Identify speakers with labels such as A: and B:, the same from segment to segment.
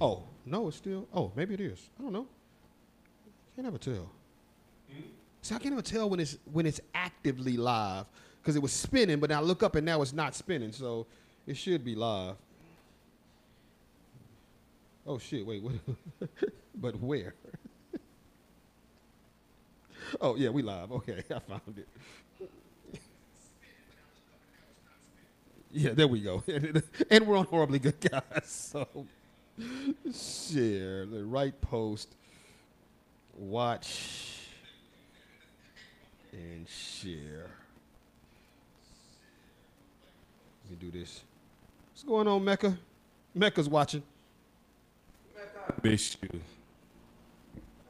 A: Oh, no, it's still. Oh, maybe it is. I don't know. Can't ever tell. See, I can't ever tell when it's when it's actively live because it was spinning, but now I look up and now it's not spinning, so it should be live. Oh shit! Wait, what? but where? oh yeah, we live. Okay, I found it. Yeah, there we go. and we're on horribly good guys. So share the right post, watch, and share. We do this. What's going on, Mecca? Mecca's watching.
B: Miss you.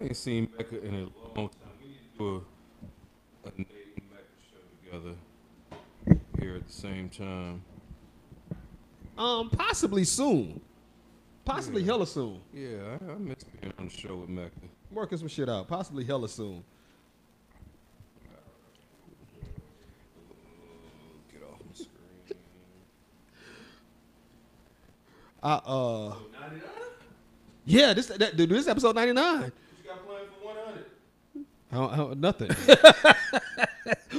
B: I ain't seen Mecca in a long time. We need to do a, a Nate and Mecca show together here at the same time.
A: Um, possibly soon. Possibly
B: Yeah.
A: hella soon.
B: Yeah, I, I miss being on the show with Mecca.
A: Working some shit out. Possibly hella soon.
B: Get off my screen.
A: I uh. Yeah, this that, dude, this episode ninety nine.
B: You got playing for 100.
A: I don't, I don't- nothing.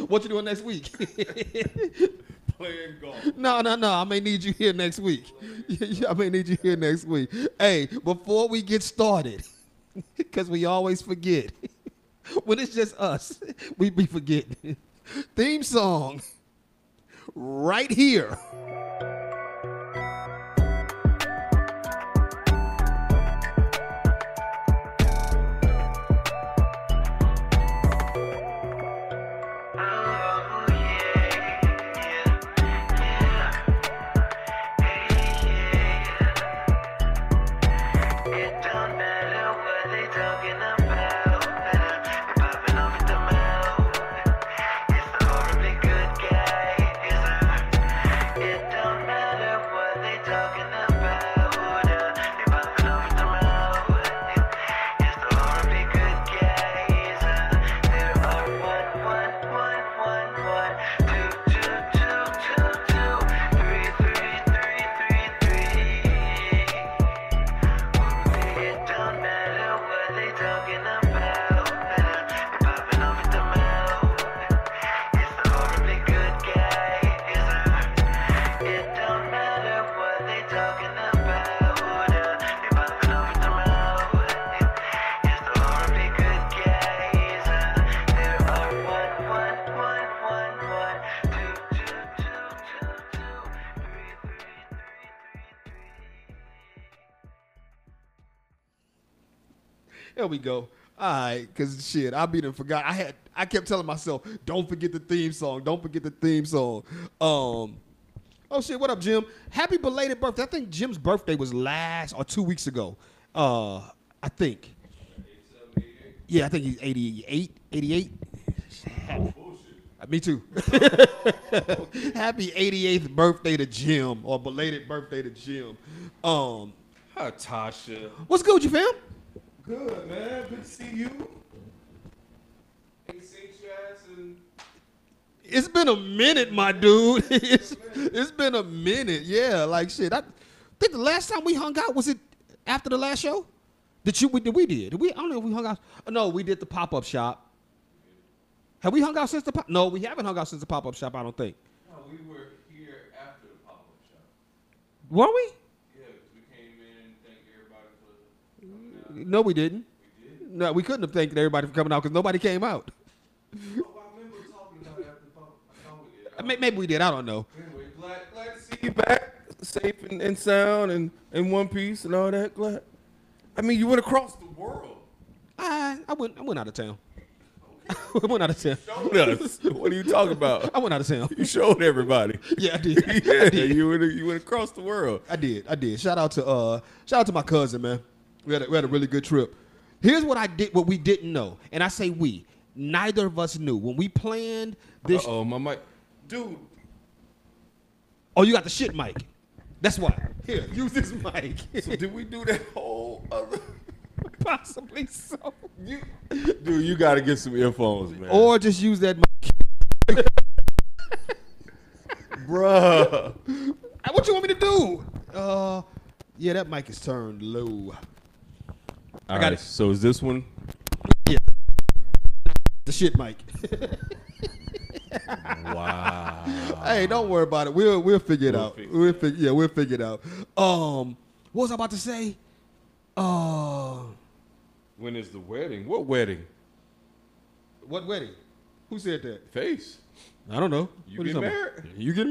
A: what you doing next week?
B: Playing golf.
A: no, no, no. I may need you here next week. I may need you here next week. Hey, before we get started, because we always forget. when it's just us, we be forgetting. Theme song, right here.
C: Oh, It don't matter what they talking about. We're popping off at the mouth. It's the horribly good guys. It don't matter what they talking about. We're popping off at the mouth. It's the horribly good guys. There are one, one, one, one, one, two, two, two, two, two, three, three, three, three, three. It don't matter what they talking about. They're popping off at the mouth. It's the horribly good guys. It don't matter what they talking about. They're popping off at the mouth. It's the horribly good guys. There are one, one, one, one, one, two, two, two, two, two, three, three, three, three, three.
A: There we go. All right, cause shit, I beat and forgot. I had I kept telling myself, don't forget the theme song. Don't forget the theme song. Um Oh shit, what up, Jim? Happy belated birthday. I think Jim's birthday was last or two weeks ago. Uh I think. Yeah, I think he's 88, 88. Uh, Me too. Happy 88th birthday to Jim or belated birthday to Jim. Um,
B: Hi, Tasha.
A: what's good with you, fam?
B: Good, man. Good to see you. Ain't seen your ass in
A: It's been a minute, my dude. It's, it's been a minute. Yeah, like shit. I think the last time we hung out was it after the last show? Did you? We did. We did. did we. I don't know if we hung out. No, we did the pop up shop. Have we hung out since the pop? No, we haven't hung out since the pop up shop. I don't think.
B: No, oh, we were here after the pop-up shop.
A: Were we?
B: Yeah, 'cause we came in and thanked everybody for
A: No, we didn't. No, we couldn't have thanked everybody for coming out because nobody came out.
B: Oh, I remember talking about it after the pop-up. I know we did.
A: May- Maybe we did. I don't know.
B: Anyway, glad, glad to see you back, safe and, and sound and in one piece and all that. Glad. I mean, you went across the world.
A: I I went I went out of town. I went out of town.
B: Donuts. what are you talking about?
A: I went out of town.
B: You showed everybody.
A: Yeah, I did. I
B: yeah,
A: did.
B: you went you went across the world.
A: I did. I did. Shout out to uh shout out to my cousin, man. We had a, we had a really good trip. Here's what I did what we didn't know. And I say we. Neither of us knew. When we planned this
B: Oh, my mic, dude.
A: Oh, you got the shit mic. That's why. Here, use this mic.
B: So did we do that whole other?
A: Possibly so.
B: You, dude, you gotta get some earphones, man.
A: Or just use that mic.
B: bruh.
A: Uh, What you want me to do? Uh Yeah, that mic is turned low.
B: All
A: got
B: right,
A: it.
B: So is this one?
A: The shit mic.
B: Wow.
A: hey, don't worry about it. We'll we'll figure it
B: We'll
A: out.
B: figure
A: we'll fig- yeah, we'll figure it out. Um, what was I about to say? Uh,
B: when is the wedding? What wedding?
A: what wedding? Who said that?
B: Face.
A: I don't know.
B: You
A: What are
B: get
A: talking
B: married?
A: about? You get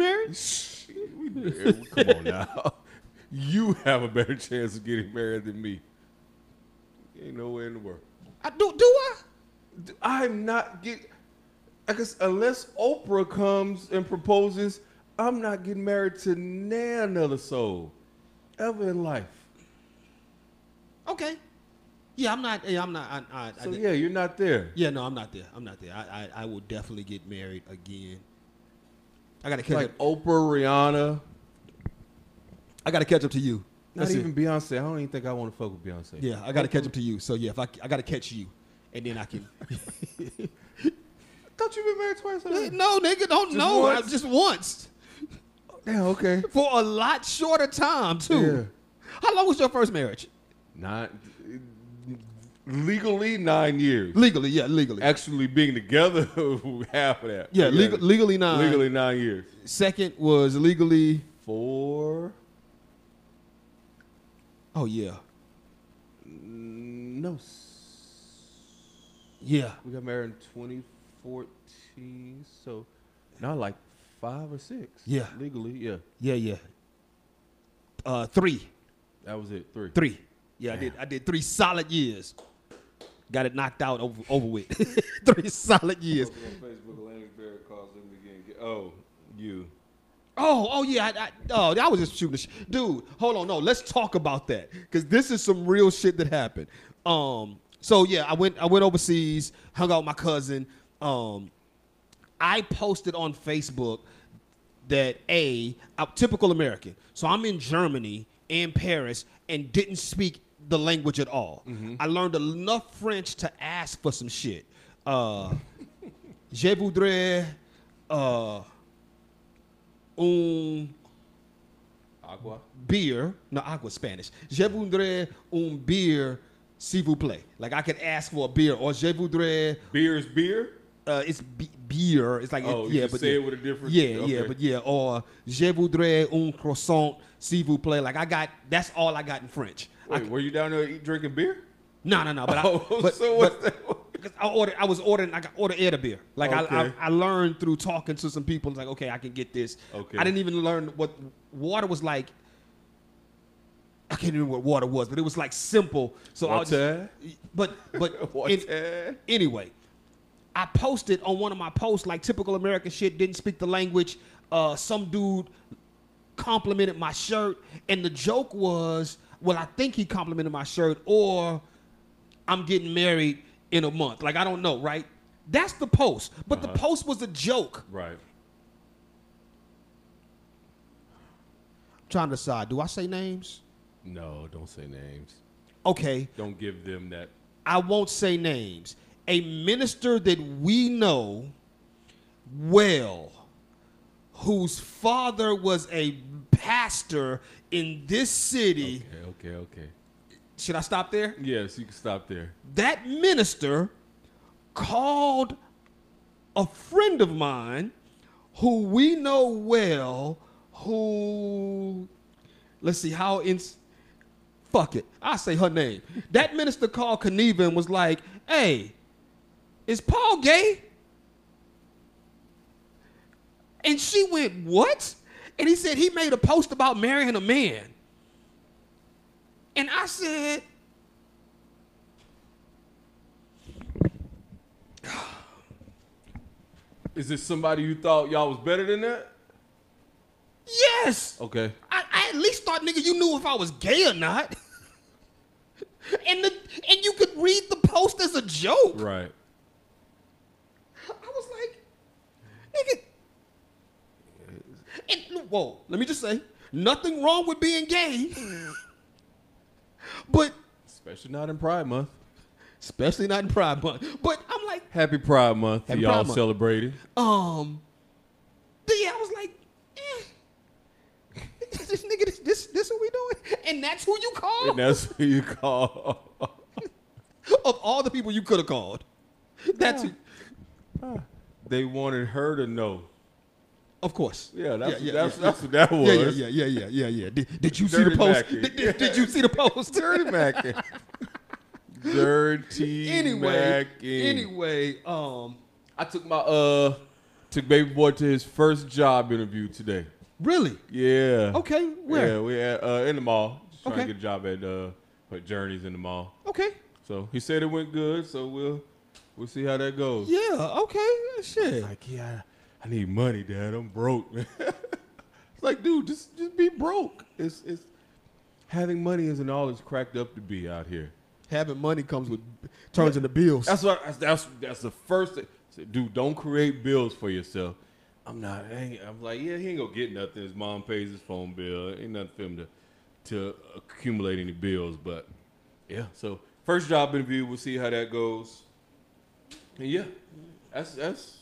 A: married?
B: Come on now. You have a better chance of getting married than me. Ain't no way in the world.
A: I do. Do I?
B: D- I'm not get. I guess unless Oprah comes and proposes, I'm not getting married to nan another soul, ever in life.
A: Okay. Yeah, I'm not. Yeah, I'm not. I, I, I
B: So
A: did-
B: yeah, you're not there.
A: Yeah, no, I'm not there. I'm not there. I, I, I will definitely get married again. I gotta catch
B: Like
A: up.
B: Oprah, Rihanna,
A: I gotta catch up to you.
B: not
A: That's it.
B: even Beyonce. I don't even think I want to fuck with Beyonce.
A: Yeah, I gotta catch up to you. So yeah, if I, c- I gotta catch you, and then I can.
B: Thought you been married twice already.
A: no, nigga, don't
B: Just
A: know. I-
B: once?
A: Just once
B: Yeah, okay.
A: for a lot shorter time too. How long was your first marriage?
B: Not legally nine years.
A: Legally, yeah, legally.
B: Actually being together half of that.
A: Yeah, legal, legally nine.
B: legally nine years.
A: Second was legally.
B: Four.
A: Oh yeah,
B: Mm, No. s-
A: yeah.
B: We got married in 2014, so now like five or six.
A: Yeah.
B: Legally, yeah.
A: Yeah, yeah. Uh, three,
B: That was it. Three.
A: three. Yeah, I did. I did three solid years. Got it knocked out over over with. three solid years.
B: Facebook, Lansbury calls them again. Oh, you.
A: Oh, oh yeah. I, I, oh, I was just shooting. The sh- Dude, hold on. No, let's talk about that because this is some real shit that happened. Um, so yeah, I went. I went overseas, hung out with my cousin. Um, I posted on Facebook that a I'm typical American. So I'm in Germany and Paris and didn't speak the language at all. I learned enough French to ask for some shit. Uh, je voudrais uh, un
B: Agua.
A: beer. No, agua Spanish. Je voudrais un beer, s'il vous plaît. Like I could ask for a beer or je voudrais
B: Beer's beer.
A: uh, it's b- beer. It's like
B: Oh,
A: it-
B: you
A: yeah,
B: just
A: but
B: say
A: yeah.
B: it with a different-
A: Yeah, yeah,
B: okay.
A: but yeah. Or je voudrais un croissant, s'il vous plaît. Like I got that's all I got in French. I,
B: Wait, were you down there eat, drinking beer?
A: no, no, no. But
B: Oh,
A: I, but, but-
B: so what's that?
A: Because I ordered, I was ordering, I got ordered air to beer. Like I, I,
B: Okay.
A: I learned through talking to some people. Like okay, I can get this.
B: Okay.
A: I didn't even learn what water was like. I can't remember what water was, but it was like simple. So I was,
B: Water?
A: but but in-
B: Water?
A: anyway, I posted on one of my posts like typical American shit. Didn't speak the language. Uh, some dude complimented my shirt, and the joke was, well, I think he complimented my shirt, or I'm getting married in a month. Like I don't know, right? That's the post, but the post was a joke.
B: Right.
A: trying to decide, do I say names?
B: No, don't say names.
A: Okay,
B: Don't give them that.
A: I won't say names. A minister that we know well, whose father was a pastor in this city.
B: Okay, okay, okay.
A: Should I stop there?
B: Yes, you can stop there.
A: That minister called a friend of mine who we know well, who, let's see, how ins fuck it. I say her name. That minister called Kaniva and was like, hey, is Paul gay? And she went, what? And he said he made a post about marrying a man. And I said,
B: Is this somebody you thought y'all was better than that?
A: yes.
B: Okay.
A: I, I at least thought, nigga, you knew if I was gay or not. and the and you could read the post as a joke.
B: Right.
A: I was like, nigga. And whoa, let me just say, nothing wrong with being gay. but
B: Especially not in Pride Month.
A: especially not in Pride Month. But I'm like,
B: Happy Pride Month to
A: Happy
B: y'all
A: Pride Month.
B: celebrating.
A: um, yeah, I was like, eh. this nigga, this this this what we doing? and that's who you called?
B: And that's who you call.
A: of all the people you could have called, that's who,
B: they wanted her to know.
A: of course.
B: Yeah, that's that's, that's what that was.
A: yeah, yeah, yeah, yeah, yeah, yeah. Did, did you see the
B: Dirty
A: post?
B: Mackie.
A: Did, did- did you see the post?
B: Dirty Mackin. Dirty
A: anyway,
B: Mackin.
A: anyway, um,
B: I took my uh took baby boy to his first job interview today.
A: really?
B: Yeah.
A: Okay, where?
B: Yeah, we at uh in the mall. Just trying
A: Okay.
B: to get a job at uh at Journeys in the mall.
A: Okay.
B: So he said it went good, so we'll we'll see how that goes.
A: Yeah. Okay. Shit.
B: Like, yeah, I I need money, Dad. I'm broke, man. it's like, dude, just just be broke. It's it's having money isn't all it's cracked up to be out here.
A: Having money comes with turns into bills.
B: That's what that's that's, that's the first thing. I said, dude, don't create bills for yourself. I'm not. I ain't- I'm like, yeah, he ain't gonna get nothing. His mom pays his phone bill. Ain't nothing for him to to accumulate any bills. But yeah, so first job interview. We'll see how that goes. And yeah, that's that's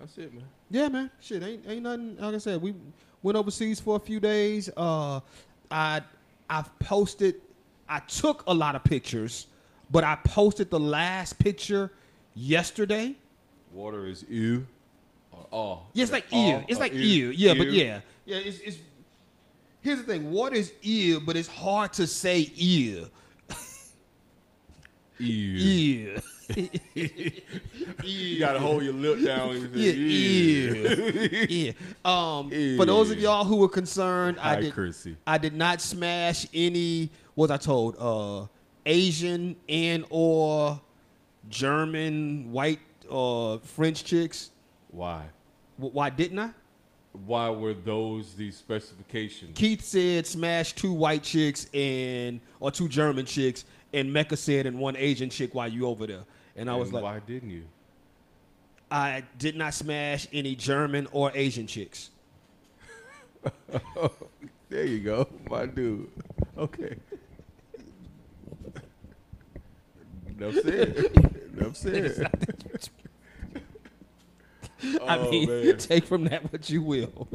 B: that's it, man.
A: Yeah, man. Shit, ain't ain't nothing. Like I said, we went overseas for a few days. Uh, I I've posted. I took a lot of pictures, but I posted the last picture yesterday.
B: Water is ew. Or all.
A: Yeah, it's like
B: All
A: ew. It's
B: or
A: like ew. Yeah, but
B: Ew.
A: yeah, yeah. It's, it's here's the thing. Water is ew, but it's hard to say ew.
B: Ew.
A: Ew.
B: You gotta hold your lip down. When you
A: Yeah, ew.
B: say,
A: yeah. Um, for those of
B: Ew.
A: y'all who were concerned, I
B: Hi,
A: did.
B: Chrissy.
A: I did not smash any. What was I told? Uh, Asian and or German, white or French chicks.
B: Why?
A: W- Why didn't I?
B: Why were those the specifications?
A: Keith said smash two white chicks and or two German chicks, and Mecca said and one Asian chick while you over there. And I was
B: And
A: like,
B: why didn't you?
A: I did not smash any German or Asian chicks.
B: There you go, my dude. Okay. Enough said. Enough said.
A: I
B: Oh,
A: mean,
B: man.
A: take from that what you will.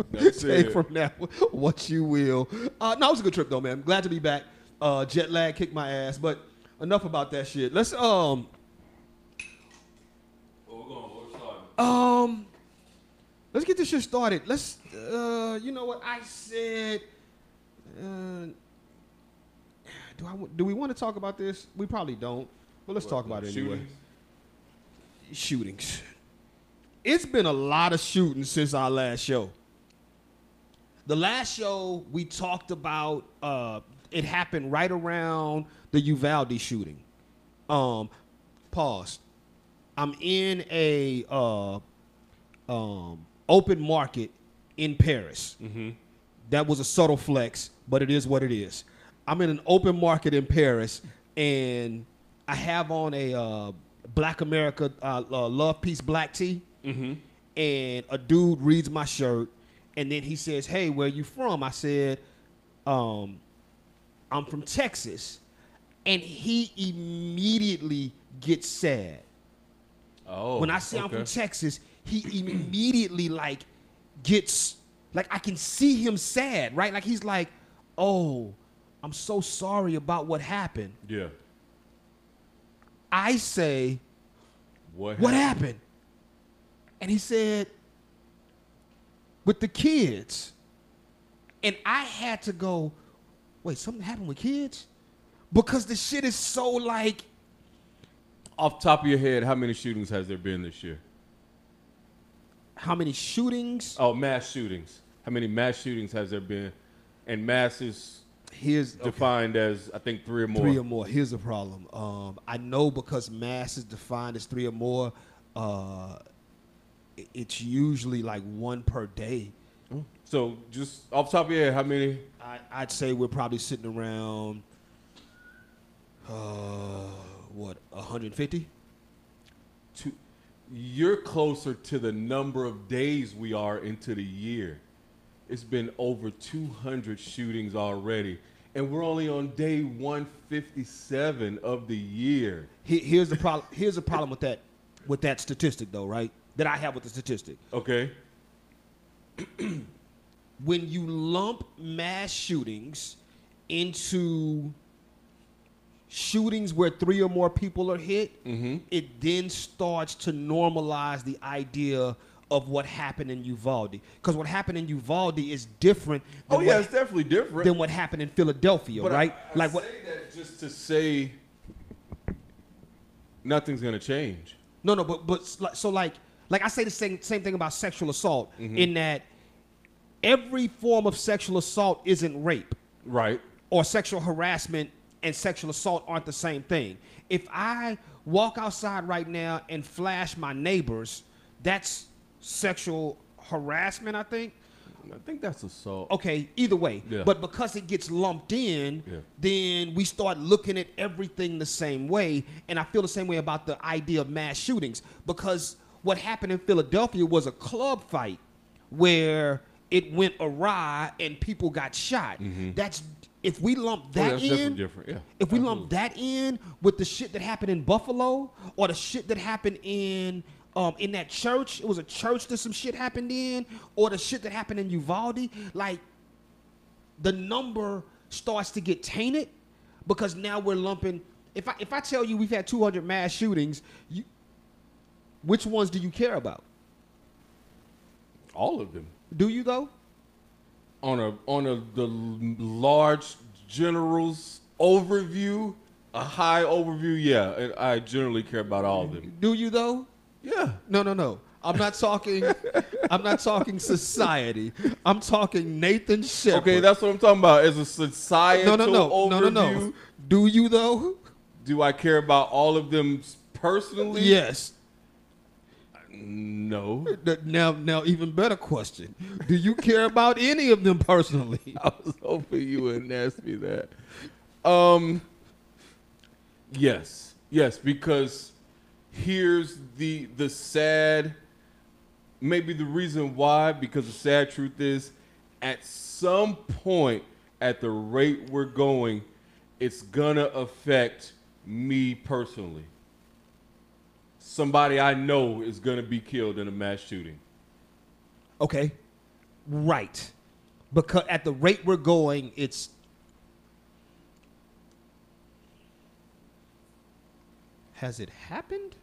B: That's
A: take
B: it.
A: from that what you will. Uh, no, it was a good trip though, man. I'm glad to be back. Uh, jet lag kicked my ass, but enough about that shit. Let's um um let's get this shit started. Let's uh you know what I said. Uh, do I wa- do we want to talk about this? We probably don't, but let's talk about it anyway shootings. It's been a lot of shootings since our last show. The last show we talked about uh, it happened right around the Uvalde shooting. Um, pause. I'm in a uh, um, open market in Paris. That was a subtle flex, but it is what it is. I'm in an open market in Paris, and I have on a uh, Black America uh, uh, Love Peace black tee, and a dude reads my shirt, and then he says, "Hey, where you from?" I said, um, "I'm from Texas," and he immediately gets sad
B: Oh.
A: when I say I'm from Texas, he immediately like gets like I can see him sad, right? Like he's like, "Oh, I'm so sorry about what happened."
B: Yeah.
A: I say,
B: What?
A: "What happened?" And he said, "With the kids." And I had to go, "Wait, something happened with kids?" Because the shit is so like
B: Off top of your head, how many shootings has there been this year?
A: how many shootings?
B: Oh, mass shootings. How many mass shootings has there been? And mass is
A: Here's
B: defined as I think three or more.
A: Three or more. Here's the problem. Um, I know because mass is defined as three or more. Uh, i- it's usually like one per day.
B: So just off top of your head, how many?
A: I, I'd say we're probably sitting around uh, what 150.
B: Two, you're closer to the number of days we are into the year. It's been over 200 shootings already, and we're only on day 157 of the year.
A: He- Here's the problem. Here's the problem with that with that statistic though, right? That I have with the statistic.
B: Okay.
A: when you lump mass shootings into shootings where three or more people are hit,
B: Mm-hmm.
A: it then starts to normalize the idea of what happened in Uvalde. Because what happened in Uvalde is different
B: Oh
A: than,
B: yeah,
A: what,
B: it's definitely different.
A: than what happened in Philadelphia,
B: But I-
A: right?
B: I,
A: like what?
B: say that just to say nothing's gonna change.
A: No, no, but but s- like- so like like I say the same same thing about sexual assault
B: Mm-hmm.
A: in that every form of sexual assault isn't rape.
B: Right.
A: or sexual harassment and sexual assault aren't the same thing. If I walk outside right now and flash my neighbors, that's sexual harassment, I think.
B: I think that's Oh, assault.
A: Okay, either way.
B: Yeah.
A: But because it gets lumped in,
B: Yeah.
A: then we start looking at everything the same way. And I feel the same way about the idea of mass shootings because what happened in Philadelphia was a club fight where it went awry and people got shot. That's if we lump
B: Mm-hmm. Oh, yeah,
A: that
B: that's
A: in,
B: definitely different. Yeah.
A: if we lump that in with the shit that happened in Buffalo or the shit that happened in um, in that church, it was a church that some shit happened in, or the shit that happened in Uvalde, like the number starts to get tainted because now we're lumping. If I if I tell you we've had 200 mass shootings, you, which ones do you care about?
B: all of them
A: Do you though?
B: on a on a the large general's overview, a high overview. Yeah, and I generally care about all of them.
A: Do you though?
B: Yeah.
A: No, no, no. I'm not talking. I'm not talking society. I'm talking Nathan Shepard.
B: Okay, that's what I'm talking about. As a societal
A: no, no, no,
B: overview,
A: no, no, no. Do you though?
B: do I care about all of them personally?
A: Yes.
B: No.
A: Th- Now, now, even better question: Do you care about any of them personally?
B: I was hoping you wouldn't ask me that. Um, yes, yes, because here's the the sad, maybe the reason why. Because the sad truth is, at some point, at the rate we're going, it's gonna affect me personally. Somebody I know is gonna be killed in a mass shooting.
A: Okay. Right. Because at the rate we're going, it's. Has it happened?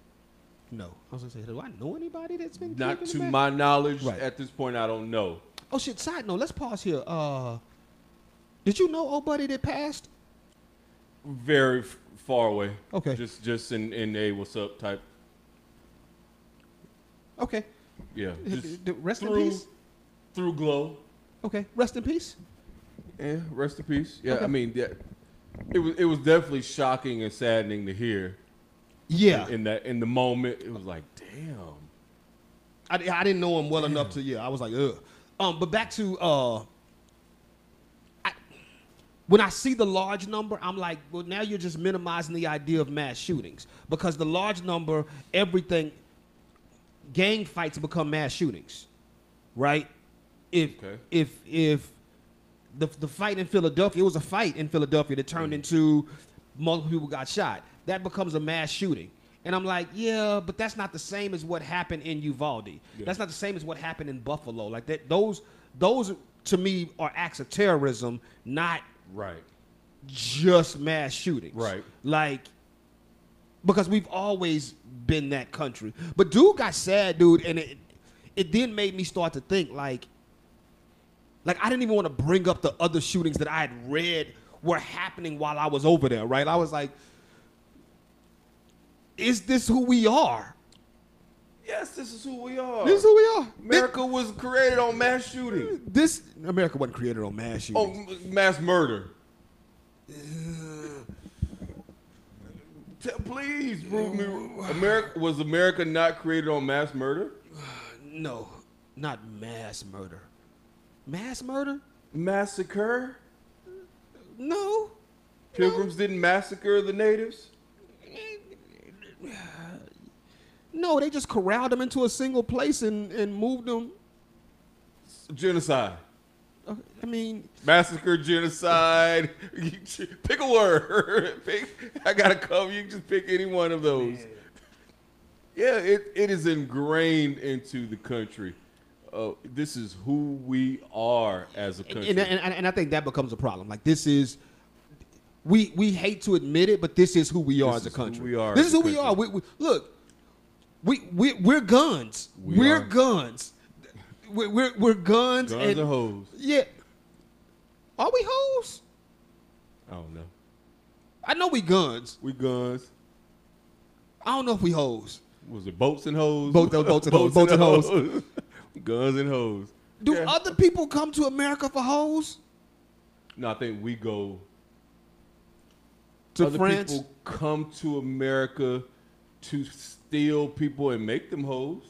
A: No. I was gonna say, do I know anybody that's been killed
B: Not
A: in a
B: to
A: mass-
B: my knowledge
A: Right.
B: at this point. I don't know.
A: Oh shit! Side note. Let's pause here. Uh, did you know old buddy that passed?
B: very f- far away.
A: Okay.
B: Just just in in a what's up type.
A: Okay.
B: Yeah. Just
A: Rest in
B: through,
A: peace.
B: Through glow.
A: Okay. Rest in peace.
B: Yeah. Rest in peace. Yeah.
A: Okay.
B: I mean, yeah, it was it was definitely shocking and saddening to hear.
A: Yeah,
B: In that in the moment, it was like, damn.
A: I, I didn't know him well enough to yeah. I was like, ugh. Um, but back to uh, I, when I see the large number, I'm like, well, now you're just minimizing the idea of mass shootings because the large number, everything, gang fights become mass shootings, right? If
B: Okay.
A: if if the the fight in Philadelphia, it was a fight in Philadelphia that turned into multiple people got shot. That becomes a mass shooting. And I'm like, yeah, but that's not the same as what happened in Uvalde. That's not the same as what happened in Buffalo. Like that those those to me are acts of terrorism, not
B: Right.
A: just mass shootings.
B: Right.
A: Like because we've always been that country. But dude got sad, dude, and it it then made me start to think like like I didn't even want to bring up the other shootings that I had read were happening while I was over there, right? I was like is this who we are?
B: Yes, this is who we are.
A: This is who we are.
B: America was created on mass shooting.
A: This America wasn't created on mass shootings.
B: Oh, m- mass murder. T- Please prove me. America was America not created on mass murder? Oh.
A: No, not mass murder. Mass murder?
B: Massacre?
A: No.
B: Pilgrims didn't massacre the natives?
A: No, they just corralled them into a single place and, and moved them.
B: Genocide.
A: Uh, I mean,
B: Massacre, genocide. You ch- Pick a word. Pick, I got to cover. You can just pick any one of those. Yeah, it, it is ingrained into the country. Uh, this is who we are as a
A: and,
B: country.
A: and, and, and I think that becomes a problem. Like, this is we we hate to admit it, but this is who we are
B: This
A: as a
B: is who
A: country.
B: we are
A: This is
B: as a
A: who we
B: country.
A: are. We, we, look, we we we're guns.
B: We
A: We are
B: are.
A: guns. We're we're, we're guns,
B: Guns
A: and
B: and hoes.
A: yeah. Are we hoes?
B: I don't know.
A: I know we guns.
B: We guns.
A: I don't know if we hoes.
B: Was it boats and hoes?
A: Boat- boats and hoes, boats and hoes.
B: Guns and hoes.
A: Do
B: Yeah.
A: other people come to America for hoes?
B: No, I think we go
A: To
B: other
A: France?
B: people come to America to steal people and make them hoes.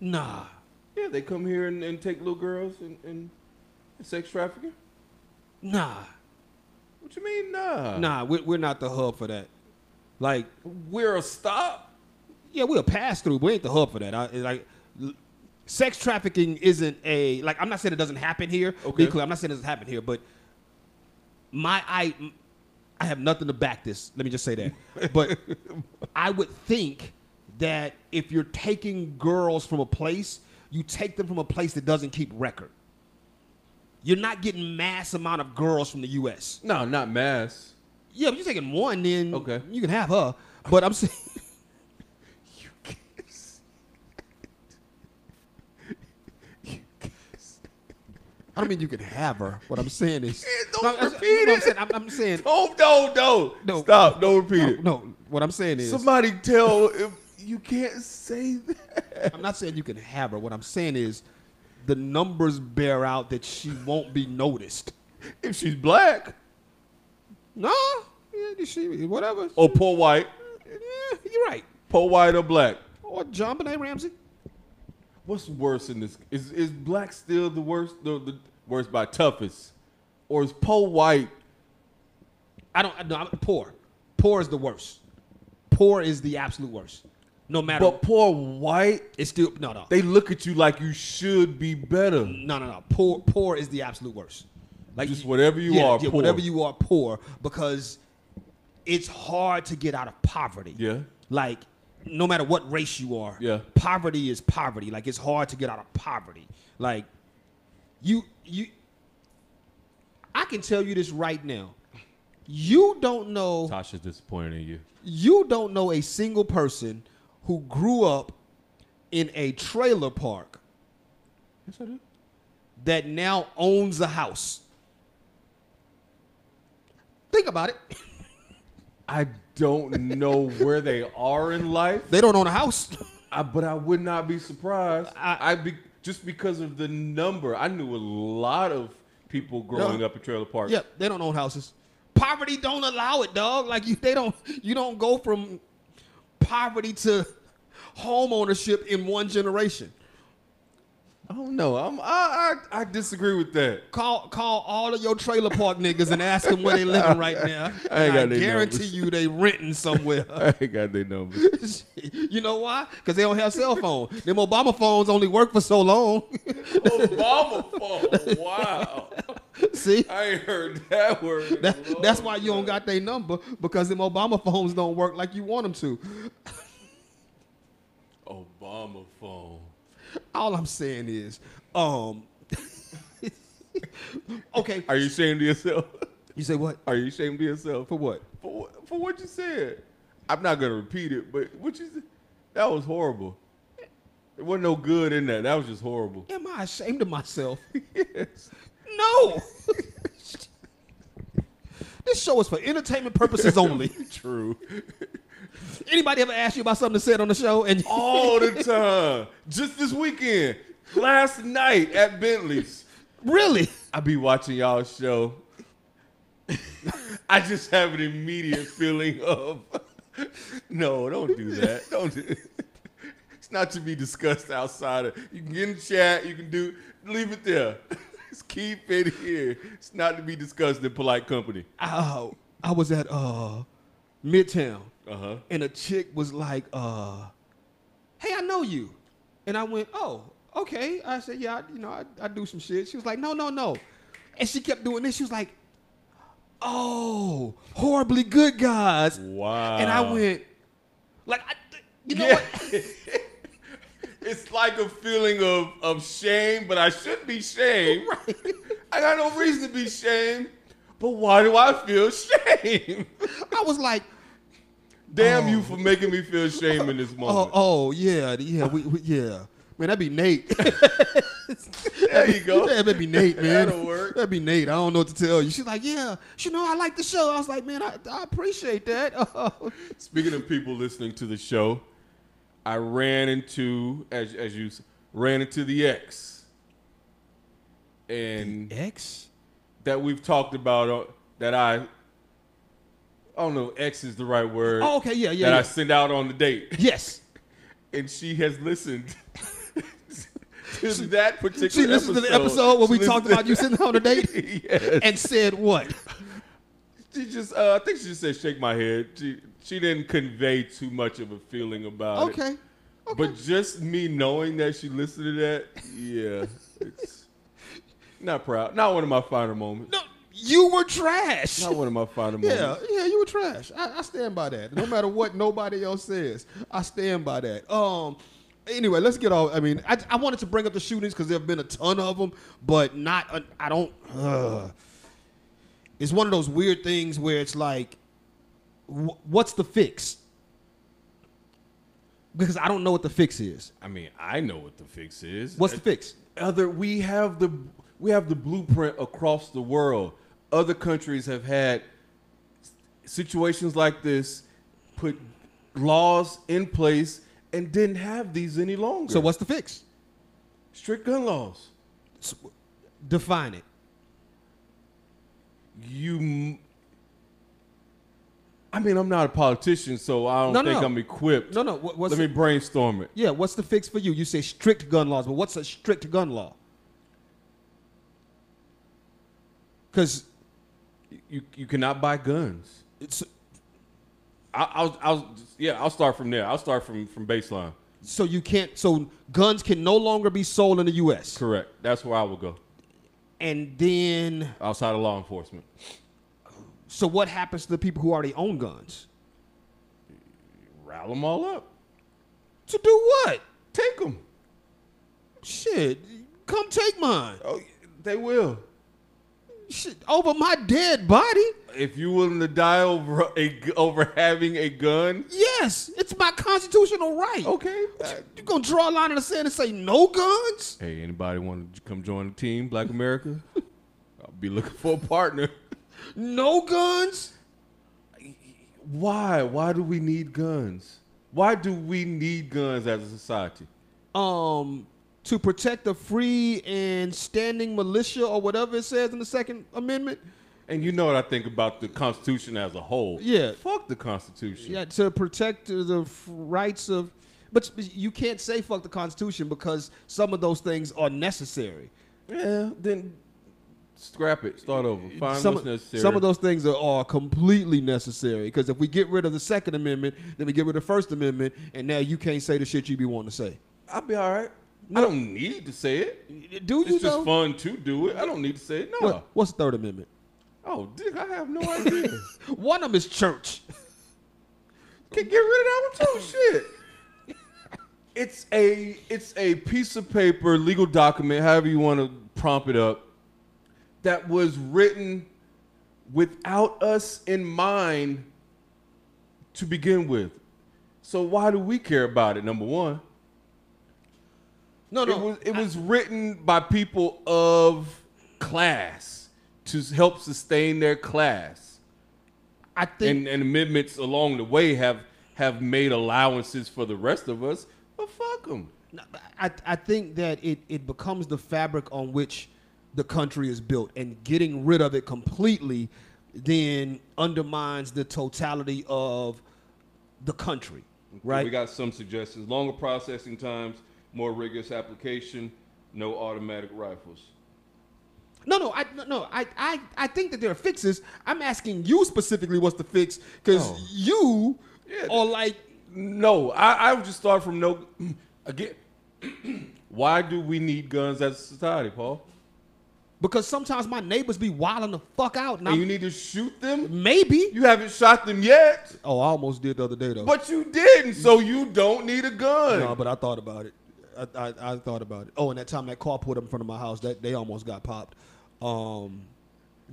A: Nah.
B: Yeah, they come here and, and take little girls and, and sex trafficking.
A: Nah.
B: What you mean, nah?
A: Nah, we're, we're not the hub for that. Like,
B: We're a stop.
A: yeah, we're a pass through. We ain't the hub for that. I, like, l- sex trafficking isn't a like. I'm not saying it doesn't happen here.
B: Okay.
A: Be clear, I'm not saying it doesn't happen here, but my I I have nothing to back this. Let me just say that. But I would think that if you're taking girls from a place, you take them from a place that doesn't keep record. You're not getting mass amount of girls from the U.S.
B: No, not mass.
A: Yeah, but you're taking one, then
B: Okay.
A: you can have her. But I'm saying, I don't mean you can have her. What I'm saying is,
B: don't
A: No, I'm-
B: repeat
A: you know what I'm
B: it.
A: saying, I'm, I'm saying,
B: Oh no, no,
A: No.
B: Stop! Don't repeat it.
A: no. What I'm saying is,
B: Somebody tell if you can't say that.
A: I'm not saying you can have her. What I'm saying is, the numbers bear out that she won't be noticed.
B: If she's black
A: No, yeah, she whatever.
B: or Oh, poor white,
A: yeah, you're right.
B: poor white or black.
A: Or John Benet Ramsey.
B: What's worse in this? Is is black still the worst? The, the worst by toughest, or is poor white?
A: I don't. I- No, I'm poor. Poor is the worst. Poor is the absolute worst. No matter.
B: But poor white,
A: it's still no, no.
B: they look at you like you should be better.
A: No, no, no. Poor, poor is the absolute worst.
B: Like just whatever you
A: yeah,
B: are,
A: yeah,
B: poor.
A: whatever you are, poor because it's hard to get out of poverty.
B: Yeah.
A: like no matter what race you are.
B: Yeah.
A: poverty is poverty. Like it's hard to get out of poverty. Like you, you. I can tell you this right now. You don't know
B: Tasha's disappointed in you.
A: you don't know a single person who grew up in a trailer park
B: Yes, I do.
A: that now owns a house. Think about it.
B: I don't know where they are in life.
A: They don't own a house.
B: I, but I would not be surprised.
A: I-
B: I, be, just because of the number. I knew a lot of people growing
A: No.
B: up in trailer parks.
A: yep, they don't own houses. Poverty don't allow it, dog. Like you, they don't. You don't go from poverty to home ownership in one generation.
B: I don't know. I'm, I, I I disagree with that.
A: Call call all of your trailer park niggas and ask them where they living right now.
B: I ain't
A: And
B: got their
A: guarantee
B: numbers.
A: you they renting somewhere.
B: I ain't got their numbers.
A: you know why? Because they don't have cell phone. Them Obama phones only work for so long.
B: Obama phone. Wow.
A: See,
B: I ain't heard that word. in
A: that,
B: a long
A: that's why you don't
B: time.
A: got their number because them Obama phones don't work like you want them to.
B: Obama phone.
A: All I'm saying is, um, okay.
B: Are you ashamed of yourself?
A: You say what?
B: Are you ashamed of yourself
A: For what?
B: for what- for what you said? I'm not gonna repeat it, but what you said, that was horrible. There wasn't no good in that. That was just horrible.
A: Am I ashamed of myself?
B: yes.
A: No. this show is for entertainment purposes only.
B: True.
A: Anybody ever ask you about something said on the show and
B: All the time. Just this weekend, last night at Bentley's,
A: really?
B: I be watching y'all show. I just have an immediate feeling of no, don't do that. Don't. Do it's not to be discussed outside. Of, you can get in chat. You can do. Leave it there. Just keep it here. It's not to be discussed in polite company.
A: Oh, I was at uh Midtown.
B: Uh huh.
A: and a chick was like, uh, "Hey, I know you," and I went, "Oh, okay." I said, "Yeah, I, you know, I, I do some shit." She was like, "No, no, no," and she kept doing this. She was like, "Oh, horribly good guys,"
B: Wow.
A: and I went, "Like, I, you know
B: Yeah.
A: what?"
B: it's like a feeling of, of shame, but I should be shamed. I got no reason to be shamed. But why do I feel shame?
A: I was like,
B: Damn you for making me feel shame in this
A: oh,
B: moment.
A: oh yeah, yeah, we, we yeah. Man, that'd be Nate.
B: there you go.
A: Yeah, that'd be Nate, man.
B: That'll work.
A: That'd be Nate. I don't know what to tell you. She's like, yeah, you know, I like the show. I was like, man, I, I appreciate that.
B: Speaking of people listening to the show, I ran into as as you s- ran into the ex, and
A: X?
B: that we've talked about uh, that I. I don't know. X is the right word.
A: Oh, okay, yeah, yeah,
B: That
A: yeah.
B: I send out on the date,
A: Yes.
B: and she has listened to that particular.
A: She listened to the episode where we
B: She
A: talked
B: listened-
A: about you sitting on a date
B: yes.
A: and said what?
B: She just, uh, I think she just said, "Shake my head." She she didn't convey too much of a feeling about it.
A: Okay.
B: But just me knowing that she listened to that, yeah, it's not proud. Not one of my finer moments.
A: No, you were trash.
B: Not one of my finer
A: Yeah,
B: moments.
A: yeah, you were trash. I, I stand by that. No matter what nobody else says, I stand by that. Um. Anyway, let's get off. I mean, I, I wanted to bring up the shootings because there have been a ton of them, but not. I I don't. Uh, it's one of those weird things where it's like, wh- what's the fix? Because I don't know what the fix is.
B: I mean, I know what the fix is.
A: What's the fix?
B: Other, we have the we have the blueprint across the world. Other countries have had situations like this, put laws in place, and didn't have these any longer.
A: So what's the fix?
B: strict gun laws?
A: S- Define it.
B: you m- I mean, I'm not a politician, so I don't
A: No, no,
B: think
A: no.
B: I'm equipped.
A: No, no. What, what's
B: Let me brainstorm it.
A: Yeah, what's the fix for you? You say strict gun laws, but what's a strict gun law? Because
B: You you cannot buy guns.
A: it's
B: I, I'll I'll yeah I'll start from there. I'll start from from baseline.
A: so you can't so guns can no longer be sold in the U.S.
B: Correct. That's where I will go.
A: And then,
B: Outside of law enforcement,
A: so what happens to the people who already own guns?
B: rile them all up.
A: To do what?
B: Take them.
A: Shit, come take mine.
B: Oh, they will.
A: Shit, over my dead body.
B: If you're willing to die over a g- over having a gun,
A: Yes, it's my constitutional right.
B: okay.
A: You gonna draw a line in the sand and say no guns?
B: Hey, anybody want to come join the team, Black America? I'll be looking for a partner.
A: No guns?
B: why why do we need guns why do we need guns as a society
A: um to protect the free and standing militia or whatever it says in the second amendment
B: and you know what i think about the constitution as a whole
A: Yeah.
B: fuck the constitution
A: yeah to protect the f- rights of but you can't say fuck the constitution because some of those things are necessary
B: Yeah, then scrap it start over find
A: some,
B: what's necessary
A: some of those things are, are completely necessary because if we get rid of the second amendment then we get rid of the first amendment and now you can't say the shit you be wanting to say
B: i'll be all right i don't need to say it
A: do you
B: it's just
A: though?
B: fun to do it i don't need to say it no
A: What- what's the third amendment
B: oh dick i have no idea
A: one of them is church
B: Can get rid of that one too. Shit. It's a it's a piece of paper, legal document, however you want to prompt it up, that was written without us in mind to begin with. So why do we care about it? Number one,
A: no no
B: it was it was written by people of class to help sustain their class
A: i think
B: and, and amendments along the way have have made allowances for the rest of us, but fuck them.
A: No, but I, I think that it, it becomes the fabric on which the country is built, and getting rid of it completely then undermines the totality of the country, right?
B: We got some suggestions: longer processing times, more rigorous application, no automatic rifles.
A: no, no, I, no, no I, I, I think that there are fixes. I'm asking you specifically what's the fix because
B: Oh.
A: you
B: Yeah.
A: are like,
B: No, I, I would just start from no. Again, why do we need guns as a society, Paul?
A: because sometimes my neighbors be wilding the fuck out, and,
B: And
A: I'm,
B: you need to shoot them.
A: maybe.
B: You haven't shot them yet,
A: Oh, I almost did the other day though.
B: but you didn't, so you don't need a gun.
A: No, but I thought about it. I, I, I thought about it. Oh, and that time that car pulled up in front of my house, that they almost got popped. Um,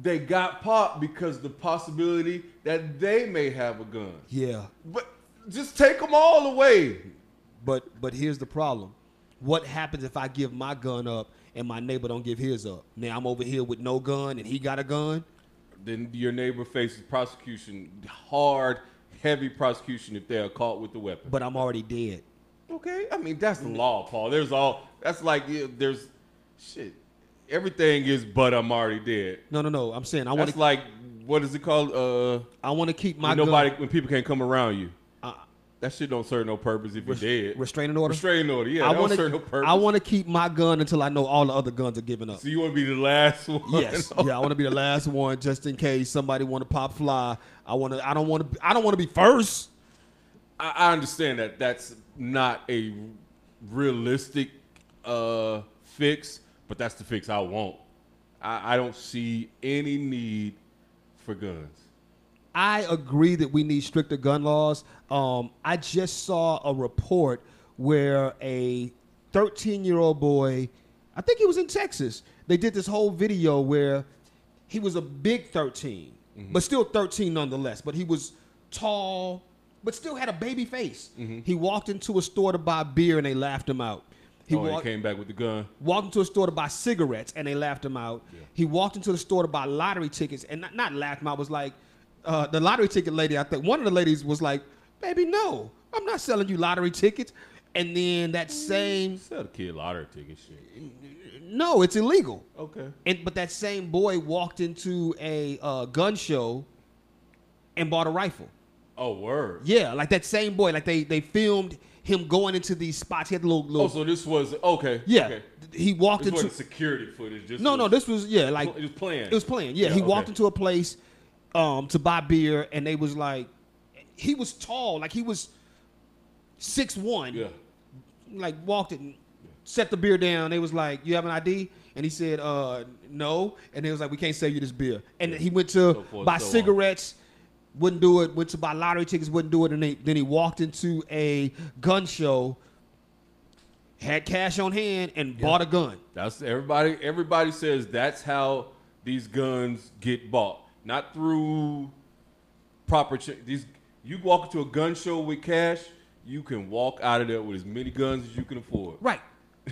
B: they got popped because the possibility that they may have a gun.
A: Yeah.
B: But just take them all away.
A: But but here's the problem. What happens if I give my gun up and my neighbor don't give his up? Now I'm over here with no gun and he got a gun.
B: Then your neighbor faces prosecution, hard, heavy prosecution if they are caught with the weapon.
A: But I'm already dead.
B: Okay, I mean that's the law, Paul. There's all that's like yeah, there's shit. Everything is, but I'm already dead.
A: No, no, no. I'm saying I want
B: That's
A: to.
B: like what is it called? Uh,
A: I want to keep my
B: when nobody
A: gun.
B: when people can't come around you.
A: Uh,
B: that shit don't serve no purpose if you're dead.
A: restraining order?
B: Restraining order. Yeah,
A: I
B: that
A: want
B: don't serve no
A: to.
B: purpose.
A: I want to keep my gun until I know all the other guns are given up.
B: So you want to be the last one?
A: Yes. Yeah, I want to be the last one just in case somebody want to pop fly. I want to. I don't want to. I don't want to be first.
B: I, I understand that that's not a realistic uh, fix, but that's the fix I want. I, I don't see any need for guns.
A: I agree that we need stricter gun laws. Um, I just saw a report where a 13 year old boy, I think he was in Texas, they did this whole video where he was a big 13, but still 13 nonetheless, but he was tall, but still had a baby face. He walked into a store to buy beer and they laughed him out. He
B: oh, and
A: walked-
B: he came back with the gun.
A: walked into a store to buy cigarettes and they laughed him out. He walked into the store to buy lottery tickets and not, not laughed him out, was like, uh, the lottery ticket lady, I think one of the ladies was like, baby, no, I'm not selling you lottery tickets. And then that same,
B: Sell the kid lottery ticket shit.
A: no, it's illegal.
B: Okay.
A: And, but that same boy walked into a uh, gun show and bought a rifle.
B: Oh, word.
A: Yeah, like that same boy, like they, they filmed him going into these spots. He had the little, little
B: Oh, so this was okay.
A: yeah,
B: Okay.
A: he walked
B: This
A: into
B: wasn't security footage. This
A: No,
B: was,
A: no, this was yeah, like
B: It was planned.
A: It was planned. Yeah,
B: Yeah,
A: he
B: okay.
A: walked into a place um, to buy beer, and they was like, he was tall, like he was six one.
B: Yeah.
A: Like walked in, set the beer down. They was like, you have an ID? And he said, uh, no. And they was like, we can't sell you this beer. And he went to
B: So forth,
A: buy
B: so on.
A: cigarettes. Wouldn't do it. Went to buy lottery tickets. Wouldn't do it. And they, then he walked into a gun show, had cash on hand, and bought a gun.
B: That's everybody. Everybody says that's how these guns get bought, not through proper. Ch- these you walk into a gun show with cash, you can walk out of there with as many guns as you can afford.
A: Right.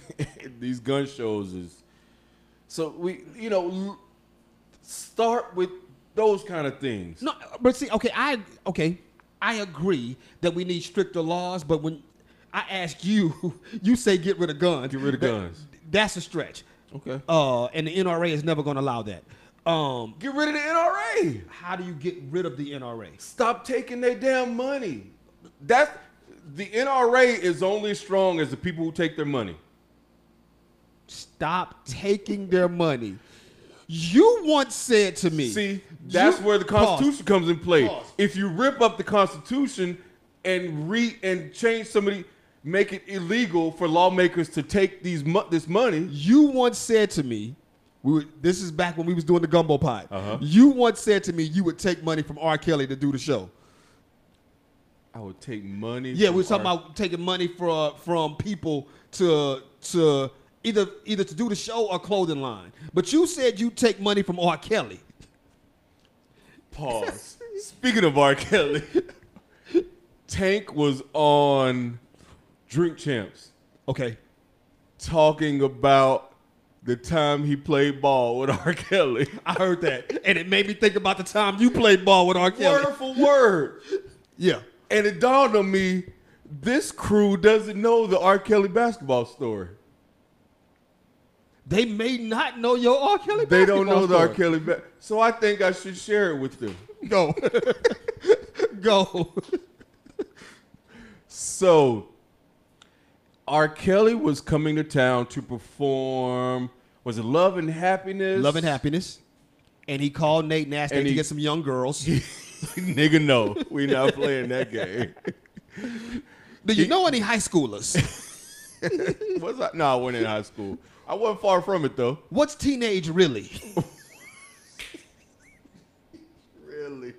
B: these gun shows is so we you know l- start with those kind of things.
A: No, but see, okay, I okay, I agree that we need stricter laws, but when I ask you, you say get rid of guns.
B: Get rid of
A: That-
B: guns.
A: That's a stretch.
B: Okay.
A: Uh, and the NRA is never going to allow that. Um,
B: Get rid of the NRA.
A: how do you get rid of the NRA?
B: Stop taking their damn money. That's the NRA is only as strong as the people who take their money.
A: Stop taking their money. You once said to me.
B: See, that's
A: you-
B: where the
A: Pause.
B: Constitution comes in play.
A: Pause.
B: If you rip up the Constitution and re and change somebody, make it illegal for lawmakers to take these mo- this money.
A: You once said to me, we were, this is back when we was doing the gumbo pot.
B: Uh-huh.
A: You once said to me you would take money from R. Kelly to do the show.
B: I would take money.
A: Yeah,
B: from
A: we were talking
B: our-
A: about taking money from from people to to either either to do the show or clothing line. But you said you take money from R. Kelly.
B: pause. Speaking of R. Kelly, Tank was on Drink Champs
A: Okay.
B: talking about the time he played ball with R. Kelly.
A: I heard that. and it made me think about the time you played ball with R. Kelly.
B: Word for word.
A: Yeah.
B: And it dawned on me, this crew doesn't know the R. Kelly basketball story.
A: They may not know your R. Kelly
B: They don't
A: basketball
B: know the R.
A: story.
B: Kelly. Ba- so I think I should share it with them.
A: Go. Go.
B: So R. Kelly was coming to town to perform. Was it Love and Happiness?
A: Love and happiness. And he called Nate and asked
B: And
A: him to
B: he-
A: get some young girls.
B: Nigga, no, we not playing that game.
A: Do you know any high schoolers?
B: Was I? No, I wasn't in high school. I wasn't far from it though.
A: What's teenage really?
B: Really?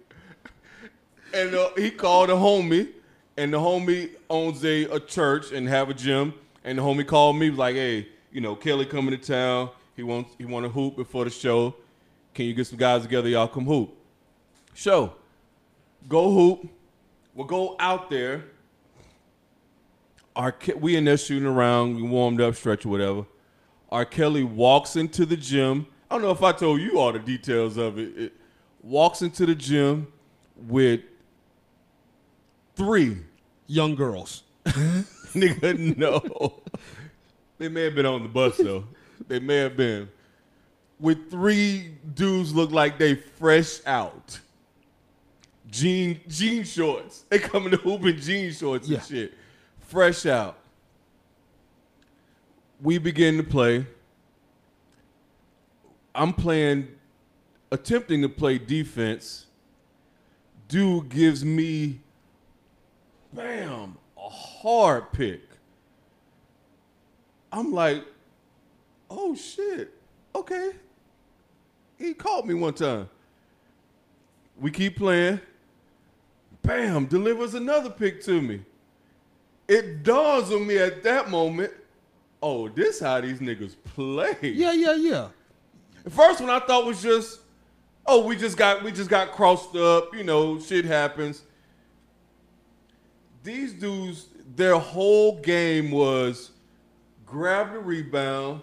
B: And uh, he called a homie, and the homie owns a, a church and have a gym. And the homie called me, was like, "Hey, you know, Kelly coming to town. He wants he want to hoop before the show." Can you get some guys together? Y'all come hoop. So, go hoop. We'll go out there. Our Ke- we in there shooting around. We warmed up, stretch or whatever. R. Kelly walks into the gym. I don't know if I told you all the details of it. it walks into the gym with three
A: Young girls.
B: Nigga, no. they may have been on the bus though. They may have been. With three dudes look like they fresh out. Jean jean shorts. They coming to hoop in jean shorts
A: Yeah.
B: and shit. Fresh out. We begin to play. I'm playing attempting to play defense. Dude gives me bam, a hard pick. I'm like, oh shit, okay. He called me one time. We keep playing. Bam, delivers another pick to me. It dawns on me at that moment. Oh, this how these niggas play.
A: Yeah, yeah, yeah.
B: The first one I thought was just, oh, we just got we just got crossed up, you know, shit happens. These dudes, their whole game was grab the rebound,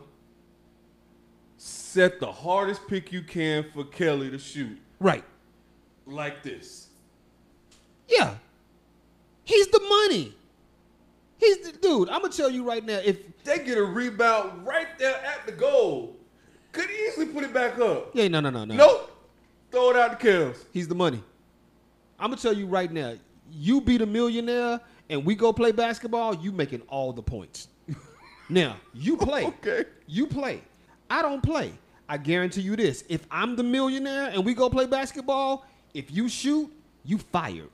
B: set the hardest pick you can for Kelly to shoot,
A: Right.
B: like this.
A: Yeah. He's the money. He's the dude. I'm gonna tell you right now. If
B: They get a rebound right there at the goal. Could easily put it back up.
A: yeah, no, no, no, no.
B: Nope. Throw it out to Kells.
A: He's the money. I'm gonna tell you right now. You be the millionaire, and we go play basketball. You making all the points. now you play.
B: Okay.
A: You play. I don't play. I guarantee you this. If I'm the millionaire and we go play basketball, if you shoot, you fired.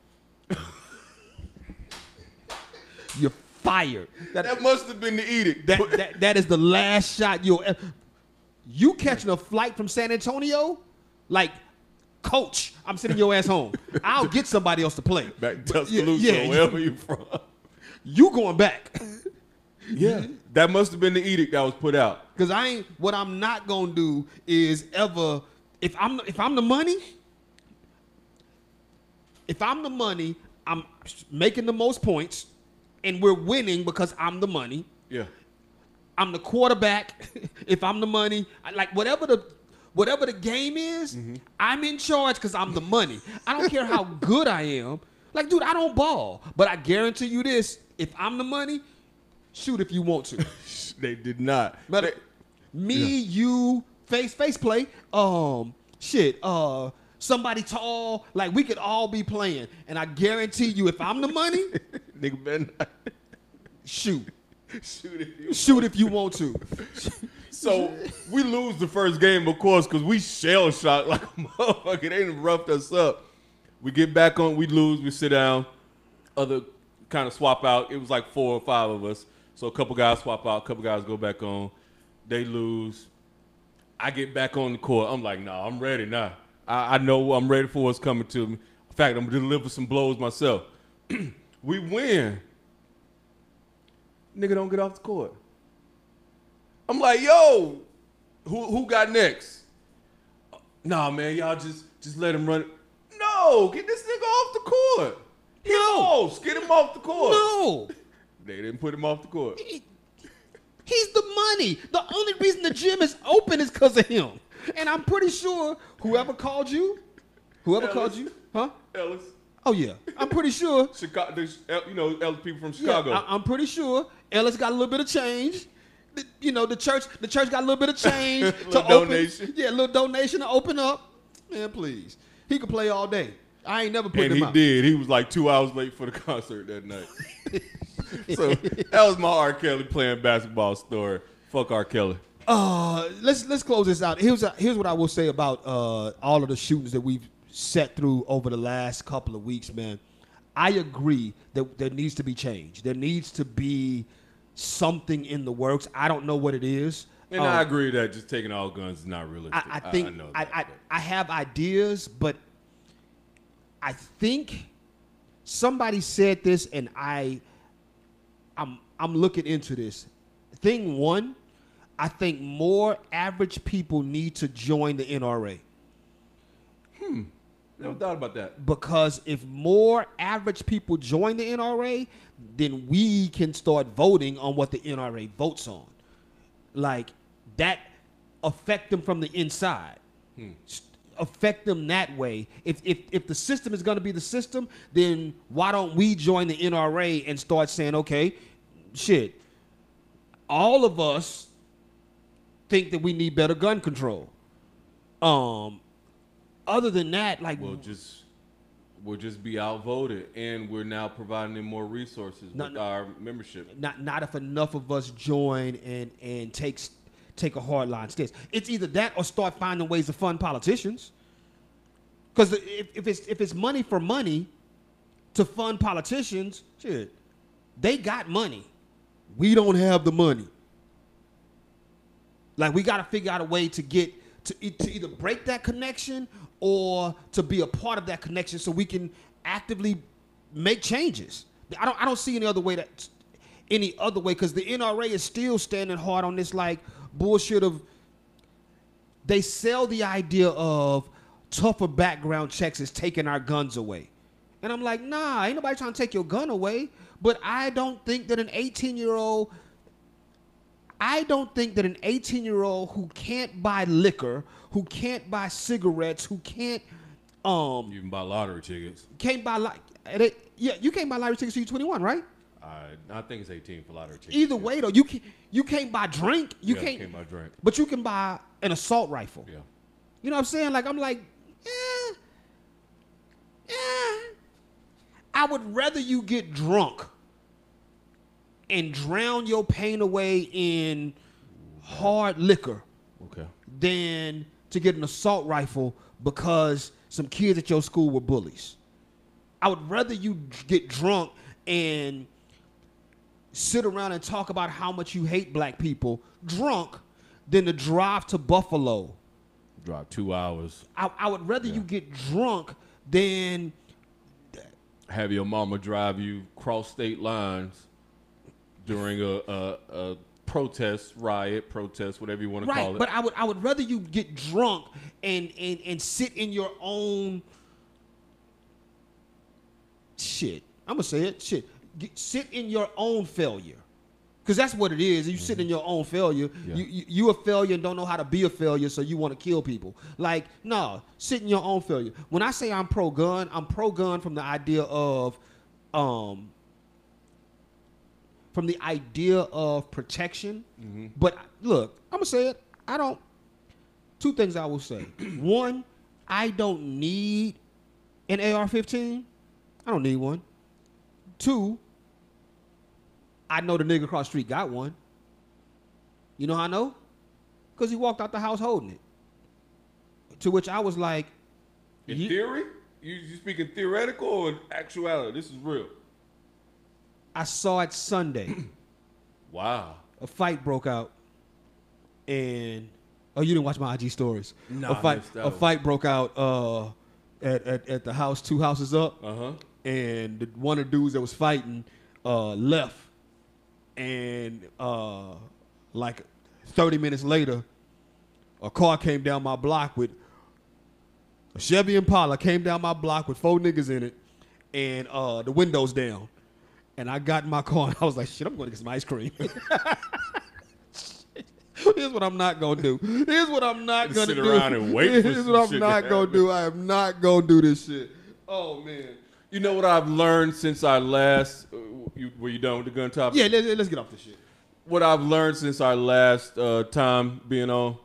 A: You're fired. That-
B: That must have been the edict.
A: that, that that is the last shot you'll ever. You catching a flight from San Antonio, like, coach, I'm sending your ass home. I'll get somebody else to play.
B: back to
A: But- yeah,
B: Tuscaloosa,
A: yeah,
B: or wherever you from.
A: You going back?
B: Yeah, that must have been the edict that was put out.
A: Because I ain't. What I'm not gonna do is ever. If I'm if I'm the money, if I'm the money, I'm making the most points, and we're winning because I'm the money.
B: Yeah,
A: I'm the quarterback. if I'm the money, I- like whatever the whatever the game is, I'm in charge because I'm the money. I don't care how good I am. Like, dude, I don't ball, but I guarantee you this: if I'm the money, shoot if you want to.
B: they did not.
A: But me, you, face face play. Um, shit. Uh, somebody tall. Like we could all be playing, and I guarantee you, if I'm the money,
B: Nigga better not
A: shoot,
B: shoot at you.
A: shoot if you want to.
B: So we lose the first game, of course, because we shell shot like a motherfucker. They done roughed us up. We get back on, we lose, we sit down. Other kind of swap out. It was like four or five of us. So a couple guys swap out, a couple guys go back on. They lose. I get back on the court. I'm like, nah, I'm ready now. I, I know I'm ready for what's coming to me. In fact, I'm gonna deliver some blows myself. we win. Nigga, don't get off the court. I'm like, yo, who who got next? Nah, man, y'all just just let him run. No, get this nigga off the court. He lost. Get Oh, him off the court.
A: No.
B: They didn't put him off the court.
A: He- He's the money. The only reason the gym is open is because of him. And I'm pretty sure whoever called you, whoever
B: Ellis.
A: called you, huh?
B: Ellis,
A: Oh yeah, I'm pretty sure.
B: Chicago, there's, El- you know, Ellis people from
A: yeah,
B: Chicago.
A: I, am pretty sure Ellis got a little bit of change. The- you know, the church, the church got a little bit of change
B: Little
A: open-
B: donation.
A: yeah, a little donation to open up. Man, please, he could play all day. I ain't never put
B: and
A: him
B: he
A: out.
B: did. He was like two hours late for the concert that night. so that was my R. Kelly playing basketball story. Fuck R. Kelly.
A: Uh, let's let's close this out. Here's uh, here's what I will say about uh, all of the shootings that we've set through over the last couple of weeks, man. I agree that there needs to be change. There needs to be something in the works. I don't know what it is.
B: And
A: Um,
B: I agree that just taking all guns is not realistic.
A: I, I think I,
B: know
A: I,
B: that,
A: I,
B: but-
A: have ideas, but I think somebody said this, and I I'm I'm looking into this. Thing one, I think more average people need to join the NRA.
B: Never thought about that.
A: because if more average people join the NRA, then we can start voting on what the NRA votes on. Like that affect them from the inside. S- Affect them that way. If if if the system is going to be the system, then why don't we join the NRA and start saying, okay, shit, all of us think that we need better gun control. Um, other than that, like
B: We'll just we'll just be outvoted, and we're now providing them more resources
A: No,
B: with
A: no.
B: our membership.
A: not not if enough of us join and and takes take a hard line stance. It's either that or start finding ways to fund politicians. Because if, if it's if it's money for money to fund politicians, shit, they got money. We don't have the money. Like we got to figure out a way to get to, e- to either break that connection or to be a part of that connection, so we can actively make changes. I don't I don't see any other way that any other way because the NRA is still standing hard on this like bullshit of they sell the idea of tougher background checks is taking our guns away. And I'm like, nah, ain't nobody trying to take your gun away. But I don't think that an 18 year old, I don't think that an 18 year old who can't buy liquor, who can't buy cigarettes, who can't, um,
B: You can buy lottery tickets.
A: can't buy, like, yeah, you can't buy lottery tickets till you're 21, right?
B: I I think it's eighteen for lottery tickets.
A: Either
B: yeah.
A: way though, you can you can't buy drink. You
B: Yeah,
A: can't,
B: can't buy drink.
A: But you can buy an assault rifle.
B: yeah.
A: You know what I'm saying? Like I'm like, eh, eh. I would rather you get drunk and drown your pain away in hard liquor
B: Okay.
A: than to get an assault rifle because some kids at your school were bullies. I would rather you d- get drunk and sit around and talk about how much you hate black people drunk than to drive to Buffalo.
B: Drive two hours.
A: I, I would rather you get drunk than
B: Have your mama drive you cross state lines during a a, a protest, riot, protest, whatever you want to call
A: right.
B: it.
A: But I would I would rather you get drunk and and and sit in your own shit. I'm gonna say it. Shit, get, sit in your own failure. Cause that's what it is. You sit in your own failure.
B: Yeah.
A: You, you you a failure and don't know how to be a failure, so you want to kill people. Like no, sit in your own failure. When I say I'm pro gun, I'm pro gun from the idea of, um, from the idea of protection. But look, I'm gonna say it. I don't. Two things I will say. one, I don't need an AR-15. I don't need one. Two, I know the nigga across the street got one. You know how I know? Because he walked out the house holding it. To which I was like,
B: in
A: you-
B: theory, you you speaking theoretical or in actuality? This is real.
A: I saw it Sunday.
B: Wow.
A: a fight broke out, and oh, you didn't watch my IG stories.
B: Nah,
A: a
B: I
A: fight,
B: missed that
A: a
B: one.
A: fight broke out uh, at, at at the house, two houses up,
B: Uh huh.
A: and the, one of the dudes that was fighting uh, left, and uh, like thirty minutes later, a car came down my block with a Chevy Impala came down my block with four niggas in it, and uh, the windows down. And I got in my car and I was like, shit, I'm going to get some ice cream. Here's what I'm not gonna do. Here's what I'm not gonna
B: Sit
A: do.
B: around and wait for
A: Here's
B: some
A: what I'm
B: shit to
A: not gonna
B: happen.
A: do. I am not gonna do this shit. Oh man.
B: You know what I've learned since I last. Uh, you, were you done with the gun topic?
A: Yeah, let, us get off this shit.
B: What I've learned since our last uh, time being on,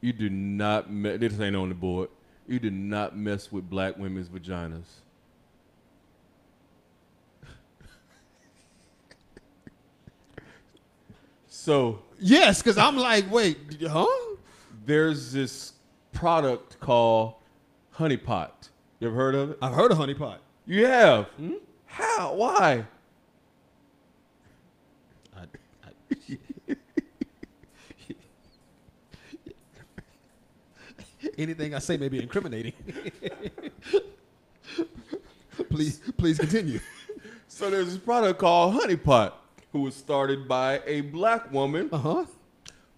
B: you do not. Me- this ain't on the board. You do not mess with black women's vaginas. so
A: Yes, because I'm like, wait, huh?
B: there's this product called Honey Pot. You ever heard of it?
A: I've heard of honey pot.
B: You have. How? Why?
A: Anything I say may be incriminating. please, please continue.
B: So there's this product called Honey Pot, who was started by a black woman
A: Uh huh.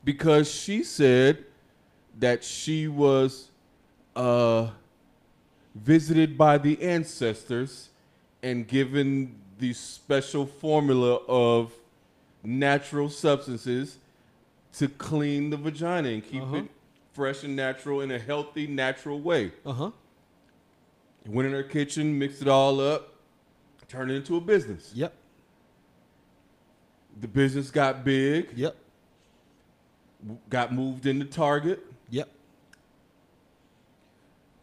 B: because she said that she was uh, visited by the ancestors and given the special formula of natural substances to clean the vagina and keep
A: Uh-huh.
B: it fresh and natural in a healthy, natural way.
A: Uh huh.
B: Went in her kitchen, mixed it all up, turned it into a business.
A: Yep.
B: The business got big,
A: Yep.
B: got moved into Target.
A: Yep.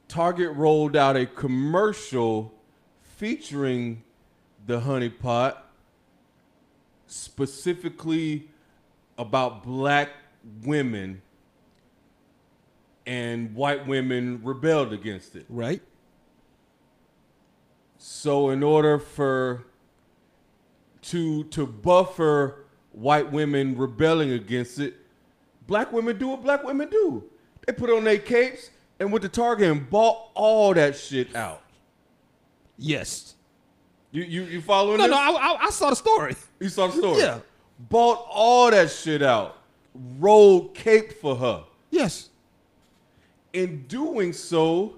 B: Target rolled out a commercial featuring the honey pot specifically about black women and white women rebelled against it.
A: Right.
B: So in order for to to buffer white women rebelling against it, black women do what black women do. They put on their capes and went to Target and bought all that shit out.
A: Yes.
B: You you, you following
A: No,
B: this?
A: no. I, I, I saw the story.
B: you saw the story.
A: Yeah.
B: Bought all that shit out. Rolled cape for her.
A: Yes.
B: In doing so,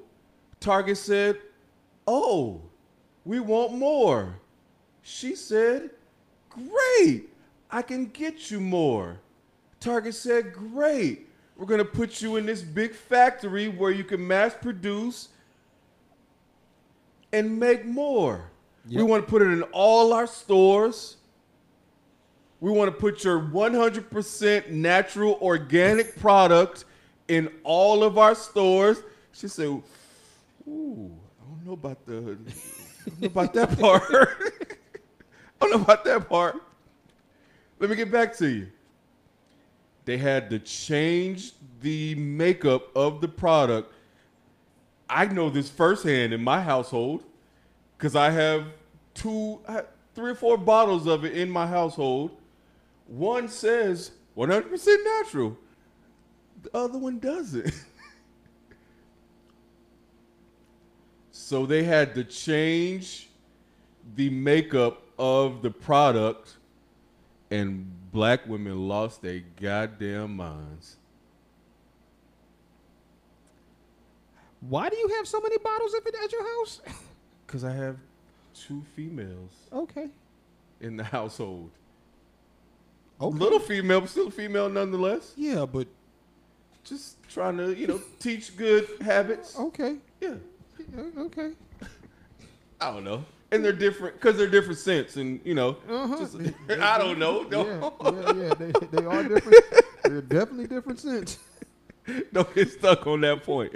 B: Target said, Oh, we want more. She said, Great, I can get you more. Target said, Great, we're gonna put you in this big factory where you can mass produce and make more. We
A: Yep.
B: wanna put it in all our stores. We want to put your 100% natural organic product in all of our stores. She said, "Ooh, I don't know about the, I don't know about that part. I don't know about that part. Let me get back to you. They had to change the makeup of the product. I know this firsthand in my household because I have two, I have three or four bottles of it in my household. One says 100% natural, the other one doesn't. so they had to change the makeup of the product, and black women lost their goddamn minds.
A: Why do you have so many bottles of it at your house?
B: Because I have two females
A: okay.
B: in the household.
A: Oh,
B: Little female, but still female nonetheless.
A: Yeah, but
B: just trying to you know teach good habits.
A: okay.
B: Yeah,
A: O- Okay.
B: I don't know, and they're different because they're different scents, and you know,
A: Uh-huh.
B: just- I don't know. Don't,
A: yeah, yeah. They, they are different. They're definitely different scents.
B: don't get stuck on that point.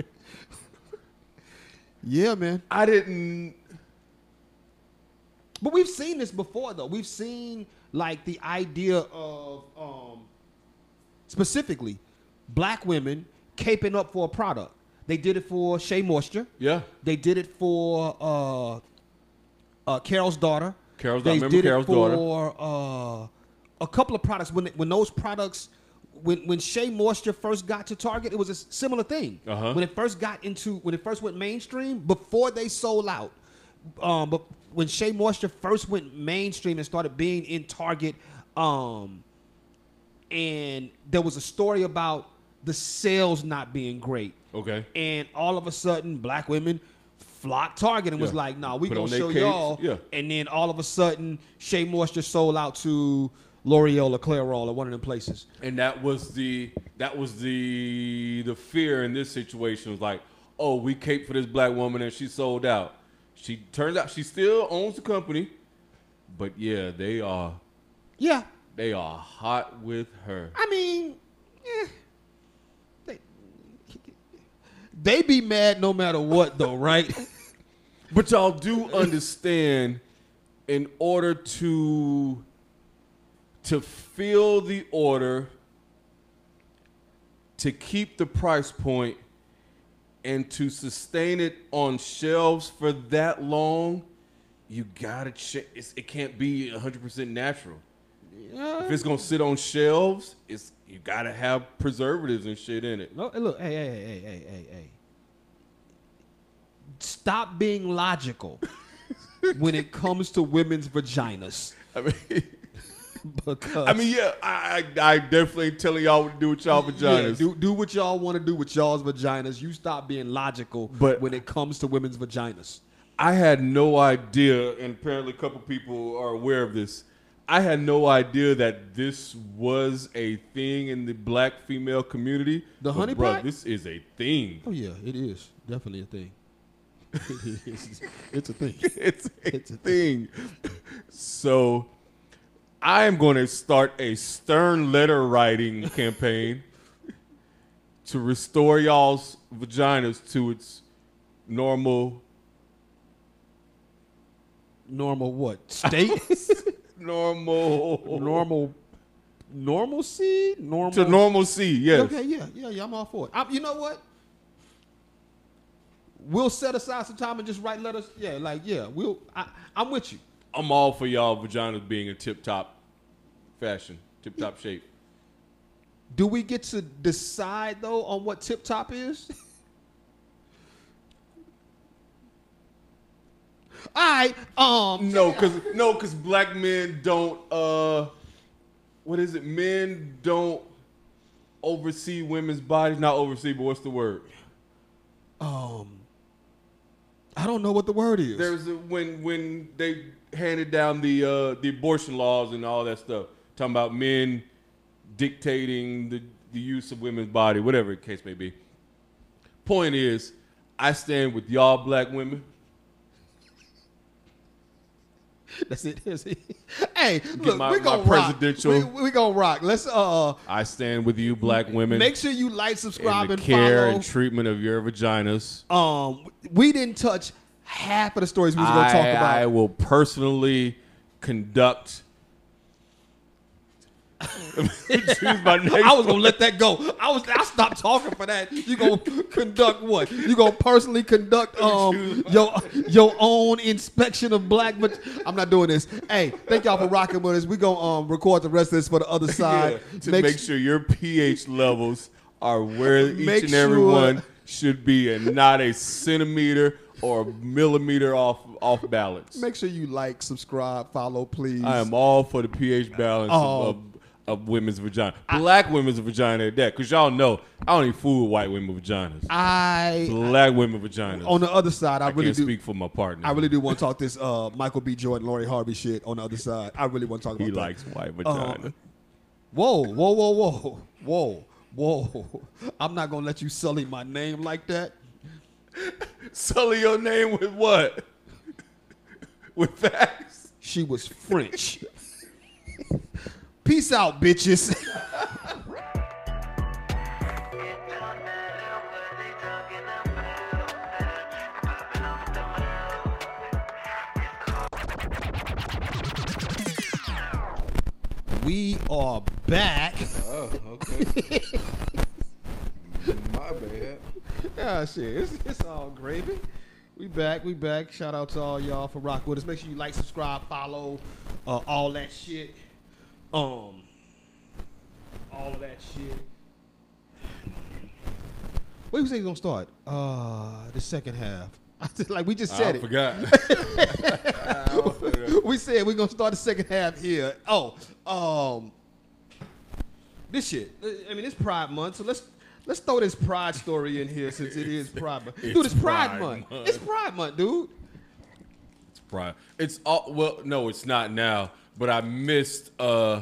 A: Yeah, man.
B: I didn't.
A: But we've seen this before, though. We've seen like the idea of um, specifically black women caping up for a product. They did it for Shea Moisture.
B: Yeah,
A: They did it for uh, uh, Carol's daughter.
B: Carol's- I
A: they
B: remember
A: did
B: Carol's
A: it
B: daughter.
A: for uh, a couple of products. When when those products, when when Shea Moisture first got to Target, it was a s- similar thing.
B: Uh-huh.
A: When it first got into when it first went mainstream, before they sold out, um, but when Shea Moisture first went mainstream and started being in Target, um, and there was a story about the sales not being great
B: okay.
A: and all of a sudden black women flocked Target and was
B: Yeah.
A: like, "Nah, we
B: Put
A: gonna
B: on they
A: show
B: capes,
A: y'all."
B: yeah.
A: And then all of a sudden, Shea Moisture sold out to L'Oreal or Clairol or one of them places.
B: And that was the that was the the fear in this situation was like, oh, we cape for this black woman and she sold out. She turns out she still owns the company, but yeah, they are
A: Yeah,
B: they are hot with her.
A: I mean, eh, they they be mad no matter what though, right?
B: But y'all do understand in order to to fill the order to keep the price point and to sustain it on shelves for that long, you gotta check. It's, it can't be 100% natural. If it's gonna sit on shelves, it's you gotta have preservatives and shit in it.
A: No, hey, look, hey, hey, hey, hey, hey, hey, hey. Stop being logical when it comes to women's vaginas.
B: I mean,
A: because
B: I mean, yeah, I, I, I definitely ain't telling y'all what to do with y'all
A: Yeah,
B: vaginas.
A: do do what y'all want to do with y'all's vaginas. You stop being logical
B: But-
A: when it comes to women's vaginas.
B: I had no idea, and apparently a couple people are aware of this. I had no idea that this was a thing in the black female community.
A: The honey
B: bruh,
A: pot?
B: this is a thing.
A: Oh yeah, it is definitely a thing. It is. it's a thing.
B: it's a
A: It's a
B: thing. So I am going to start a stern letter writing campaign to restore y'all's vaginas to its normal
A: Normal what state?
B: normal
A: normal normalcy. Normal.
B: to normalcy. Yes.
A: Okay, yeah, yeah, yeah. I'm all for it. I, you know what? We'll set aside some time and just write letters. Yeah, like yeah, we'll. I, I'm with you.
B: I'm all for y'all vaginas being in tip top fashion, tip top shape.
A: Do we get to decide though on what tip top is? All right. Um.
B: No, cause no, cause black men don't. uh What is it? Men don't oversee women's bodies. Not oversee, but what's the word?
A: Um. I don't know what the word is.
B: There's a, when when they handed down the uh the abortion laws and all that stuff. Talking about men dictating the the use of women's body, whatever the case may be. Point is, I stand with y'all black women.
A: That's it. That's it. Hey, look,
B: my-
A: we're
B: my
A: gonna rock.
B: presidential-
A: We, we gonna rock. Let's uh
B: I stand with you, black women.
A: make sure you like, subscribe,
B: and
A: and
B: the care
A: follow.
B: and treatment of your vaginas.
A: um, we didn't touch half of the stories we was gonna
B: I,
A: talk about.
B: I will personally conduct. Choose my next
A: I was gonna let that go. I was. I stopped talking for that. You gonna conduct what? You gonna personally conduct um your your own inspection of black? But I'm not doing this. Hey, thank y'all for rocking with us. We gonna um record the rest of this for the other
B: yeah,
A: side.
B: to make, sure your pH levels are where each
A: Make
B: and every
A: sure-
B: one should be, and not a centimeter or millimeter off off balance.
A: make sure you like, subscribe, follow, please.
B: I am all for the pH balance
A: Oh.
B: of, of of women's vagina, black women's vagina at that, because y'all know I don't even fool with white women vaginas.
A: I
B: Black women vaginas.
A: on the other side. I,
B: I
A: really
B: can't
A: do.
B: speak for my partner.
A: I really do want to talk this uh Michael B. Jordan, Lori Harvey shit on the other side. I really want to talk about
B: He
A: that.
B: likes white
A: Uh,
B: vagina.
A: whoa, whoa, whoa, whoa, whoa, whoa! I'm not gonna let you sully my name like that.
B: Sully your name with what? with facts.
A: She was French. Peace out, bitches.
C: Don't matter what they talking about. They're popping off the mouth.
A: We are back.
D: Oh, okay. My bad.
A: Ah, shit, it's, it's all gravy. We back, we back. Shout out to all y'all for rock with us. Make sure you like, subscribe, follow, uh, all that shit. Um, all of that shit. What do you say you gonna start? Uh, the second half. like we just said
B: I
A: it.
B: forgot.
A: we said we're gonna start the second half here. Oh, um, this shit. I mean, it's Pride Month, so let's let's throw this Pride story in here since it is Pride Month. Dude, it's Pride,
B: Pride
A: month.
B: Month.
A: It's Pride Month, dude.
B: it's pride. It's all well, no, it's not now. But I missed uh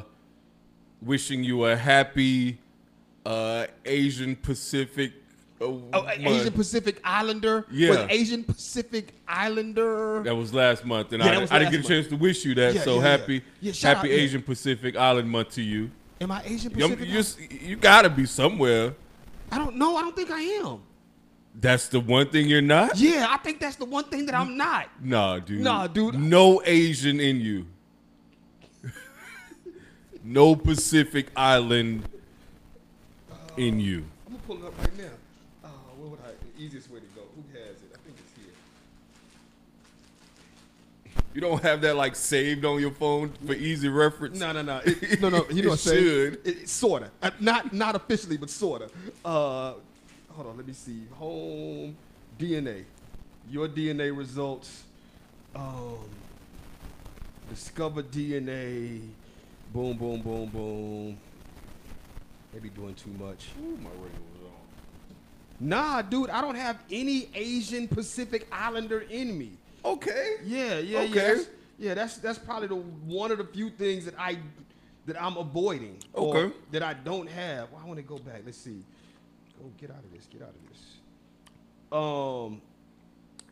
B: wishing you a happy uh Asian Pacific uh,
A: Oh, a-
B: month.
A: Asian Pacific Islander.
B: Yeah.
A: Was Asian Pacific Islander.
B: That was last month, and
A: Yeah, that
B: I,
A: was
B: I didn't get a
A: last
B: chance to wish you that.
A: Yeah,
B: so
A: yeah, yeah.
B: happy,
A: Yeah, shout
B: happy
A: out, yeah.
B: Asian Pacific Island month to you.
A: Am I Asian
B: You,
A: Pacific?
B: you, you gotta be somewhere.
A: I don't know. I don't think I am.
B: That's the one thing you're not.
A: Yeah, I think that's the one thing that
B: Mm.
A: I'm not.
B: Nah, dude.
A: Nah, dude.
B: No Asian in you. no Pacific Island in you.
A: I'm gonna pull it up right now. Uh, what would I? The easiest way to go. Who has it? I think it's here.
B: You don't have that like saved on your phone for easy reference.
A: No, no, no, It- no, no. You know
B: It
A: what I'm saying?
B: should.
A: It, sorta, Uh, not not officially, but sorta. Uh, hold on, let me see. Home DNA, your DNA results. Um, discover DNA,
E: Boom, boom, boom, boom. They be doing too much.
B: Ooh, my radio was on.
E: Nah, dude, I don't have any Asian Pacific Islander in me.
B: Okay.
E: Yeah, yeah,
B: Okay.
E: yeah. That's, yeah, that's that's probably the one of the few things that I that I'm avoiding. or
B: Okay.
E: that I don't have. Well, I want to go back. Let's see. Go get out of this. Get out of this. Um,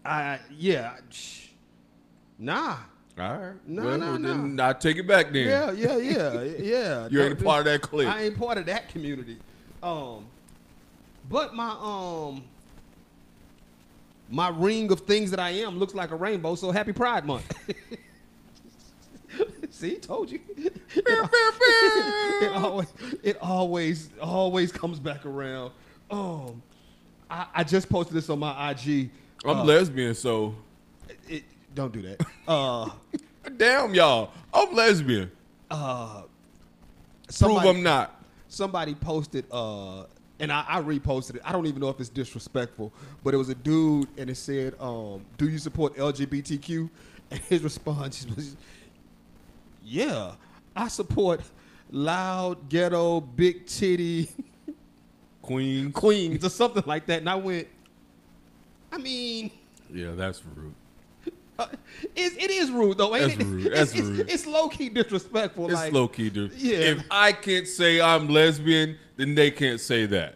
E: I yeah. sh- Nah.
B: All right.
E: No,
B: well,
E: no,
B: well, then
E: no.
B: I take it back then.
E: Yeah, yeah, yeah, yeah.
B: You ain't a part of that clique.
E: I ain't part of that community. Um, but my um, my ring of things that I am looks like a rainbow. So happy Pride Month. See, told you. it always, it always, always comes back around. Um, I, I just posted this on my IG.
B: I'm
E: Uh,
B: lesbian, so
E: it, don't do that. Uh,
B: damn y'all. I'm lesbian.
E: uh,
B: Prove
E: somebody-
B: I'm not.
E: somebody posted uh and I, I reposted it. I don't even know if it's disrespectful, but it was a dude and it said, um, do you support LGBTQ? And his response was Yeah, I support loud, ghetto, big titty
B: Queen.
E: queens or something like that. And I went, I mean,
B: Yeah, that's rude.
E: uh, it, it is rude though, ain't
B: That's
E: it?
B: rude.
E: It's-
B: That's
E: it's,
B: rude.
E: It's, low key disrespectful.
B: It's
E: like,
B: low key, dude.
E: Yeah.
B: If I can't say I'm lesbian, then they can't say that.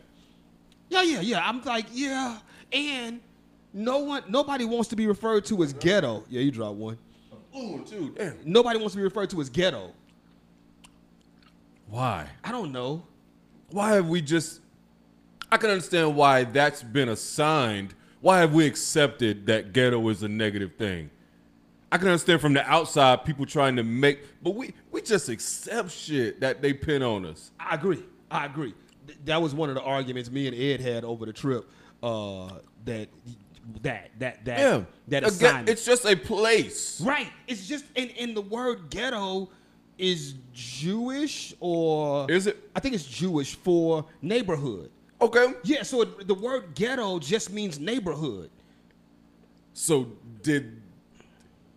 E: Yeah, yeah, yeah. I'm like, yeah. And no one, nobody wants to be referred to as ghetto. Yeah, you dropped one.
B: Ooh, dude, damn.
E: Nobody wants to be referred to as ghetto.
B: Why?
E: I don't know.
B: Why have we just? I can understand why that's been assigned. Why have we accepted that ghetto is a negative thing? I can understand from the outside people trying to make, but we we just accept shit that they pin on us.
E: I agree. I agree. Th- that was one of the arguments me and Ed had over the trip. Uh, that that that that
B: Yeah,
E: that
B: A ge-
E: assignment.
B: It's just a place.
E: right. It's just and and the word ghetto is Jewish or
B: Is it?
E: I think it's Jewish for neighborhood.
B: Okay.
E: Yeah. So it, the word ghetto just means neighborhood.
B: So did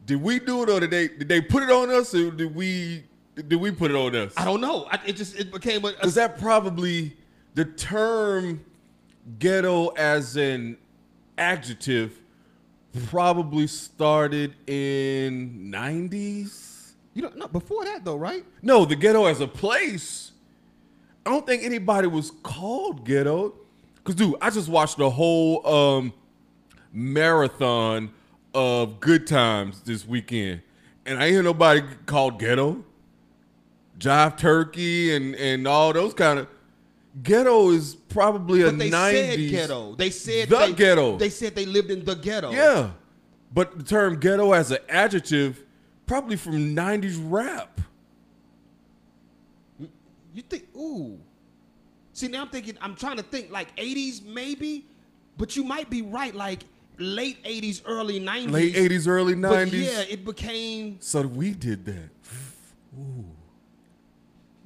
B: did we do it or did they did they put it on us or did we did we put it on us?
E: I don't know. I, it just it became a,
B: Because that probably the term ghetto as an adjective probably started in 90s.
E: you don't know before that though, right?
B: No, the ghetto as a place. I don't think anybody was called ghetto. Cause dude, I just watched the whole um marathon of good times this weekend. And I ain't hear nobody called ghetto. Jive Turkey and and all those kind of ghetto is probably a
E: But they said
B: nineties.
E: ghetto. They said
B: The
E: they,
B: ghetto.
E: They said they lived in the ghetto.
B: Yeah. But the term ghetto as an adjective, probably from nineties rap.
E: You think? Ooh. See, now I'm thinking. I'm trying to think like '80s maybe, but you might be right. Like late '80s, early '90s.
B: Late eighties, early
E: But
B: nineties.
E: yeah, it became.
B: So we did that.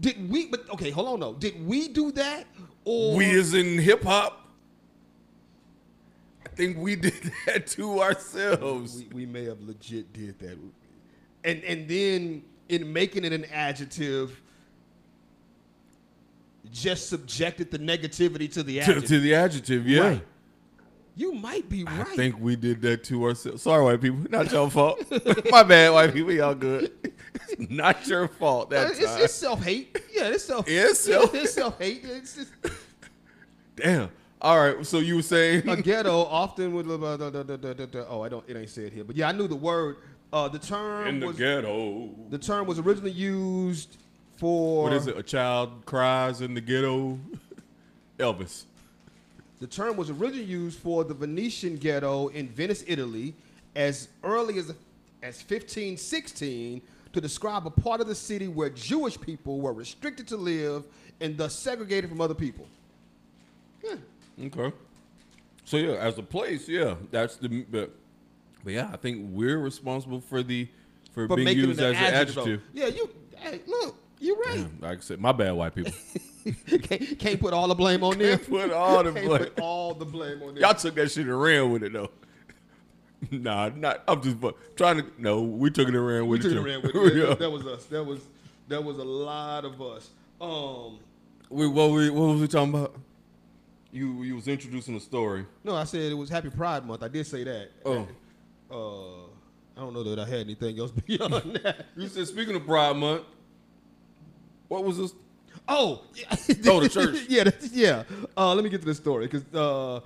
E: Did we? But okay, hold on. though. did we do that? Or
B: We is in hip hop. I think we did that to ourselves.
E: we, we may have legit did that. And and then in making it an adjective, just subjected the negativity to
B: To,
E: the adjective.
B: to the adjective, yeah.
E: Right. you might be
B: I
E: right.
B: think we did that to ourselves. Sorry, white people. Not your fault. My bad, white people. Y'all good. It's not your fault
E: Uh,
B: that
E: it's,
B: time.
E: it's self hate. Yeah, it's self.
B: It's self-
E: it's self hate. It's just
B: Damn. All right. So you were saying
E: a ghetto often with. blah, blah, blah, blah, blah, blah, blah. Oh, I don't. It ain't said here, but yeah, I knew the word. Uh, the term was
B: ghetto.
E: the term was originally used for
B: What is it? A child cries in the ghetto. Elvis.
E: The term was originally used for the Venetian ghetto in Venice, Italy, as early as, as 1516 to describe a part of the city where Jewish people were restricted to live and thus segregated from other people. Yeah.
B: Okay. So yeah, as a place, yeah, that's the. But, but yeah, I think we're responsible for the for
E: But
B: being
E: making it
B: used
E: an
B: as
E: adjective.
B: an adjective.
E: Yeah, you, hey, look, you're right.
B: Damn, like I said, my bad, white people.
E: can't, can't put all the blame on them.
B: Can't put all the
E: Can't
B: blame.
E: put all the blame on them.
B: Y'all took that shit and ran with it though. Nah, not. I'm just fu- trying to. No, we took it around with
E: We
B: it.
E: took it
B: too.
E: around with it.
B: Yeah.
E: That was us. That was There was a lot of us. Um,
B: We, what, we, what was we talking about? You you was introducing a story.
E: no, I said it was Happy Pride Month. I did say that.
B: Oh.
E: Uh, I don't know that I had anything else beyond that.
B: You said speaking of Pride Month, what was this?
E: Oh, yeah.
B: Oh, the church.
E: yeah, that's, yeah. Uh, let me get to this story because uh,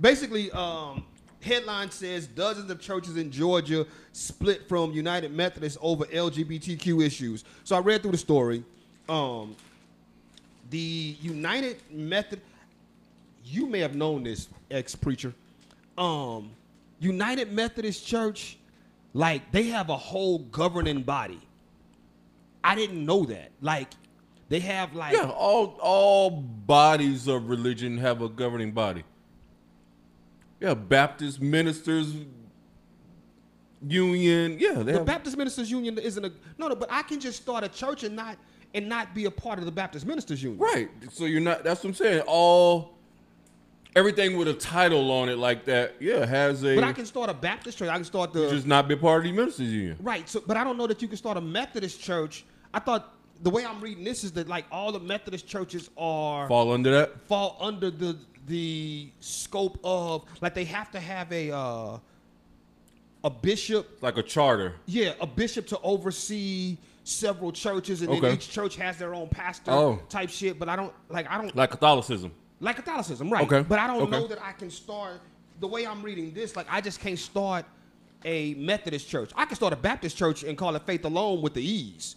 E: basically, um, headline says dozens of churches in Georgia split from United Methodist over LGBTQ issues. So I read through the story. Um, the United Method, you may have known this ex preacher. Um, United Methodist Church, like they have a whole governing body. I didn't know that. Like they have like
B: Yeah, all all bodies of religion have a governing body. Yeah, Baptist ministers union. Yeah, they
E: the
B: have,
E: Baptist Ministers Union isn't a no, no. But I can just start a church and not and not be a part of the Baptist Ministers Union.
B: right. So you're not. That's what I'm saying. All everything with a title on it like that. Yeah, has a.
E: But I can start a Baptist church. I can start the
B: you just not be part of the ministers union.
E: right. So, but I don't know that you can start a Methodist church. I thought the way I'm reading this is that like all the Methodist churches are fall,
B: Fall under that.
E: under the the scope of like they have to have a uh, a bishop
B: Like a charter.
E: Yeah, a bishop to oversee several churches, and
B: Okay.
E: then each church has their own pastor
B: Oh.
E: type shit. But I don't like I don't like,
B: Like Catholicism.
E: Catholicism, right?
B: Okay.
E: But I don't
B: Okay.
E: know that I can start the way I'm reading this. Like I just can't start a Methodist church. I can start a Baptist church and call it Faith Alone with the ease,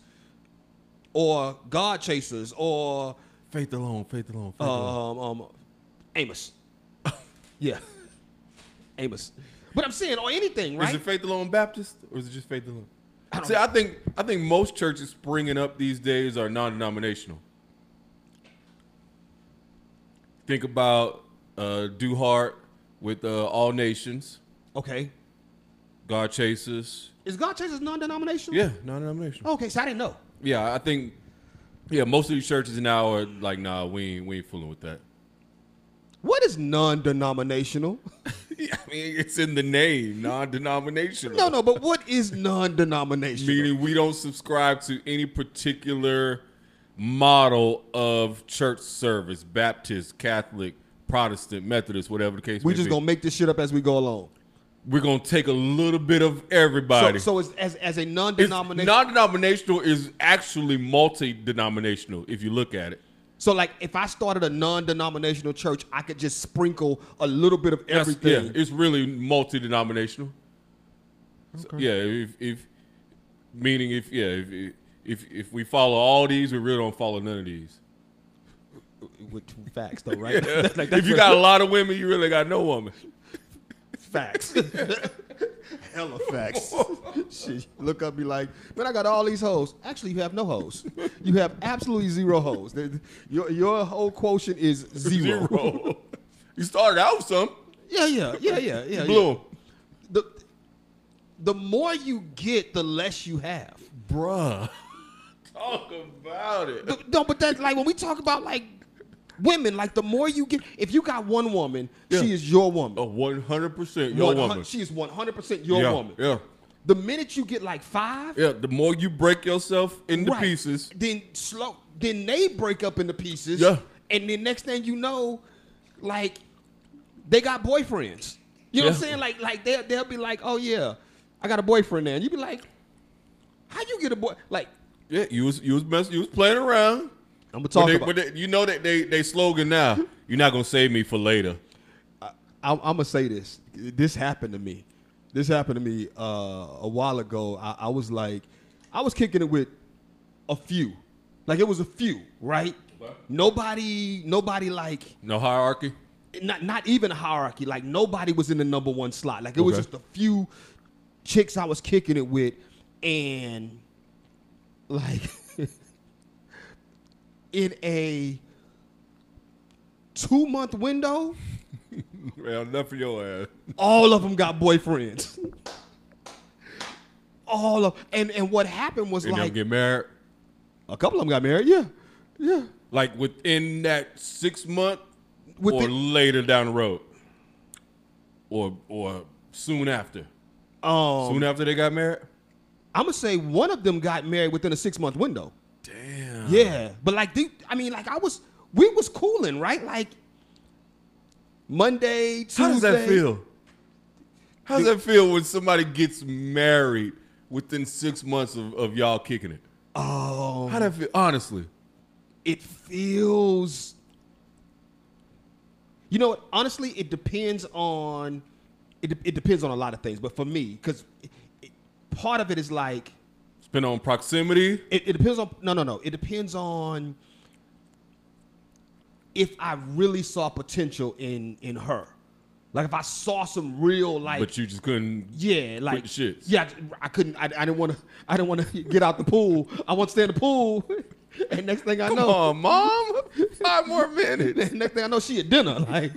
E: or God Chasers, or
B: Faith alone. Faith alone. Faith
E: um, um, Amos. yeah, Amos. But I'm saying, or anything, right?
B: Is it Faith Alone Baptist or is it just Faith Alone?
E: don't
B: See,
E: know.
B: I think I think most churches springing up these days are non-denominational. Think about uh, Do Heart with uh, All Nations,
E: okay.
B: God Chasers.
E: Is God Chasers non-denominational?
B: Yeah, non-denominational.
E: Okay, so I didn't know.
B: Yeah, I think. Yeah, most of these churches now are like, nah, we ain't, we ain't fooling with that.
E: What is non-denominational?
B: Yeah, I mean, it's in the name, non-denominational.
E: No, no, but what is non-denominational?
B: meaning we don't subscribe to any particular model of church service baptist catholic protestant methodist whatever the case
E: we
B: may
E: just
B: be.
E: gonna make this shit up as we go along.
B: we're gonna take a little bit of
E: So,
B: everybody
E: so it's, as as a
B: It's
E: non-denominational.
B: non-denominational is actually multi-denominational if you look at it
E: so like, if I started a non-denominational church, I could just sprinkle a little bit of
B: That's-
E: everything.
B: yeah, it's really multi-denominational So, yeah if, if meaning if yeah if, if if we follow all these we really don't follow none of these
E: With two facts, though, right? like that's
B: if you
E: what-
B: got a lot of women you really got no woman
E: facts, hella facts. shit, look up, be like, man, I got all these hoes. Actually, you have no hoes. You have absolutely zero hoes. Your your whole quotient is zero.
B: Zero. you started out with some.
E: Yeah, yeah, yeah, yeah, yeah. yeah.
B: Blew 'em.
E: the the more you get, the less you have.
B: Bruh. Talk about it.
E: The- no, but that like when we talk about like women, like the more you get, if you got one woman, she
B: Yeah.
E: is your woman.
B: A 100% your
E: One hun-
B: woman.
E: She is one hundred percent your
B: yeah,
E: woman.
B: Yeah.
E: The minute you get like five
B: Yeah. The more you break yourself into
E: right,
B: pieces,
E: then slow, then they break up into pieces.
B: Yeah.
E: and then next thing you know, like they got boyfriends. You know what I'm
B: Yeah.
E: saying? Like, like they they'll be like, oh yeah, I got a boyfriend now. And you be like, how you get a boy? Like,
B: yeah, you was you was mess, you was playing around.
E: I'm gonna talk
B: But, they,
E: about.
B: but they, you know that they they slogan now. You're not gonna save me for later.
E: I'm, I'm gonna say this. This happened to me. This happened to me uh, a while ago. I, I was like, I was kicking it with a few, like it was a few, right?
B: Okay.
E: Nobody, nobody like
B: No hierarchy.
E: not not even a hierarchy. Like nobody was in the number one slot. Like it was
B: Okay.
E: just a few chicks I was kicking it with, and like in a two month window.
B: Well, enough for your ass.
E: All of them got boyfriends. All of and and what happened was
B: And
E: like
B: don't get married.
E: a couple of them got married. Yeah, yeah.
B: Like within that six month or
E: Within-
B: later down the road. Or or soon after.
E: Um,
B: Soon after they got married?
E: I'm gonna say one of them got married within a six month window.
B: Damn.
E: Yeah, but like, the, I mean, like I was, we was cooling, right? Like Monday, Tuesday.
B: How does that feel? How does that feel when somebody gets married within six months of, of y'all kicking it?
E: Oh,
B: How that feel? Honestly,
E: it feels. You know what? Honestly, it depends on. It, de- it depends on a lot of things, but for me, because part of it is like
B: it's been on proximity.
E: it, it depends on no no no it depends on if i really saw potential in in her like if i saw some real like
B: but you just couldn't.
E: yeah like
B: the shits.
E: yeah i couldn't i, I didn't want to i didn't want to get out the pool i want to stay in the pool and next thing i
B: Come
E: know
B: on, mom. Five more minutes.
E: and next thing I know, she at dinner. Like,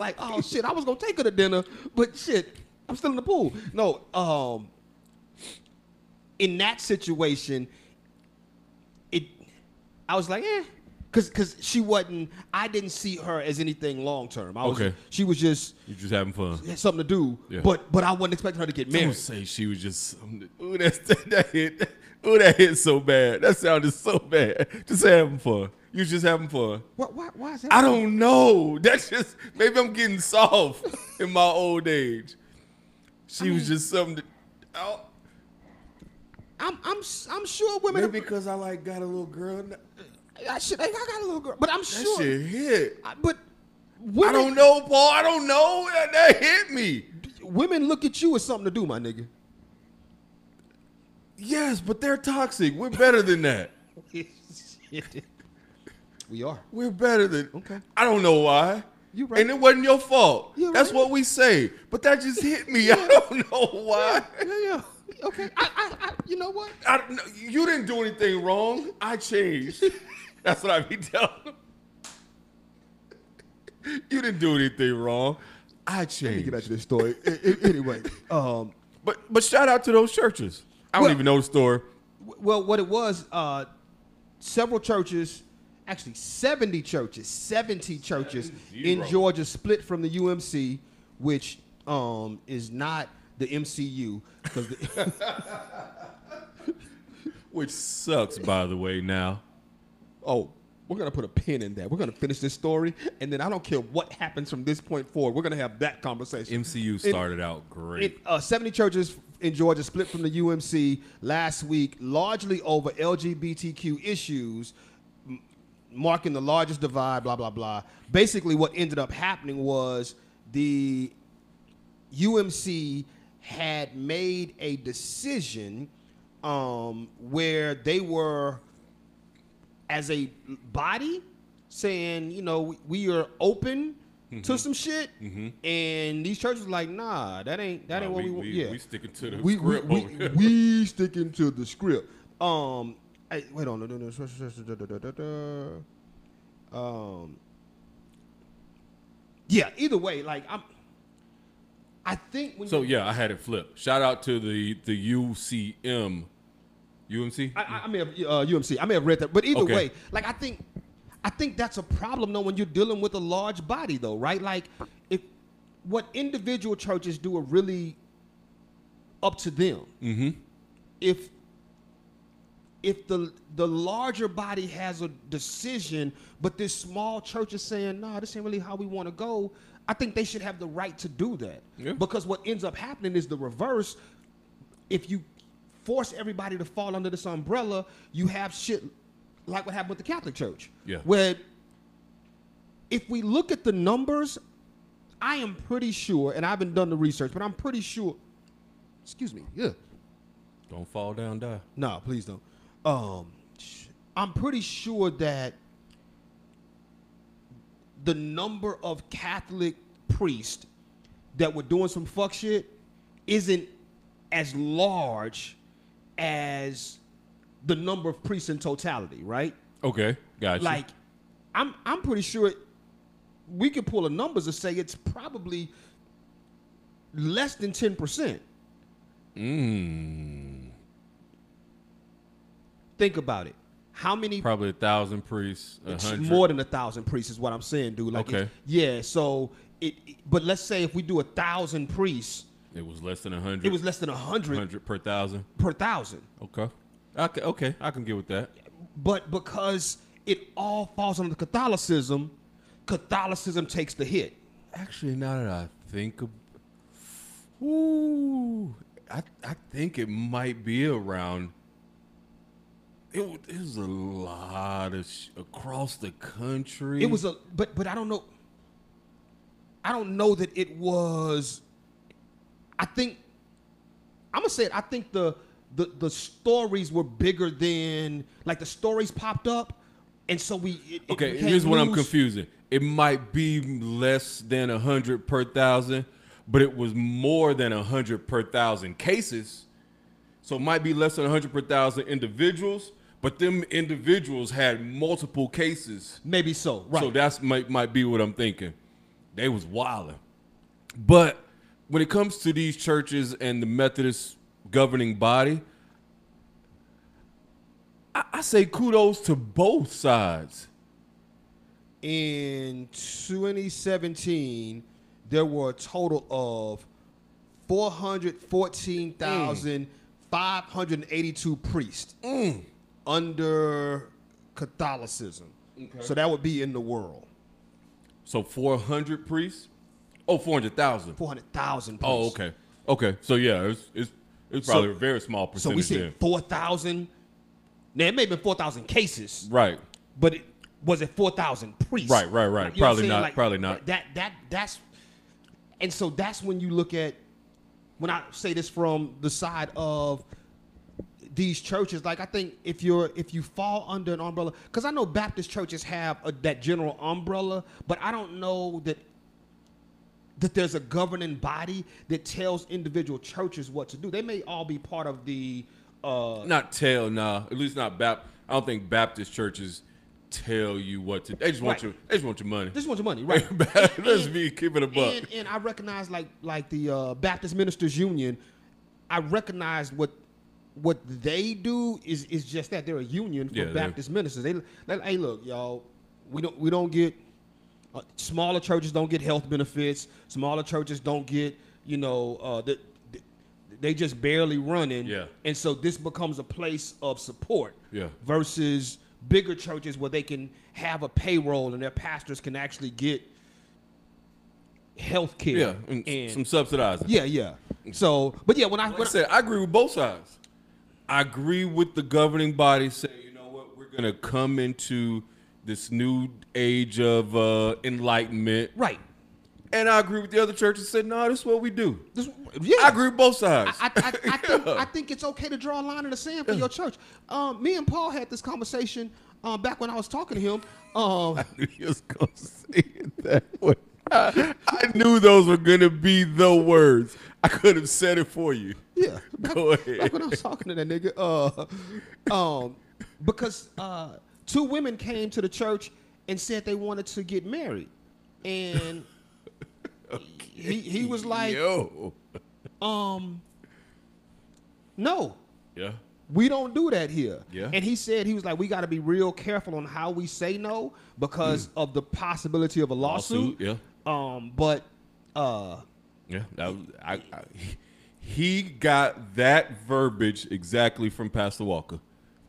E: like, oh shit, I was gonna take her to dinner, but shit, I'm still in the pool. No, um, in that situation, it, I was like, eh, cause, cause she wasn't. I didn't see her as anything long term. I was,
B: Okay.
E: she was just
B: You just having fun.
E: had something to do,
B: Yeah.
E: but, but I wasn't expecting her to get
B: Don't
E: married.
B: say she was just. Ooh, that's, that hit. Ooh, that hit so bad. That sounded so bad. Just having fun. You was just having fun.
E: What, why, why is that?
B: I don't know. That's just maybe I'm getting soft in my old age. She was just something. That, oh,
E: I'm, I'm, s- I'm sure women.
B: maybe because I like got a little girl. That
E: I, should, I got a little girl, but I'm sure.
B: shit hit.
E: I, but
B: I
E: women,
B: don't know, Paul. I don't know. That, that hit me.
E: Women look at you as something to do, my nigga.
B: Yes, but they're toxic. We're better than that.
E: we are.
B: We're better than.
E: Okay.
B: I don't know why.
E: You right.
B: And it wasn't your fault.
E: You
B: That's
E: right.
B: what we say. But that just hit me. I don't know why.
E: Yeah, yeah. Okay. I, I, I, you know what?
B: I, no, you didn't do anything wrong. I changed. That's what I be telling them. You didn't do anything wrong. I changed.
E: Get back to this story. A- a- anyway, um,
B: But but shout out to those churches. I don't
E: Well-
B: even know the story.
E: w- well, what it was, uh, several churches, actually 70 churches, 70 churches in
B: Zero.
E: Georgia split from the UMC, which um, is not the MCU. 'cause the-
B: Which sucks, by the way, now.
E: oh, we're going to put a pin in that. We're going to finish this story, and then I don't care what happens from this point forward. We're going to have that conversation.
B: MCU started out great.
E: It, uh, 70 churches in Georgia split from the UMC last week, largely over LGBTQ issues, m- marking the largest divide, blah, blah, blah. Basically, what ended up happening was the UMC had made a decision um, where they were, as a body, saying, you know, we, we are open to some shit, and these churches were like, nah, that ain't that
B: Nah,
E: ain't what we, want. Yeah,
B: Uh, we sticking to the
E: we,
B: script.
E: we,
B: over
E: we,
B: here.
E: we sticking to the script. Um, I, wait on. no, no, no, da, da, da, da, da. Um, yeah. Either way, like I'm. I think when
B: so
E: you,
B: yeah, I had it flipped. Shout out to the the UCM, UMC.
E: I, I- I may have uh, UMC. I may have read that, but either
B: Okay.
E: way, like I think, I think that's a problem though when you're dealing with a large body though, right? Like, if what individual churches do are really up to them. Mm-hmm. If if the the larger body has a decision, but this small church is saying, "No, this ain't really how we want to go," I think they should have the right to do that
B: Yeah.
E: because what ends up happening is the reverse. If you force everybody to fall under this umbrella, you have shit like what happened with the Catholic Church,
B: Yeah.
E: where if we look at the numbers, I am pretty sure, and I haven't done the research, but I'm pretty sure. Excuse me. Yeah.
B: don't fall down, die.
E: No, please don't. Um, sh- I'm pretty sure that the number of Catholic priests that were doing some fuck shit isn't as large as the number of priests in totality, right?
B: Okay, gotcha.
E: Like, I'm I'm pretty sure we could pull the numbers and say it's probably less than ten percent.
B: Mm,
E: Think about it. How many
B: probably a thousand priests, a
E: It's
B: hundred.
E: more than a thousand priests is what I'm saying, dude. Like,
B: Okay.
E: it's- yeah. So it, it- but let's say if we do a thousand priests,
B: it was less than a hundred.
E: it was less than a hundred
B: hundred per thousand.
E: per thousand.
B: Okay, Okay, okay, I can get with that.
A: But because it all falls under Catholicism, Catholicism takes the hit.
B: Actually, now that I think of, ooh, I I think it might be around. It, wa- it was a lot of sh- across the country.
A: It was a but but I don't know. I don't know that it was. I think I'm gonna say it. I think the the the stories were bigger than like the stories popped up, and so we. It, it
B: okay.
A: became
B: Here's what I'm
A: news.
B: confusing. It might be less than a hundred per thousand, but it was more than a hundred per thousand cases. So it might be less than a hundred per thousand individuals, but them individuals had multiple cases.
A: Maybe so. Right.
B: So that's might might be what I'm thinking. They was wilding. But when it comes to these churches and the Methodist governing body, I, I say kudos to both sides.
A: in 2017, there were a total of 414,582 priests under Catholicism. So that would be in the world.
B: So 400 priests? Oh, 400,000.
A: 400,000 priests.
B: Oh, okay. Okay. So yeah, it's it's it's
A: So-
B: probably a very small
A: So we
B: percentage
A: said
B: then.
A: 4,000. Now, it may have been 4,000 cases,
B: Right.
A: but it, was it 4,000 priests?
B: Right, right, right.
A: you know what I'm
B: Probably
A: saying?
B: not, probably not.
A: That, that, that's, and so that's when you look at, when I say this from the side of these churches, like I think if you're, if you fall under an umbrella, because I know Baptist churches have a, that general umbrella, but I don't know that that there's a governing body that tells individual churches what to do. They may all be part of the uh,
B: Not tell, nah. At least not Bap I don't think Baptist churches tell you what to they just want
A: Right.
B: your they just want your money.
A: This one's money, right?
B: Let's be keeping a buck.
A: And, and I recognize like like the uh, Baptist Ministers Union. I recognize what what they do is is just that they're a union for
B: Yeah, they-
A: Baptist ministers. They like, hey, look, y'all, we don't we don't get uh, smaller churches don't get health benefits. Smaller churches don't get you know uh, the, the- they just barely running.
B: Yeah.
A: and so this becomes a place of support.
B: Yeah.
A: versus bigger churches where they can have a payroll and their pastors can actually get health care.
B: yeah, and some subsidizing.
A: yeah, yeah. So, but yeah, when I,
B: Like
A: when
B: I said, I agree with both sides. I agree with the governing body saying, you know what, we're gonna come into this new age of uh, enlightenment,
A: right,
B: and I agree with the other churches said, no, this is what we do.
A: this, yeah,
B: I agree with both sides.
A: I, I, I, I think,
B: Yeah.
A: I think it's okay to draw a line in the sand for your church. Um, me and Paul had this conversation um, back when I was talking to him. Um,
B: knew you was gonna say it that way. I, I knew those were gonna be the words. I could have said it for you.
A: yeah, back,
B: Go ahead.
A: back when I was talking to that nigga, uh, um, because uh, two women came to the church and said they wanted to get married, and he, he was like,
B: yo,
A: um, no,
B: yeah,
A: we don't do that here.
B: Yeah.
A: And he said he was like, we got to be real careful on how we say no because of the possibility of a Mm. lawsuit.
B: Lawsuit,
A: yeah. Um, but uh,
B: yeah. That was- I, I, he got that verbiage exactly from Pastor Walker.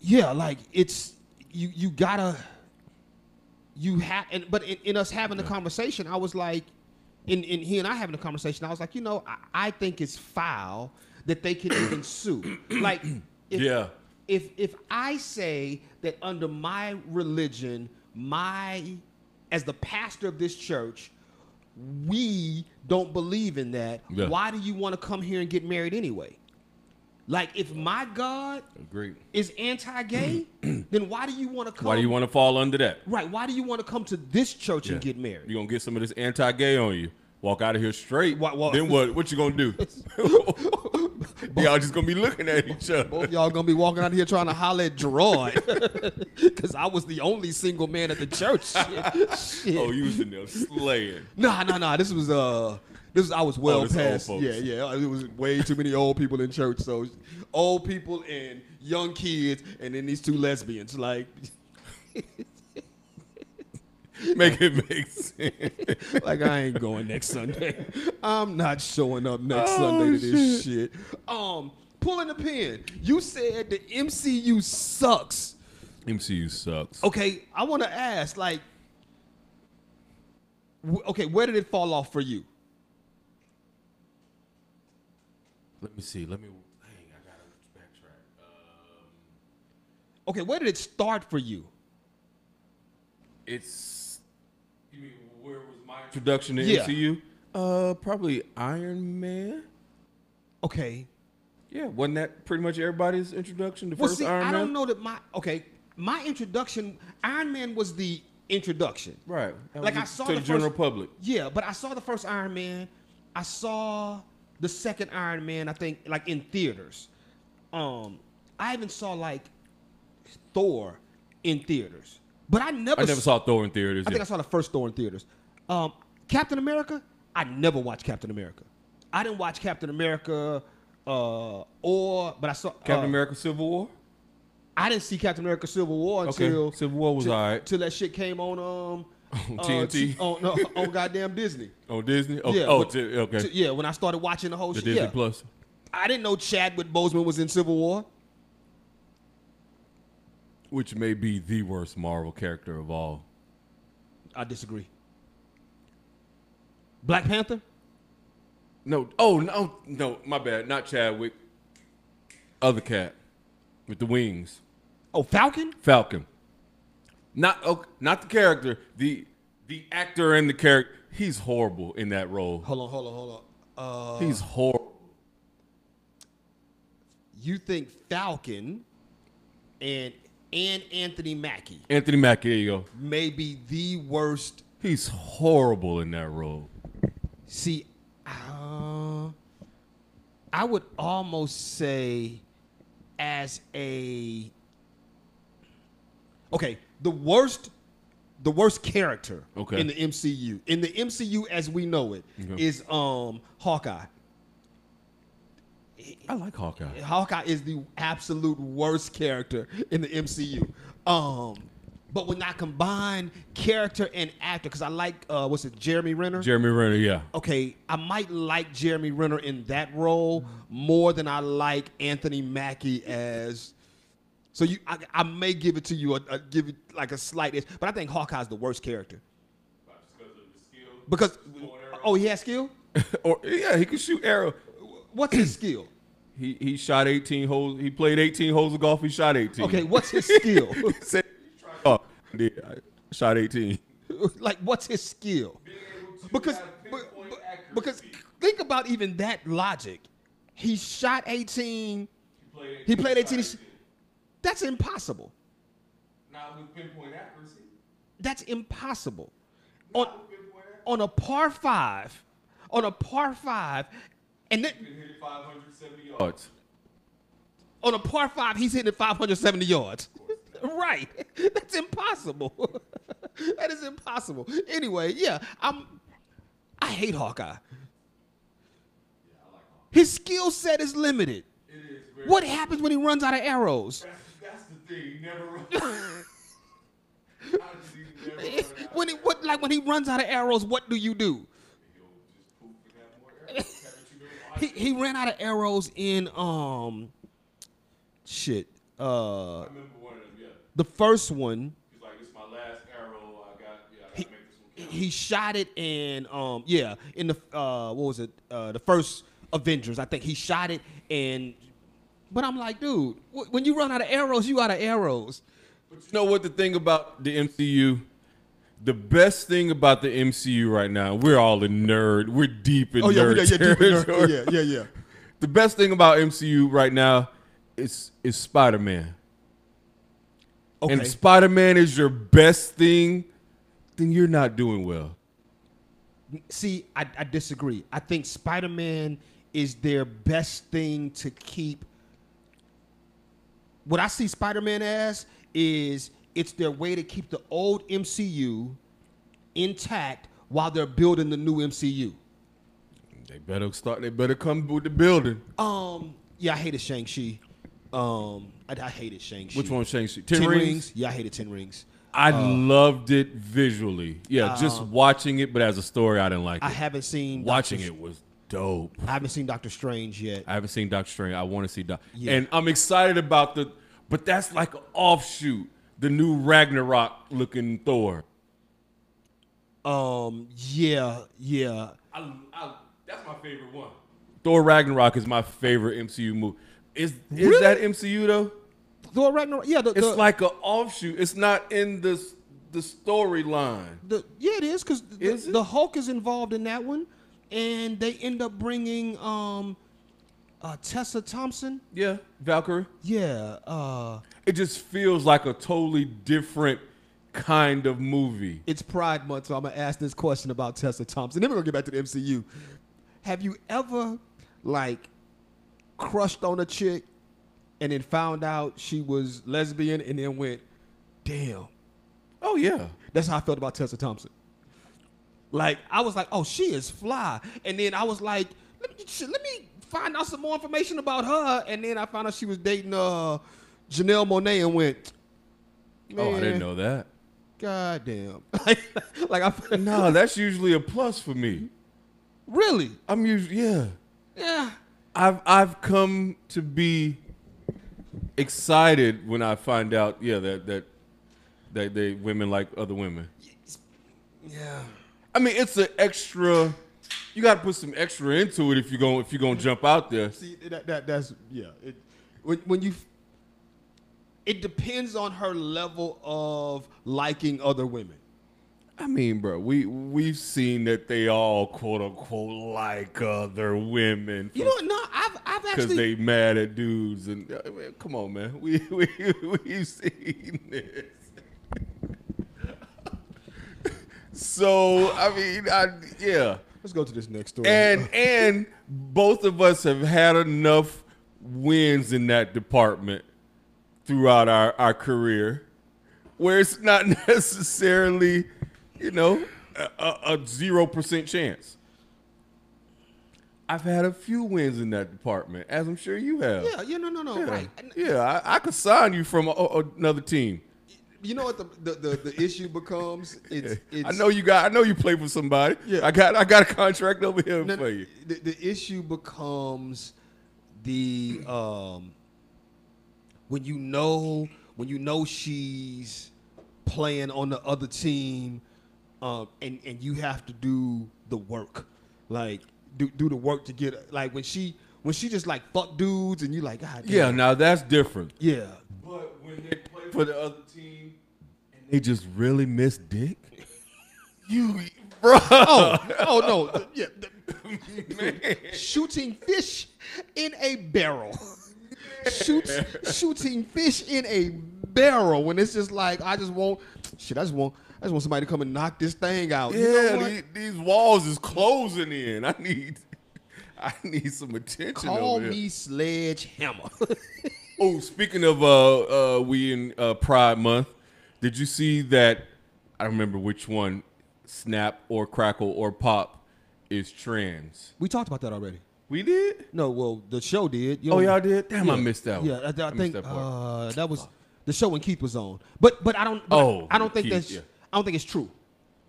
A: yeah, like it's you you gotta you have and but in, in us having the conversation, I was like, in in he and I having the conversation, I was like, you know, I, I think it's foul that they can even sue. Like, if,
B: Yeah.
A: if if I say that under my religion, my as the pastor of this church, we don't believe in that.
B: Yeah.
A: Why do you want to come here and get married anyway? Like if my God
B: Agreed.
A: is anti-gay, then why do you want to come?
B: Why do you want to fall under that?
A: Right? Why do you want to come to this church and get married?
B: You gonna get some of this anti-gay on you? Walk out of here straight.
A: Wha- wha-
B: Then what? What you gonna do? Y'all just gonna be looking at each other.
A: Both y'all gonna be walking out here trying to holler at Gerard because I was the only single man at the church. Shit. Shit.
B: Oh, you was in there slaying.
A: Nah, nah, nah. This was uh, this was I was well
B: Oh, this old
A: past.
B: folks.
A: Yeah, yeah. It was way too many old people in church. So old people and young kids, and then these two lesbians. Like,
B: Make it make sense.
A: like I ain't going next Sunday. I'm not showing up next
B: Oh,
A: Sunday to this shit. Um, pulling the pin. You said the MCU sucks.
B: MCU sucks.
A: Okay, I want to ask, like, wh- okay, where did it fall off for you?
B: Let me see. Let me. Dang, I gotta backtrack. Um,
A: Okay, where did it start for you?
B: it's. You mean where was my introduction to
A: Yeah.
B: MCU? Uh, probably Iron Man.
A: Okay,
B: Yeah, wasn't that pretty much everybody's introduction to
A: well,
B: first
A: see,
B: Iron
A: I
B: Man?
A: don't know that my okay, my introduction, Iron Man was the introduction.
B: Right. That
A: Like
B: was
A: I saw
B: to
A: the
B: the, general
A: first-
B: public.
A: Yeah, but I saw the first Iron Man. I saw the second Iron Man. I think like in theaters. Um, I even saw like Thor in theaters, but I never.
B: I never
A: s-
B: saw Thor in theaters.
A: I
B: yeah.
A: think I saw the first Thor in theaters. Um, Captain America. I never watched Captain America. I didn't watch Captain America, uh, or but I saw
B: Captain
A: uh,
B: America: Civil War.
A: I didn't see Captain America Civil War
B: Okay,
A: until
B: Civil War was
A: till-
B: alright.
A: till that shit came on um
B: On
A: uh,
B: TNT.
A: t- on, no, on goddamn Disney.
B: Oh, Disney. Oh,
A: Yeah,
B: oh
A: but-
B: t- okay.
A: t- yeah, when I started watching the whole
B: the
A: shit,
B: Disney
A: yeah.
B: Plus.
A: I didn't know Chadwick Boseman was in Civil War.
B: which may be the worst Marvel character of all.
A: I disagree. Black Panther.
B: No, oh no, no, my bad. Not Chadwick. Other cat with the wings,
A: Oh, Falcon.
B: Falcon. Not oh, not the character, the the actor and the character. He's horrible in that role.
A: Hold on, hold on, hold on. Uh,
B: He's horrible.
A: you think Falcon and and Anthony Mackie
B: Anthony Mackie, there you go.
A: may be the worst?
B: He's horrible in that role.
A: See, uh, I would almost say as a okay, the worst, the worst character
B: Okay.
A: in the MCU, in the MCU as we know it, is
B: Okay.
A: um Hawkeye.
B: I like Hawkeye.
A: Hawkeye is the absolute worst character in the MCU. Um, but when I combine character and actor, because I like uh, what's it, Jeremy Renner.
B: Jeremy Renner, yeah.
A: okay, I might like Jeremy Renner in that role more than I like Anthony Mackie as. So you, I, I may give it to you, a, a, give it like a slight, itch, but I think Hawkeye's the worst character because. Oh, he has skill.
B: or yeah, he could shoot arrow.
A: What's his skill?
B: He he shot 18 holes. He played 18 holes of golf. He shot 18.
A: Okay, what's his skill?
B: He said, "Oh, I did. I shot 18."
A: like what's his skill because but- but- because think about even that logic he shot 18 he played 18 that's impossible
B: Not with pinpoint accuracy.
A: that's impossible on on a par 5 on a par 5 and then
B: hit 570 yards.
A: on a par 5 he's hitting it 570 yards right that's impossible that is impossible anyway yeah i'm i hate hawkeye His skill set is limited. What happens when he runs out of arrows?
B: That's the thing. Never run.
A: When he, what, like when he runs out of arrows, what do you do? He, he ran out of arrows in um shit. Uh the first one, he shot it and um yeah, in the uh what was it? Uh the first Avengers, I think he shot it and but I'm like, dude, wh- when you run out of arrows, you out of arrows.
B: But you know what the thing about the MCU? The best thing about the MCU right now, we're all in nerd. We're deep
E: Oh,
A: oh,
B: in nerd territory.
A: yeah, yeah.
B: The best thing about MCU right now is is Spider Man.
A: Okay.
B: And if Spider Man is your best thing, then you're not doing well.
A: See, I, I disagree. I think Spider Man is their best thing to keep. What I see Spider Man as is it's their way to keep the old MCU intact while they're building the new MCU.
B: They better start. They better come with the building.
A: Um, yeah, I hated Shang Chi. Um, I, I hated Shang Chi.
B: Which one changed? Ten,
A: Ten,
B: rings? Uh.
A: rings? Yeah, I hated Ten Rings.
B: I loved it visually. Yeah, just watching it, but as a story, Uh. I didn't like
A: I
B: it.
A: haven't seen
B: watching
A: Doctor-
B: it was dope.
A: I haven't seen Doctor Strange yet.
B: I haven't seen Doctor Strange. I want to see Doctor.
A: Yeah.
B: And I'm excited about the, but that's like an offshoot, the new Ragnarok looking Thor.
A: Um, yeah, yeah.
B: I, I, that's my favorite one. Thor Ragnarok is my favorite MCU movie. Is is
A: Really?
B: that MCU though?
A: Thor Ragnarok. Yeah, the,
B: It's
A: the,
B: like an offshoot. It's not in the s- the storyline.
A: the yeah it is because the,
B: Is it?
A: the Hulk is involved in that one, and they end up bringing um, uh, Tessa Thompson.
B: Yeah, Valkyrie.
A: Yeah, uh,
B: It just feels like a totally different kind of movie.
A: it's Pride Month, so I'm gonna ask this question about Tessa Thompson. Then we're gonna get back to the MCU. Have you ever like crushed on a chick and then found out she was lesbian and then went, damn,
B: Oh yeah.
A: That's how I felt about Tessa Thompson. Like I was like, oh, she is fly, and then I was like, let me, shit, let me find out some more information about her, and then I found out she was dating uh Janelle Monet, and went,
B: Oh, I
A: "Man,
B: didn't know that.
A: Goddamn, like, like I
B: No, that's usually a plus for me.
A: really,
B: I'm usually yeah.
A: yeah,
B: I've I've come to be excited when I find out yeah that that that they women like other women.
A: yeah.
B: I mean, it's an extra. You got to put some extra into it if you're going if you're going to jump out there.
A: See that, that that's yeah. It, when when you, it depends on her level of liking other women.
B: I mean, bro, we we've seen that they all quote unquote like other women
A: You know, what? no, I've I've
B: because
A: actually
B: they mad at dudes and I mean, come on, man, we we we've seen this. so I mean, I yeah,
A: Let's go to this next story.
B: and and both of us have had enough wins in that department throughout our our career, where it's not necessarily, you know, a zero percent chance. I've had a few wins in that department, as I'm sure you have.
A: yeah, yeah, no, no, no,
B: yeah.
A: right. And
B: Yeah, I, I could sign you from a, a- another team.
A: You know what the the, the, the issue becomes? It's, it's
B: I know you got. I know you play for somebody.
A: Yeah.
B: I got. I got a contract over here
A: no, no,
B: for you.
A: The, the issue becomes the um when you know when you know she's playing on the other team, um, and and you have to do the work, like do do the work to get like when she when she just like fuck dudes and you like God damn.
B: Yeah, now that's different.
A: yeah
B: But when they play for the other team and they just really miss dick, you, bro,
A: oh oh no th- yeah th- shooting fish in a barrel. Shoot, shooting fish in a barrel when it's just like I just want shit. I just want I just want somebody to come and knock this thing out. You know
B: yeah,
A: what?
B: the- these walls is closing in. I need, I need some attention.
A: Call
B: over here.
A: me Sledgehammer.
B: Oh, speaking of uh, uh, we in uh, Pride Month, did you see that? I don't remember which one, Snap or Crackle or Pop, is trans.
A: we talked about that already.
B: We did.
A: No, well the show did. You
B: Oh,
A: know-
B: y'all did. Damn, Oh, I
A: Yeah.
B: missed that.
A: Yeah,
B: one.
A: I, I
B: missed
A: think
B: that part.
A: uh, that was the show when Keith was on. But but I don't. But
B: Oh,
A: I, don't think
B: Keith,
A: that's.
B: yeah.
A: I don't think it's true.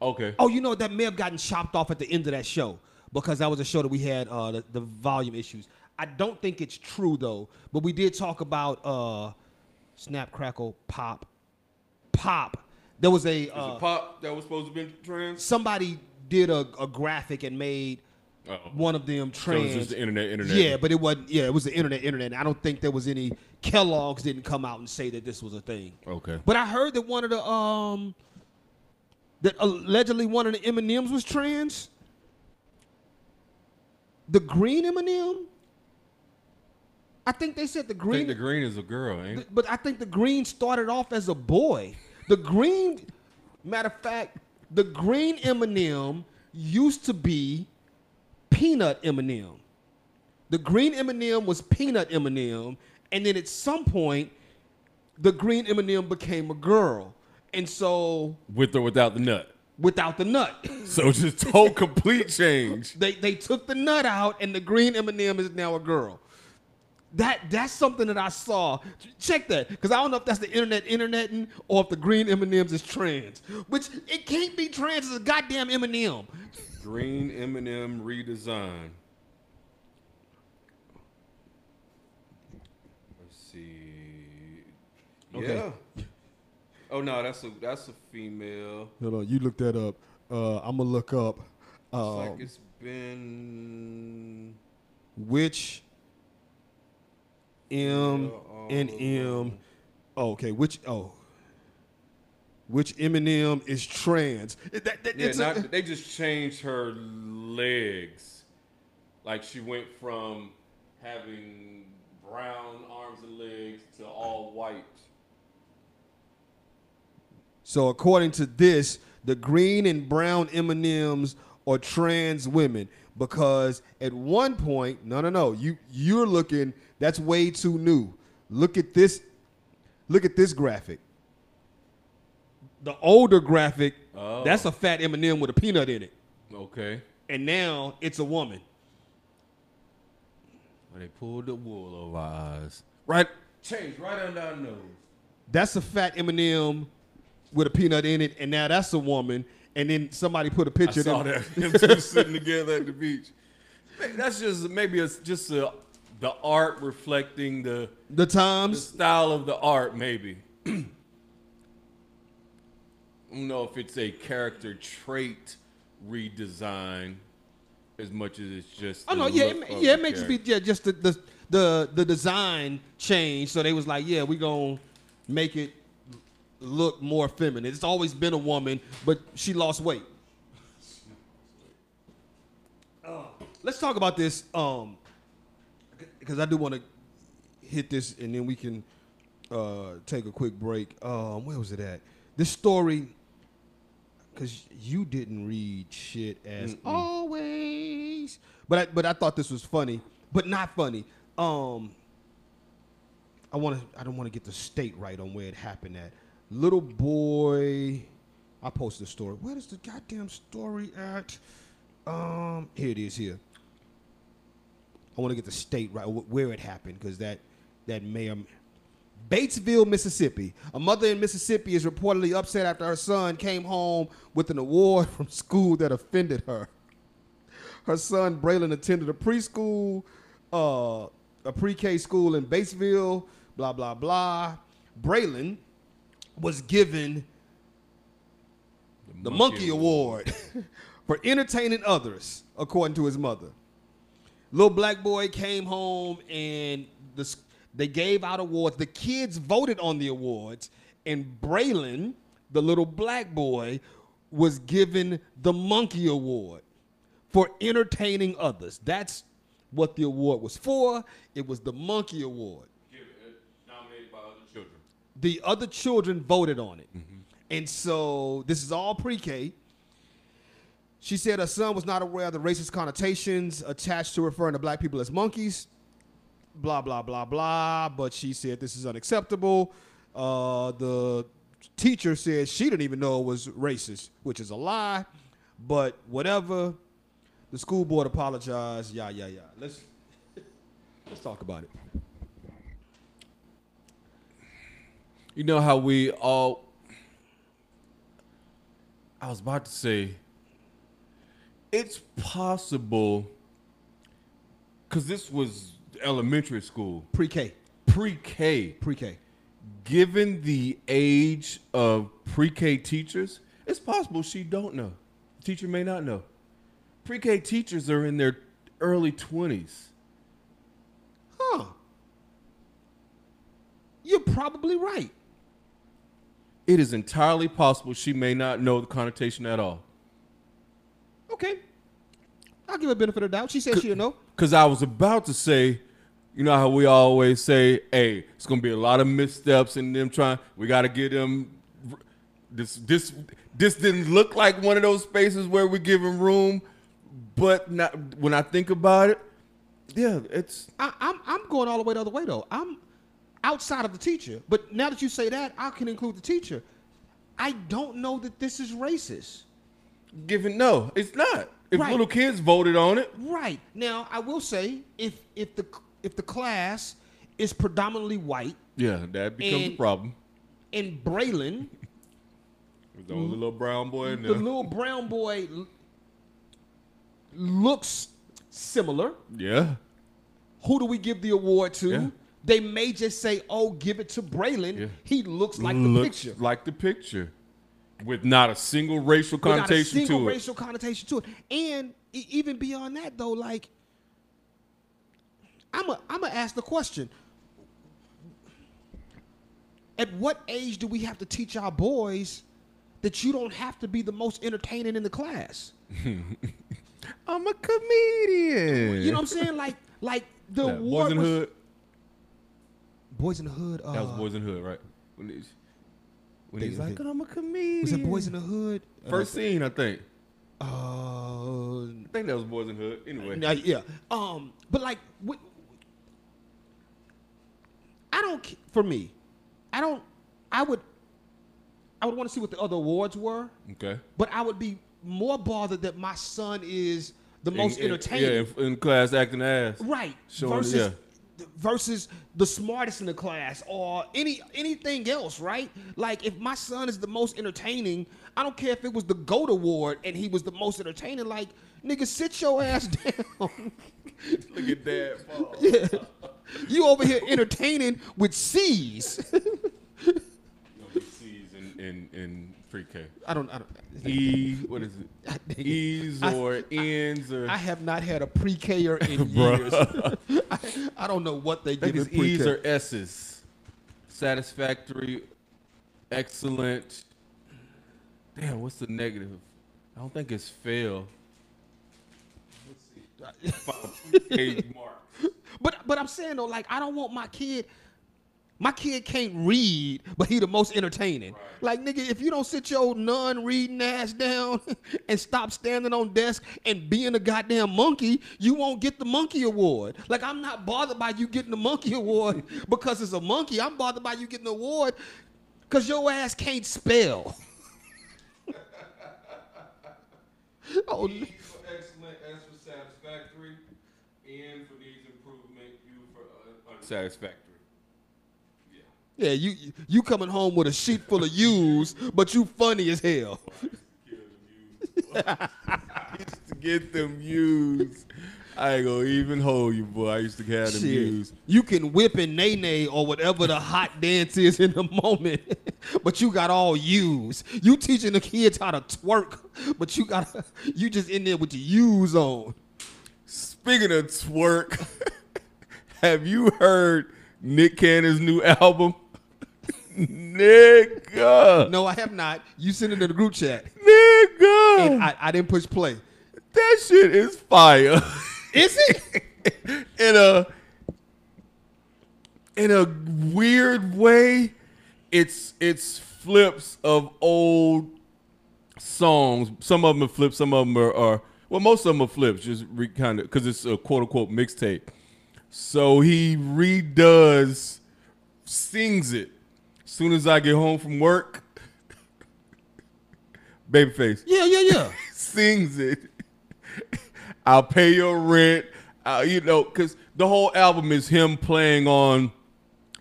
B: okay.
A: Oh, you know that may have gotten chopped off at the end of that show because that was a show that we had uh, the, the volume issues. I don't think it's true though, but we did talk about uh, Snap Crackle Pop, Pop. There was a
B: Is
A: uh,
B: it Pop that was supposed to be trans?
A: somebody did a, a graphic and made
B: Oh.
A: one of them
B: So
A: trans.
B: it's just the internet, internet.
A: Yeah, but it wasn't. Yeah, it was the internet. Internet. I don't think there was any. Kellogg's didn't come out and say that this was a thing.
B: Okay.
A: But I heard that one of the um, that allegedly one of the M and M's was trans. The green M and M. I think they said the
B: I
A: green,
B: think the green is a girl, ain't it?
A: but I think the green started off as a boy. The green, matter of fact, the green M and M used to be peanut M and M. The green M and M was peanut M and M, and then at some point, the green M and M became a girl, and so
B: With or without the nut.
A: without the nut.
B: So just total complete change.
A: They they took the nut out, and the green M and m is now a girl. That that's something that I saw. Check that, because I don't know if that's the internet interneting or if the green M and M's is trans. Which it can't be trans as a goddamn M and M.
B: Green M&M redesign. see.
E: Okay.
B: Yeah. Oh no, that's a that's a female.
E: No, no, you look that up. Uh, I'm gonna look up
B: It's
E: um,
B: like it's been
E: which M
B: Yeah,
E: and M.
B: um,
E: Oh, okay, which oh, which Eminem is trans? It- that- that-
B: yeah,
E: it's a-
B: not, they just changed her legs. Like she went from having brown arms and legs to all white.
E: so according to this, the green and brown Eminems are trans women because at one point, no, no, no, you you're looking. That's way too new. Look at this. Look at this graphic. The older graphic,
B: Oh.
E: that's a fat Eminem with a peanut in it.
B: Okay.
E: and now it's a woman,
B: Well, they pulled the wool over our eyes.
E: right?
B: Changed right under our nose.
E: That's a fat Eminem with a peanut in it, and now that's a woman. And then somebody put a
B: I
E: picture. of
B: saw
E: them-
B: that them two sitting together at the beach. Maybe That's just maybe it's just uh the art reflecting the the
E: The times.
B: style of the art, maybe. I don't know if it's a character trait redesign as much as it's just.
E: Oh
B: the
E: no, yeah,
B: look
E: it, ma-
B: of
E: yeah,
B: the
E: it makes me
B: character.
E: yeah, just the, the the the design change. So they was like, yeah, we gonna make it look more feminine. It's always been a woman, but she lost weight. Uh, let's talk about this, um, because I do want to hit this, and then we can uh, take a quick break. Um, where was it at? This story, because you didn't read shit as always, but I, but I thought this was funny, but not funny. Um, I want to. I don't want to get the state right on where it happened at. Little boy, I posted a story. Where is the goddamn story at? Um, here it is. Here. I want to get the state right wh- where it happened because that that may or m- Batesville, Mississippi. A mother in Mississippi is reportedly upset after her son came home with an award from school that offended her. Her son Braylon attended a preschool, uh, a pre-K school in Batesville. Blah blah blah. Braylon was given the Monkey, Award for entertaining others, according to his mother. Little black boy came home and the, s- they gave out awards. The kids voted on the awards, and Braylon, the little black boy, was given the Monkey Award for entertaining others. That's what the award was for. It was the Monkey Award
B: Give it- Nominated by other children.
E: the other children voted on it. And so this is all pre K. She said her son was not aware of the racist connotations attached to referring to black people as monkeys. Blah, blah, blah, blah. But she said this is unacceptable. Uh, the teacher said she didn't even know it was racist, which is a lie. But whatever. The school board apologized. Yeah, yeah, yeah. Let's let's talk about it.
B: You know how we all. I was about to say. It's possible. Because this was elementary school,
E: Pre-K.
B: pre K.
E: Pre-K.
B: Given the age of pre K teachers, it's possible she don't know. Teacher may not know. Pre K teachers are in their early 20s.
E: huh, you're probably right.
B: It is entirely possible she may not know the connotation at all.
E: Okay. I'll give her benefit of doubt. She said she'll know.
B: Because I was about to say, you know how we always say, hey, it's going to be a lot of missteps and them trying, we got to get them. This, this, this didn't look like one of those spaces where we give them room. But not, when I think about it, yeah, it's,
E: I, I'm, I'm going all the way the other way, though. I'm outside of the teacher. But now that you say that, I can include the teacher. I don't know that this is racist.
B: given, no, it's not. If
E: Right.
B: little kids voted on it,
E: Right. Now, I will say if, if, the, if the class is predominantly white
B: yeah, that becomes a
E: And-
B: problem.
E: and Braylon,
B: There's
A: Mm-hmm.
B: only a little brown boy in
E: the
B: there.
E: little brown boy, l- looks similar.
B: yeah.
E: Who do we give the award to?
B: Yeah.
A: They may just say, "Oh, give it to Braylon.
B: Yeah.
A: He looks like the
B: Looks
A: picture."
B: like the picture, with not a single racial
A: Without
B: connotation
A: a single
B: to it.
A: racial connotation to it. And e- even beyond that, though, like I'm a I'm gonna ask the question: At what age do we have to teach our boys that you don't have to be the most entertaining in the class?
B: I'm a comedian.
A: You know what I'm saying? Like like the
B: That
A: award
B: Boys in
A: was-
B: Hood.
A: Boys in the Hood. Uh,
B: That was Boys in the Hood, right? When he's, when
A: They-
B: he's like,
A: they-
B: I'm a comedian.
A: Was it Boys in the Hood?
B: First scene, I think.
A: Uh,
B: I think that was Boys in the Hood. Anyway,
A: Now, yeah. Um, but like, what, I don't. ca- For me, I don't. I would. I would want to see what the other awards were,
B: okay.
A: but I would be more bothered that my son is the most
B: In- in-
A: entertaining,
B: Yeah, in, in class acting ass.
A: right?
B: Showing-
A: versus
B: yeah.
A: th- versus the smartest in the class or any anything else, right? Like if my son is the most entertaining, I don't care if it was the GOAT award and he was the most entertaining. Like nigga, sit your ass down.
B: Look at that. Paul.
A: You over here entertaining with C's.
B: No, with C's in, in, in pre-K.
A: I don't. I don't.
B: E, what is it? E's or N's or.
A: I have not had a pre-Ker in
B: Bruh.
A: years. I, I don't know what they
B: think
A: give in
B: it's E's or
A: pre-K.
B: S's. Satisfactory, excellent. Damn, what's the negative? I don't think it's fail. Hey, Mark.
A: But but I'm saying though, like I don't want my kid. My kid can't read, but he the most entertaining. Like nigga, if you don't sit your non-reading ass down and stop standing on desk and being a goddamn monkey, you won't get the monkey award. Like I'm not bothered by you getting the monkey award because it's a monkey. I'm bothered by you getting the award because your ass can't spell. oh,
B: E
A: n-
B: for excellent, S for satisfactory, N for needs improvement, U for uh, unsatisfactory. Yeah.
A: yeah, you you coming home with a sheet full of U's, but you funny as hell.
B: used to get them used. I ain't gonna even hold you, boy. I used to have them
A: Shit.
B: used.
A: You can whip and nay nay or whatever the hot dance is in the moment, but you got all U's. You teaching the kids how to twerk, but you got you just in there with your U's on.
B: Speaking of twerk, have you heard Nick Cannon's new album? Nigga,
A: No, I have not. You sent it in the group chat, and
B: nigga,
A: I, I didn't push play.
B: that shit is fire.
A: Is it?
B: in a in a weird way, it's it's flips of old songs. Some of them are flips. Some of them are, are well, most of them are flips. Just re, kind of because it's a quote unquote mixtape. So he redoes, sings it. Soon as I get home from work, babyface
A: Yeah, yeah, yeah.
B: sings it. I'll pay your rent. Uh, you know, because the whole album is him playing on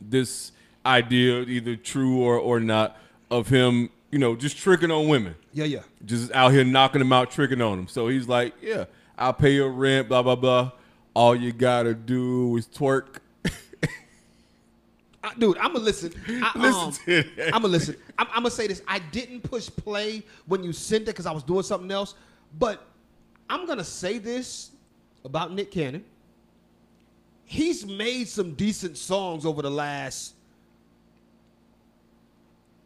B: this idea, either true or, or not, of him, you know, just tricking on women.
A: Yeah, yeah.
B: Just out here knocking them out, tricking on them. So he's like, yeah, I'll pay your rent, blah, blah, blah. All you got to do is twerk.
A: I, dude, I'm gonna listen. I,
B: Listen
A: um,
B: to that.
A: I'm gonna listen. I'm, I'm gonna say this. I didn't push play when you sent it because I was doing something else. But I'm gonna say this about Nick Cannon. He's made some decent songs over the last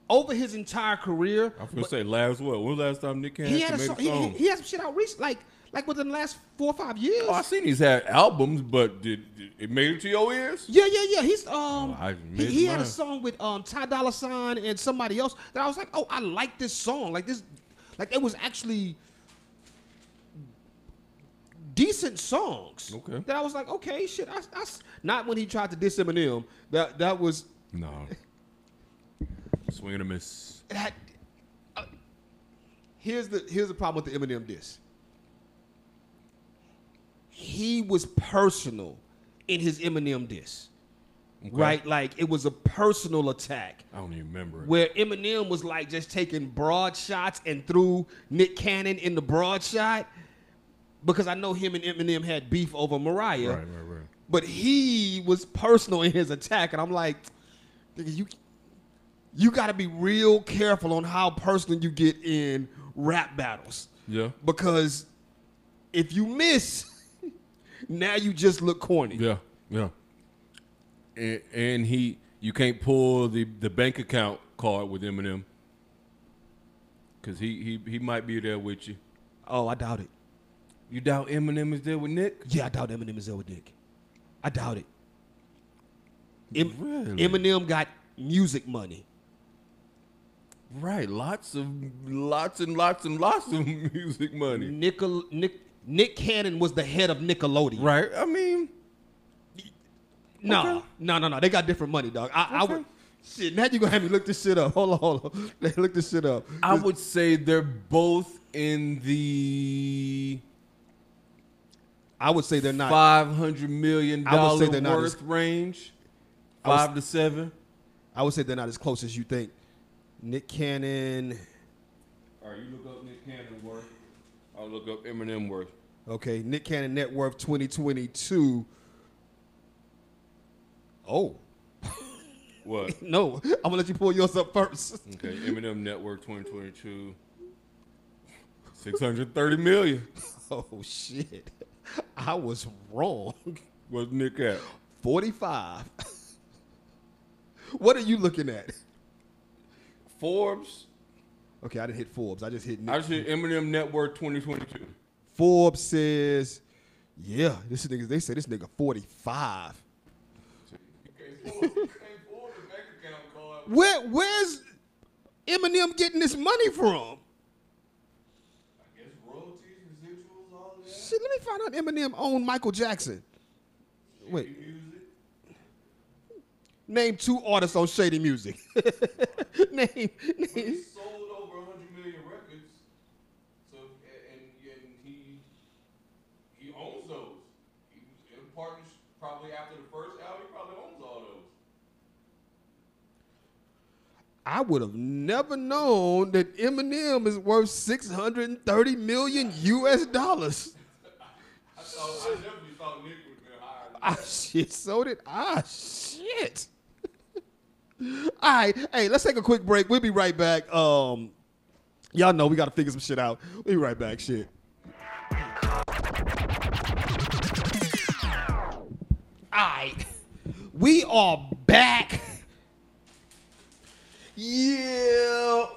A: over his entire career.
B: I was going to say, last what? When was the last time Nick Cannon
A: He had a
B: made
A: song,
B: a
A: he, he,
B: song?
A: he had some shit out recent, like like within the last four or five years.
B: oh, I seen he's had albums, but did, did it made it to your ears?
A: Yeah, yeah, yeah. He's um,
B: Oh, I
A: he,
B: missed
A: he had a
B: mine.
A: song with um Ty Dolla Sign and somebody else that I was like, oh, I like this song. Like this, like it was actually decent songs.
B: Okay.
A: That I was like, okay, shit. I, I s- not when he tried to diss Eminem. That that was
B: No. Swing and a miss.
A: that. uh, here's the here's the problem with the Eminem diss. He was personal in his Eminem diss, right? Like it was a personal attack.
B: I don't even remember.
A: where Eminem was like just taking broad shots and threw Nick Cannon in the broad shot because I know him and Eminem had beef over Mariah.
B: Right, right, right.
E: But he was personal in his attack, and I'm like, nigga, you you got to be real careful on how personal you get in rap battles
B: Yeah.
E: because if you miss, now you just look corny.
B: Yeah, yeah. And, and he, you can't pull the, the bank account card with Eminem because he, he he might be there with you.
E: Oh, I doubt it.
B: You doubt Eminem is there with Nick?
E: Yeah, I doubt Eminem is Elwood Dick. I doubt it. Em-
B: Really?
E: Eminem got music money.
B: Right, lots of lots and lots and lots of music money.
E: Nickel, Nick Nick Cannon was the head of Nickelodeon.
B: Right, I mean,
E: No,
B: Okay.
E: no, no, no. They got different money, dog. I, I would.
B: Okay.
E: Shit, now you gonna have me look this shit up. Hold on, hold on. Let me Look this shit up.
B: I would say they're both in the
E: I would say they're not.
B: five hundred million
E: I would
B: dollar
E: say they're not as-
B: worth range,
E: I was-
B: five to seven.
E: I would say they're not as close as you think. Nick Cannon.
B: All right, you look up Nick Cannon worth. I'll look up Eminem worth.
E: Okay, Nick Cannon net worth 2022. Oh
B: What?
E: no, I'm gonna let you pull yours up first.
B: Okay, Eminem Network 2022, 630 million.
E: Oh shit, I was wrong.
B: What's Nick at?
E: 45. what are you looking at?
B: Forbes.
E: Okay, I didn't hit Forbes. I just hit Nick.
B: I just hit Eminem Network 2022.
E: Forbes says, yeah, this nigga. They say this nigga 45. Where where's Eminem getting this money from? Shit, let me find out Eminem owned Michael Jackson. Wait. Name two artists on Shady Music. name,
B: Mm-hmm.
E: name.
B: sold over 100 million records. So and, and he he owns those. He was in partnership probably after the first album. He probably owns all those.
E: I would have never known that Eminem is worth 630 million US dollars.
B: I thought I definitely thought Nick would been higher.
E: Ah, shit. So did I. Shit. All right. Hey, let's take a quick break. We'll be right back. Um, y'all know we got to figure some shit out. We'll be right back. Shit. All right. We are back.
B: Yeah.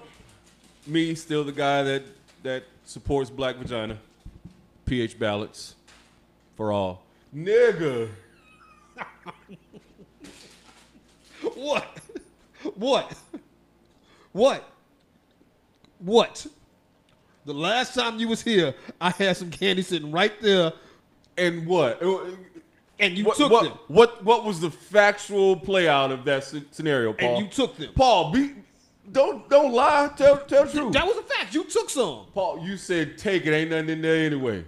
B: Me, still the guy that that supports black vagina. PH ballots for all. Nigga.
E: What? What? What? What? The last time you was here, I had some candy sitting right there,
B: And what?
E: and you
B: what,
E: took
B: what,
E: them.
B: what what was the factual play out of that sce- scenario, Paul?
E: And you took them.
B: Paul, be don't don't lie. Tell tell the truth.
E: That was a fact. You took some.
B: Paul, you said take it. Ain't nothing in there anyway.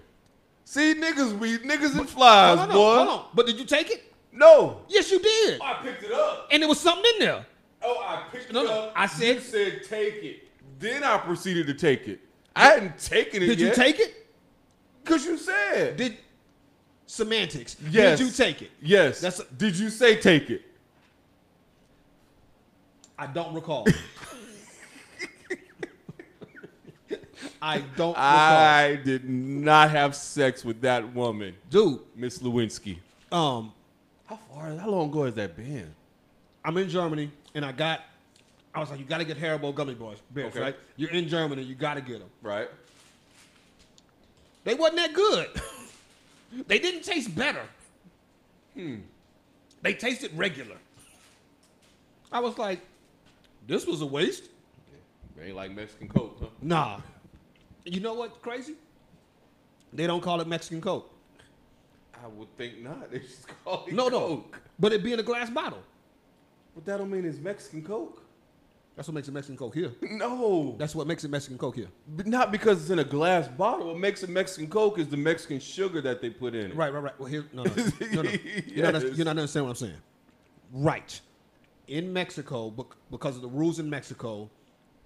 B: See, niggas, we niggas and flies,
E: Hold on,
B: boy.
E: hold on. But did you take it?
B: No,
E: Yes, you did.
B: Oh, I picked it up.
E: And there was something in there.
B: Oh, I picked
E: No,
B: it
E: no,
B: up.
E: I said-
B: you said take it. Then I proceeded to take it. I hadn't taken it
E: Did you
B: yet.
E: take it?
B: Because you said.
E: Did semantics?
B: yes.
E: Did you take it?
B: Yes.
E: That's-
B: Did you say take it?
E: I don't recall. I don't recall.
B: I did not have sex with that woman,
E: Dude,
B: Miss Lewinsky.
E: um,
B: How far? How long ago has that been?
E: I'm in Germany and I got, I was like, you got to get Haribo gummy bears, bears
B: Okay.
E: right? You're in Germany, you got to get them.
B: Right.
E: They wasn't that good. they didn't taste better. Hmm. They tasted regular. I was like, this was a waste.
B: Ain't like Mexican coke, huh?
E: Nah. You know what's crazy? They don't call it Mexican Coke.
B: I would think not. They just call it
E: No, no.
B: coke.
E: But it be in a glass bottle.
B: But that don't mean it's Mexican coke.
E: That's what makes it Mexican Coke here.
B: No.
E: That's what makes it Mexican Coke here.
B: But not because it's in a glass bottle. What makes a Mexican Coke is the Mexican sugar that they put in it.
E: Right, right, right. Well, here, no, no, no, no. You're, not,
B: Yes.
E: you're not understanding what I'm saying. Right. In Mexico, bec- because of the rules in Mexico,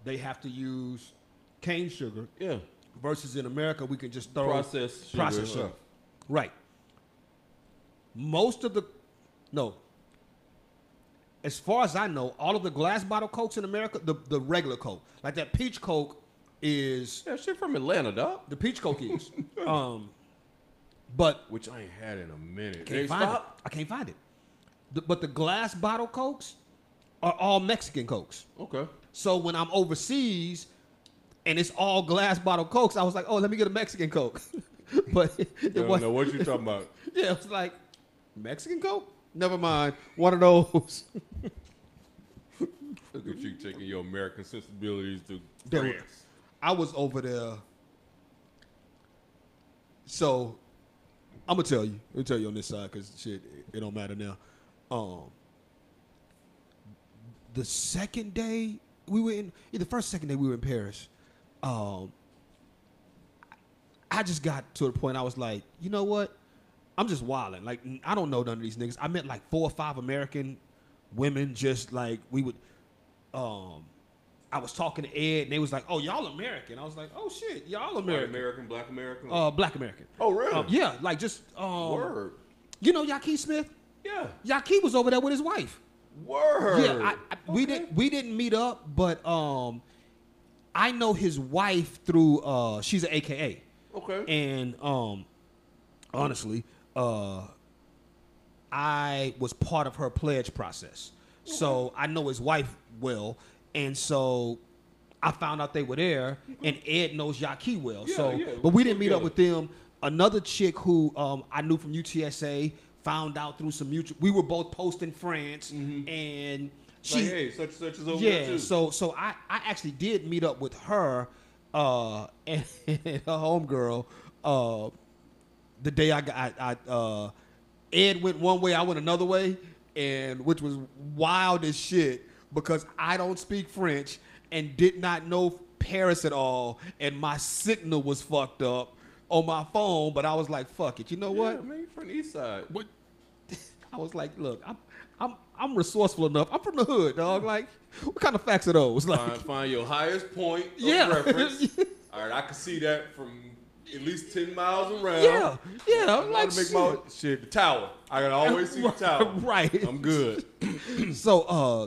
E: they have to use cane sugar
B: Yeah.
E: versus in America, we can just throw
B: Processed sugar,
E: processed
B: huh?
E: sugar. Right. most of the no. As far as I know, all of the glass bottle cokes in America, the, the regular coke, like that peach coke, is
B: Yeah, shit from Atlanta, dog.
E: the peach coke is. um, but
B: Which I ain't had in a minute.
E: can't
B: They
E: find
B: stop.
E: it. I can't find it. The- but the glass bottle cokes are all Mexican cokes.
B: Okay.
E: So when I'm overseas and it's all glass bottle cokes, I was like, oh, let me get a Mexican coke. but it
B: I don't know what
E: wasn't.
B: you talking about.
E: Yeah, it's like Mexican coke. Never mind. One of those.
B: Look at you taking your American sensibilities to
E: That was-
B: France.
E: I was over there. So, I'm gonna tell you. Let me tell you on this side because shit, it, it don't matter now. Um, the second day we were in, yeah, the first second day we were in Paris. Um, I just got to the point I was like, you know what? I'm just wilding. Like n- I don't know none of these niggas. I met like four or five American women. Just like we would. Um, I was talking to Ed, and they was like, "Oh, y'all American." I was like, "Oh shit, y'all
B: American,
E: American."
B: American, black American.
E: Uh, black American.
B: oh, really?
E: Um, yeah, like just um,
B: Word.
E: You know Yaki Smith.
B: Yeah.
E: Yaki was over there with his wife.
B: Word.
E: Yeah, I, I, we
B: Okay.
E: didn't we didn't meet up, but um, I know his wife through uh, she's an AKA,
B: Okay.
E: and um, honestly, uh, I was part of her pledge process, so I know his wife well, and so. I found out they were there, and Ed knows Yaki well.
B: Yeah,
E: so,
B: yeah,
E: but we
B: we
E: didn't meet up
B: together.
E: with them. Another chick who um, I knew from UTSA found out through some mutual. We were both posting France, and
B: It's Mm-hmm.
E: she,
B: like, hey, such and such is over there
E: yeah.
B: too.
E: So, so I, I actually did meet up with her, uh, and, her homegirl, uh, the day I got, I, I, uh, Ed went one way, I went another way, and which was wild as shit because I don't speak French and did not know Paris at all, and my signal was fucked up on my phone. But I was like, "Fuck it," you know
B: what?
E: what?
B: Yeah, man, you from the east side.
E: What? I was like, "Look, I'm, I'm, I'm resourceful enough. I'm from the hood, dog. Like, what kind of facts are those? Like,
B: Find, Uh, find your highest point of
E: Yeah.
B: reference. All right, I can see that from at least 10 miles around.
E: yeah, yeah. I'm
B: I'm
E: like,
B: like, make my, shit, the tower. I can always see the tower.
E: Right.
B: I'm good.
E: shit. Um, So, uh,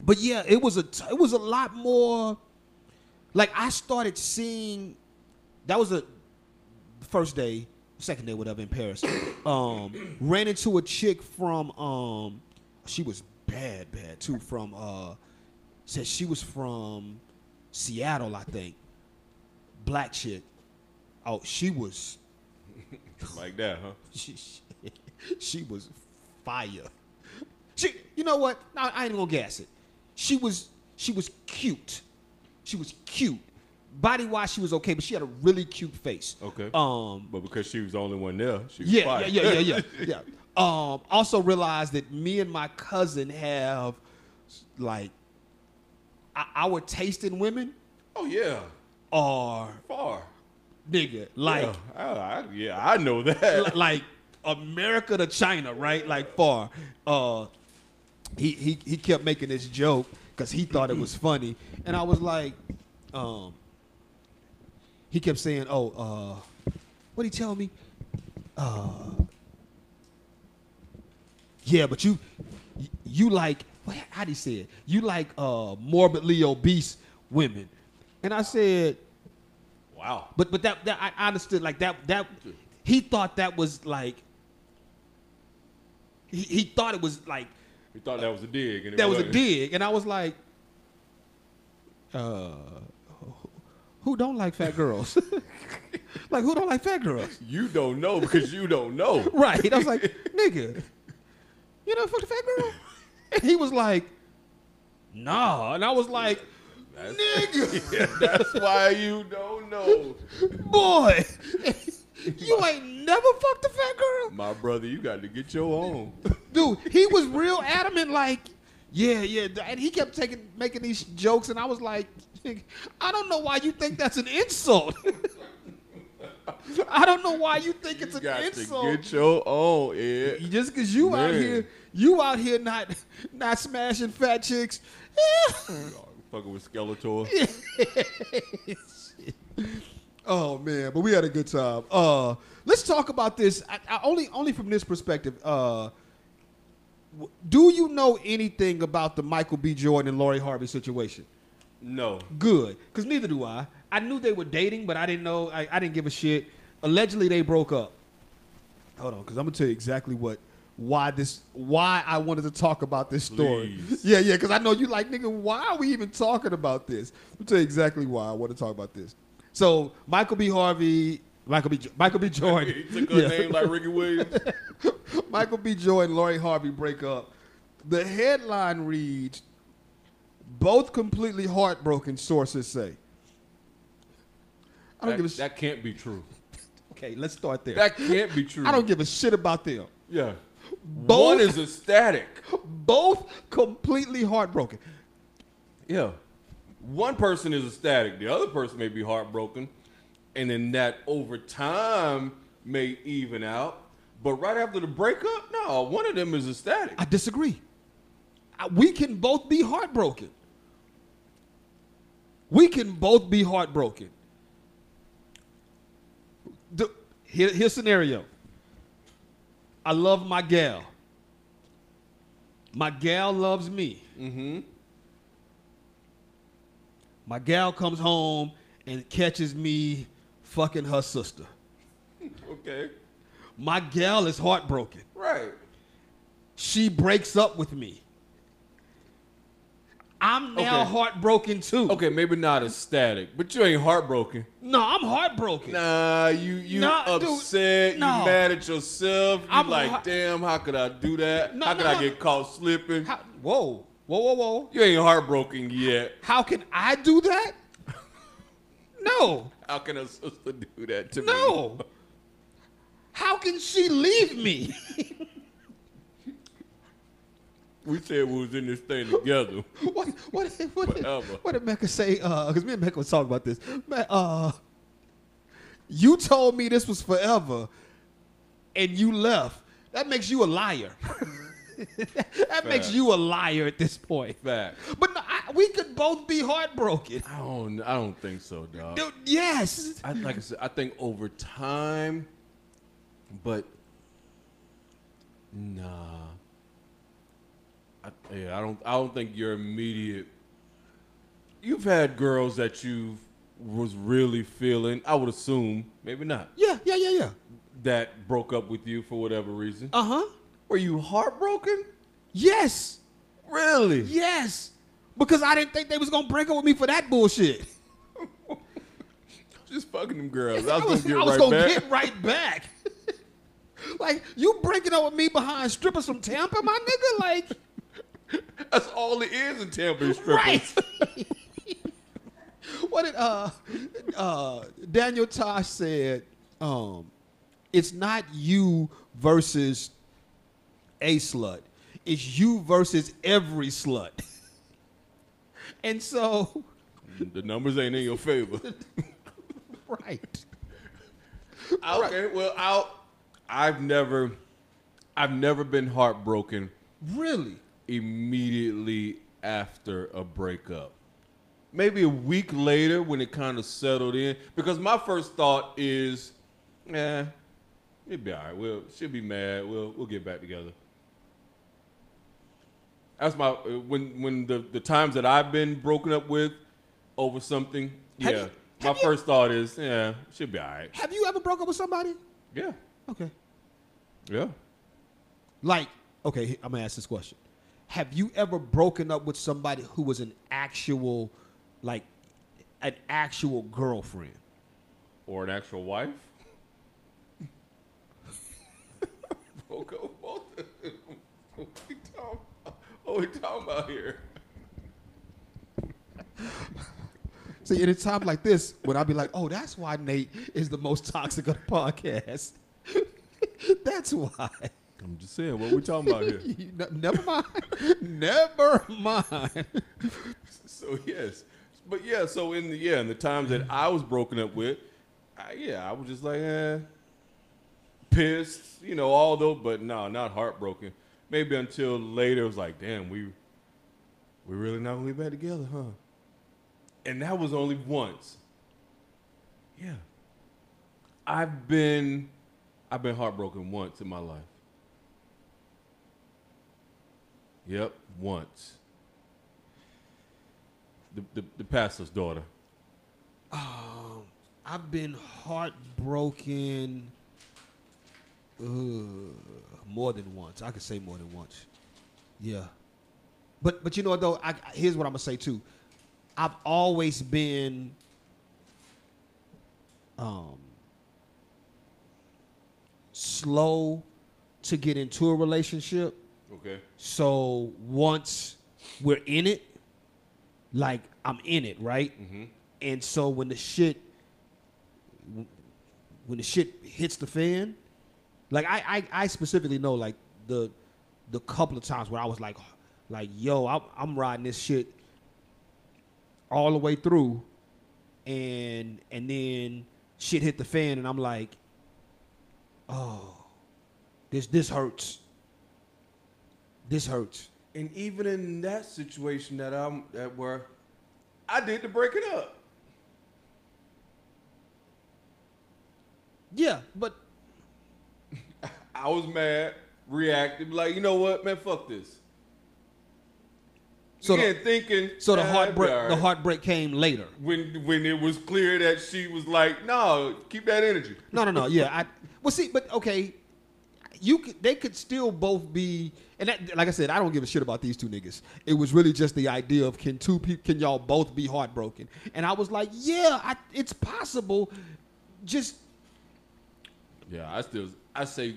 E: but yeah, it was a, t- it was a lot more. Like, I started seeing. That was a the first day, second day, whatever, in Paris. Um, ran into a chick from. Um, she was bad, bad too. From uh, said she was from Seattle, I think. Black chick. Oh, she was
B: Like that, huh?
E: she, she was fire. She, you know what? No, I ain't gonna gas it. She was she was cute. She was cute. Body wise, she was okay, but she had a really cute face.
B: Okay.
E: Um.
B: But because she was the only one there, she was
E: Yeah.
B: fired.
E: Yeah. Yeah. Yeah. Yeah. yeah. Um. Also realized that me and my cousin have like o- our taste in women
B: oh, yeah.
E: are
B: Far.
E: nigga like.
B: yeah, I, I, yeah, I know that.
E: L- like America to China, right? Like far. Uh, he he he kept making this joke because he thought it was funny, and I was like, um, he kept saying, "Oh, uh, what he tell me? Uh, yeah, but you you like what? How would he say it? You like uh morbidly obese women?" And I said.
B: wow.
E: But but that, that I understood like that that he thought that was like he, he thought it was like
B: We thought that was a dig. And it
E: that was a
B: wasn't.
E: dig, and I was like, uh, who don't like fat girls? like who don't like fat girls?
B: You don't know because you don't know.
E: Right? I was like, nigga, you know fuck a fat girl? And he was like, nah, and I was like,
B: That's-
E: nigga.
B: Yeah, that's why you don't know.
E: boy, you ain't never fucked a fat girl.
B: My brother, you got to get your own.
E: dude he was real adamant like yeah yeah and he kept taking making these jokes and i was like i don't know why you think that's an insult i don't know why you think it's
B: you
E: an
B: got
E: insult
B: to get your own,
E: You-
B: Ed.
E: just because you out
B: Man.
E: here you out here not not smashing fat chicks
B: Fucking with Skeletor.
E: Oh man, but we had a good time. Uh, let's talk about this. I, I only only from this perspective. Uh, w- do you know anything about the Michael B. Jordan and Lori Harvey situation?
B: No.
E: Good, because neither do I. I knew they were dating, but I didn't know. I, I didn't give a shit. Allegedly, they broke up. Hold on, because I'm gonna tell you exactly what, why this, why I wanted to talk about this story.
B: Please.
E: Yeah, yeah, because I know you like, nigga. Why are we even talking about this? I'll tell you exactly why I want to talk about this. So Michael B. Harvey, Michael B. Jo- Michael B. Jordan,
B: He took her
E: Yeah.
B: name like Ricky Williams.
E: Michael B. Jordan, Lori Harvey break up. The headline reads, "Both completely heartbroken," sources say. I don't
B: that,
E: give a shit.
B: that can't be true.
E: Okay, let's start there.
B: That can't be true.
E: I don't give a shit about them.
B: Yeah.
E: Both-
B: One is ecstatic.
E: Both completely heartbroken.
B: Yeah. One person is ecstatic. The other person may be heartbroken. And then that over time may even out. But right after the breakup, no, one of them is ecstatic.
E: I disagree. I- We can both be heartbroken. We can both be heartbroken. The, here, here's scenario. I love my gal. My gal loves me.
B: Mm-hmm.
E: My gal comes home and catches me fucking her sister.
B: Okay.
E: My gal is heartbroken.
B: Right.
E: She breaks up with me. I'm now
B: Okay.
E: heartbroken too.
B: Okay, maybe not ecstatic, but you ain't heartbroken.
E: No, I'm heartbroken.
B: Nah, you you
E: Nah, dude,
B: upset,
E: no.
B: you mad at yourself. You
E: I'm
B: like,
E: har-
B: damn, how could I do that?
E: No,
B: how
E: no,
B: could
E: no.
B: I get caught slipping?
E: How, whoa, whoa, whoa, whoa.
B: you ain't heartbroken yet.
E: How can I do that? No,
B: How can a sister do that to me?
E: no. How can she leave me?
B: We said we was in this thing together.
E: what, what, what, did,
B: Whatever.
E: what did Mecca say? Because me and Mecca was talking about this. Me- uh, you told me this was forever, and you left. That makes you a liar. that makes
B: Facts.
E: you a liar at this point.
B: Fact.
E: But no, I, we could both be heartbroken.
B: I don't I don't think so, dog.
E: Dude, yes.
B: I like I said, I think over time, but nah. I, yeah, I don't. I don't think your immediate. You've had girls that you was really feeling. I would assume, maybe not,
E: Yeah, yeah, yeah, yeah.
B: that broke up with you for whatever reason.
E: Uh huh.
B: Were you heartbroken?
E: Yes,
B: Really?
E: yes. Because I didn't think they was gonna break up with me for that bullshit.
B: Just fucking them girls.
E: I was, I was
B: right
E: gonna
B: back.
E: get right back. like you breaking up with me behind strippers from Tampa, my nigga. Like
B: That's all it is in Tampa is strippers.
E: right. what did uh uh Daniel Tosh said? Um, it's not you versus a slut. It's you versus every slut. and so,
B: The numbers ain't in your favor.
E: right.
B: Okay, well, I'll, I've never, I've never been heartbroken
E: Really?
B: immediately after a breakup. Maybe a week later when it kind of settled in, because my first thought is, eh, it'll be all right. We'll, she'll be mad. We'll, we'll get back together. That's my when when the the times that I've been broken up with over something.
E: Have
B: Yeah,
E: you-
B: my
E: have you-
B: first thought is, yeah, she'll be all right.
E: Have you ever broke up with somebody?
B: Yeah,
E: Okay.
B: yeah.
E: Like, okay, I'm gonna ask this question. Have you ever broken up with somebody who was an actual, like, an actual girlfriend?
B: or an actual wife. Broke up both of them. What we talking about? What we talking about here?
E: See, at a time like this, when I be like, oh, that's why Nate is the most toxic of the podcast. that's why.
B: I'm just saying, what we talking about here?
E: You ne- never mind. never mind.
B: so yes, but yeah, so in the yeah, in the times that I was broken up with, I, yeah, I was just like, eh, pissed, you know, all though, but no, not heartbroken. Maybe until later, it was like, damn, we we really not gonna be back together, huh? And that was only once. Yeah, I've been I've been heartbroken once in my life. Yep, once. The the, the pastor's daughter.
A: Um, I've been heartbroken uh, more than once. I could say more than once. Yeah, but but you know what though? I, I- here's what I'm gonna say too. I've always been um slow to get into a relationship.
B: Okay.
A: So once we're in it, like I'm in it, right? And so when the shit, when the shit hits the fan, like I, I, I specifically know like the, the couple of times where I was like, like yo, I'm, I'm riding this shit all the way through, and and then shit hit the fan, and I'm like, oh, this this hurts. This hurts.
B: And even in that situation that I'm that where I did to break it up.
A: Yeah, but
B: I was mad, reacted, like, you know what, man, fuck this.
A: So
B: So
A: the-
B: Again, thinking
A: so the
B: "Ah,
A: heartbreak
B: all right."
A: the heartbreak came later.
B: when when it was clear that she was like, no, keep that energy.
A: No, no, no. Yeah, I well see, but okay, you could, they could still both be and that, like I said, I don't give a shit about these two niggas. It was really just the idea of can two people can y'all both be heartbroken? And I was like, yeah, I, it's possible. Just
B: Yeah, I still I say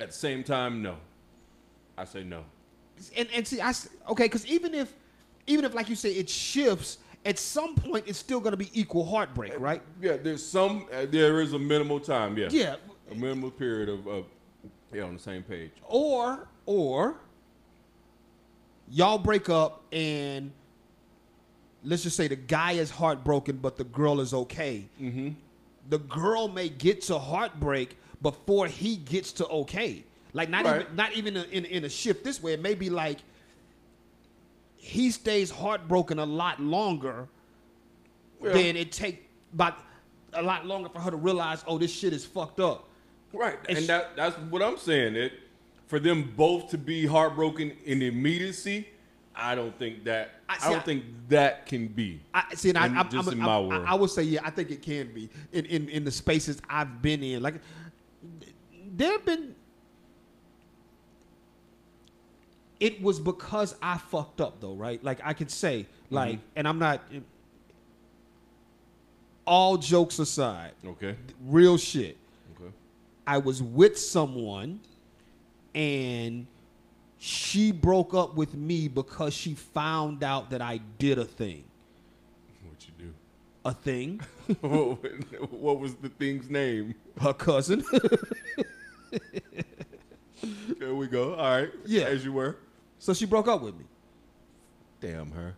B: at the same time, no. I say no.
A: and and see, I s- okay, because even if even if like you say it shifts. At some point, it's still going to be equal heartbreak, right?
B: Yeah, there's some uh, there is a minimal time, yeah.
A: Yeah.
B: A minimal period of, of yeah, on the same page.
A: or or y'all break up and let's just say the guy is heartbroken but the girl is okay
B: Mm-hmm.
A: the girl may get to heartbreak before he gets to okay like not
B: Right.
A: even not even in, in a shift this way it may be like he stays heartbroken a lot longer
B: Yeah.
A: than it take but a lot longer for her to realize oh this shit is fucked up
B: Right,
A: It's-
B: and that that's what I'm saying. It for them both to be heartbroken in the immediacy, I don't think that
A: I-
B: I,
A: see,
B: don't
A: I-
B: think that can be.
A: I see, and I,
B: In-
A: I'm,
B: just
A: I'm,
B: in
A: I'm-
B: my
A: I-
B: world.
A: I would say, yeah, I think it can be in in, in the spaces I've been in. Like, th- there have been. It was because I fucked up, though, right? Like I could say, like, and I'm not. All jokes aside,
B: Okay.
A: real shit.
B: Okay.
A: I was with someone and she broke up with me because she found out that I did a thing.
B: What you do?
A: A thing.
B: what, what was the thing's name?
A: her cousin.
B: There we go. All right.
A: Yeah.
B: As you were.
A: so she broke up with me.
B: Damn her.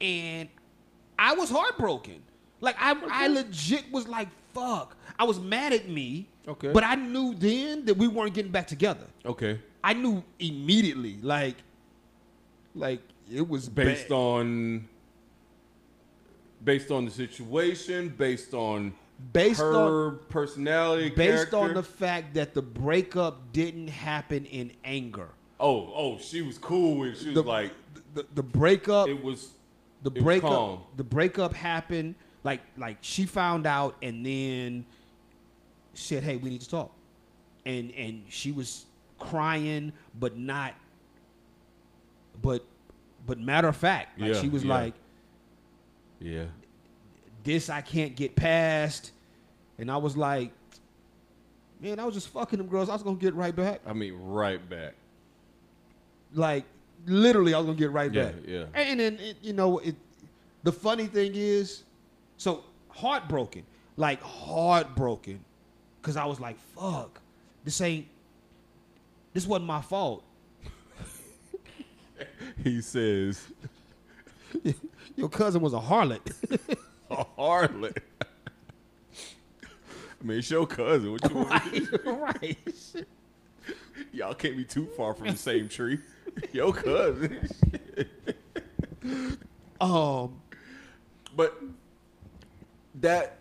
A: And I was heartbroken. Like I I legit was like, fuck. I was mad at me.
B: Okay.
A: But I knew then that we weren't getting back together.
B: Okay.
A: I knew immediately. Like like it was
B: Based
A: bad.
B: on based on the situation, based on
A: based on
B: her personality,
A: based on
B: character.
A: the fact that the breakup didn't happen in anger.
B: oh oh she was cool with it. she was
A: The,
B: like
A: the, the breakup
B: it was
A: the
B: It was calm.
A: breakup the breakup happened like like she found out and then said hey we need to talk and and she was crying but not but but matter of fact like
B: Yeah,
A: she was
B: yeah.
A: like
B: Yeah.
A: this i can't get past and i was like man i was just fucking them girls i was gonna get right back
B: I mean, right back.
A: like literally I was gonna get right
B: Yeah,
A: back.
B: yeah.
A: And then it, you know it. The funny thing is, so heartbroken, like heartbroken, because I was like, fuck, this ain't, this wasn't my fault.
B: He says,
A: Your cousin was a harlot.
B: a harlot. I mean, it's your cousin. What you want?
A: right, right.
B: Y'all can't be too far from the same tree. Your cousin.
A: Um,
B: but that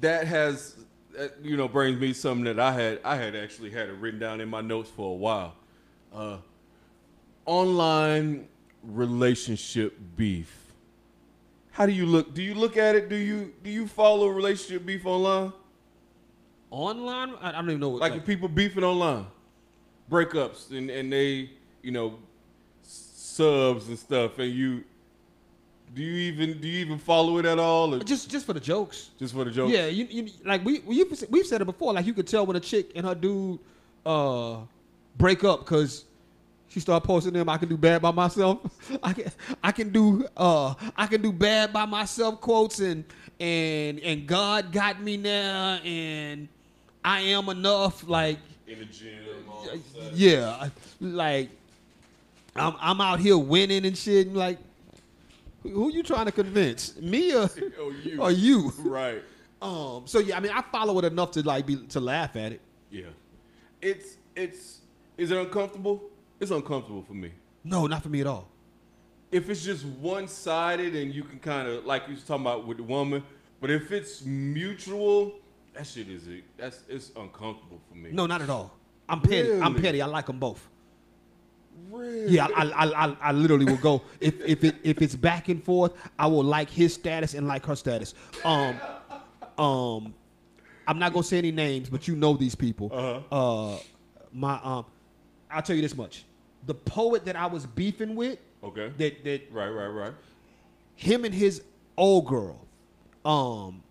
B: that has that, you know brings me something that I had I had actually had it written down in my notes for a while. Uh, online relationship beef. How do you look? Do you look at it? Do you do you follow relationship beef online?
A: Online, I, I don't even know what.
B: Like if people beefing online, breakups and and they you know s- subs and stuff, and you do you even do you even follow it at all? Or
A: just just for the jokes.
B: just for the joke?
A: Yeah, you, you like we we you've s- we've said it before. Like you could tell when a chick and her dude uh break up because she start posting them. I can do bad by myself. I can I can do uh I can do bad by myself quotes and and and God got me now and I am enough. Like
B: In the gym. all
A: y-
B: that.
A: yeah, like I'm I'm out here winning and shit. and, Like who, who you trying to convince? Me or
B: Or Oh, you.
A: Or you?
B: Right.
A: Um. So yeah, I mean, I follow it enough to like be to laugh at it.
B: Yeah. It's it's is it uncomfortable? It's uncomfortable for me.
A: No, not for me at all.
B: If it's just one sided and you can kind of like you was talking about with the woman, but if it's mutual, that shit is it. That's it's uncomfortable for me.
A: No, not at all. I'm petty. I'm
B: Really?
A: petty. I like them both.
B: really.
A: Yeah, I, I, I, I literally will go if if it if it's back and forth, I will like his status and like her status. Um, um, I'm not gonna say any names, but you know these people. Uh-huh. Uh, my um, I'll tell you this much: the poet that I was beefing with,
B: Okay.
A: that that
B: right, right, right.
A: him and his old girl um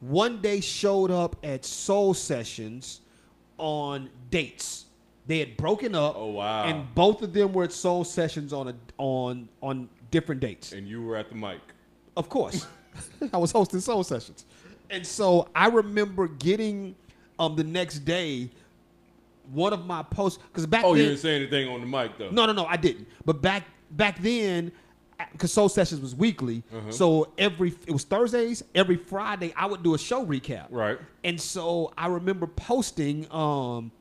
A: one day showed up at soul sessions on dates they had broken up
B: Oh, wow.
A: and both of them were at soul sessions on a on on different dates
B: And you were at the mic.
A: of course. I was hosting soul sessions. And so I remember getting um the next day one of my posts because back
B: Oh, you
A: then
B: didn't say anything on the mic though.
A: no, no, no, I didn't. But back back then, because Soul Sessions was weekly, so every it was Thursdays. Every Friday, I would do a show recap.
B: Right.
A: And so I remember posting um,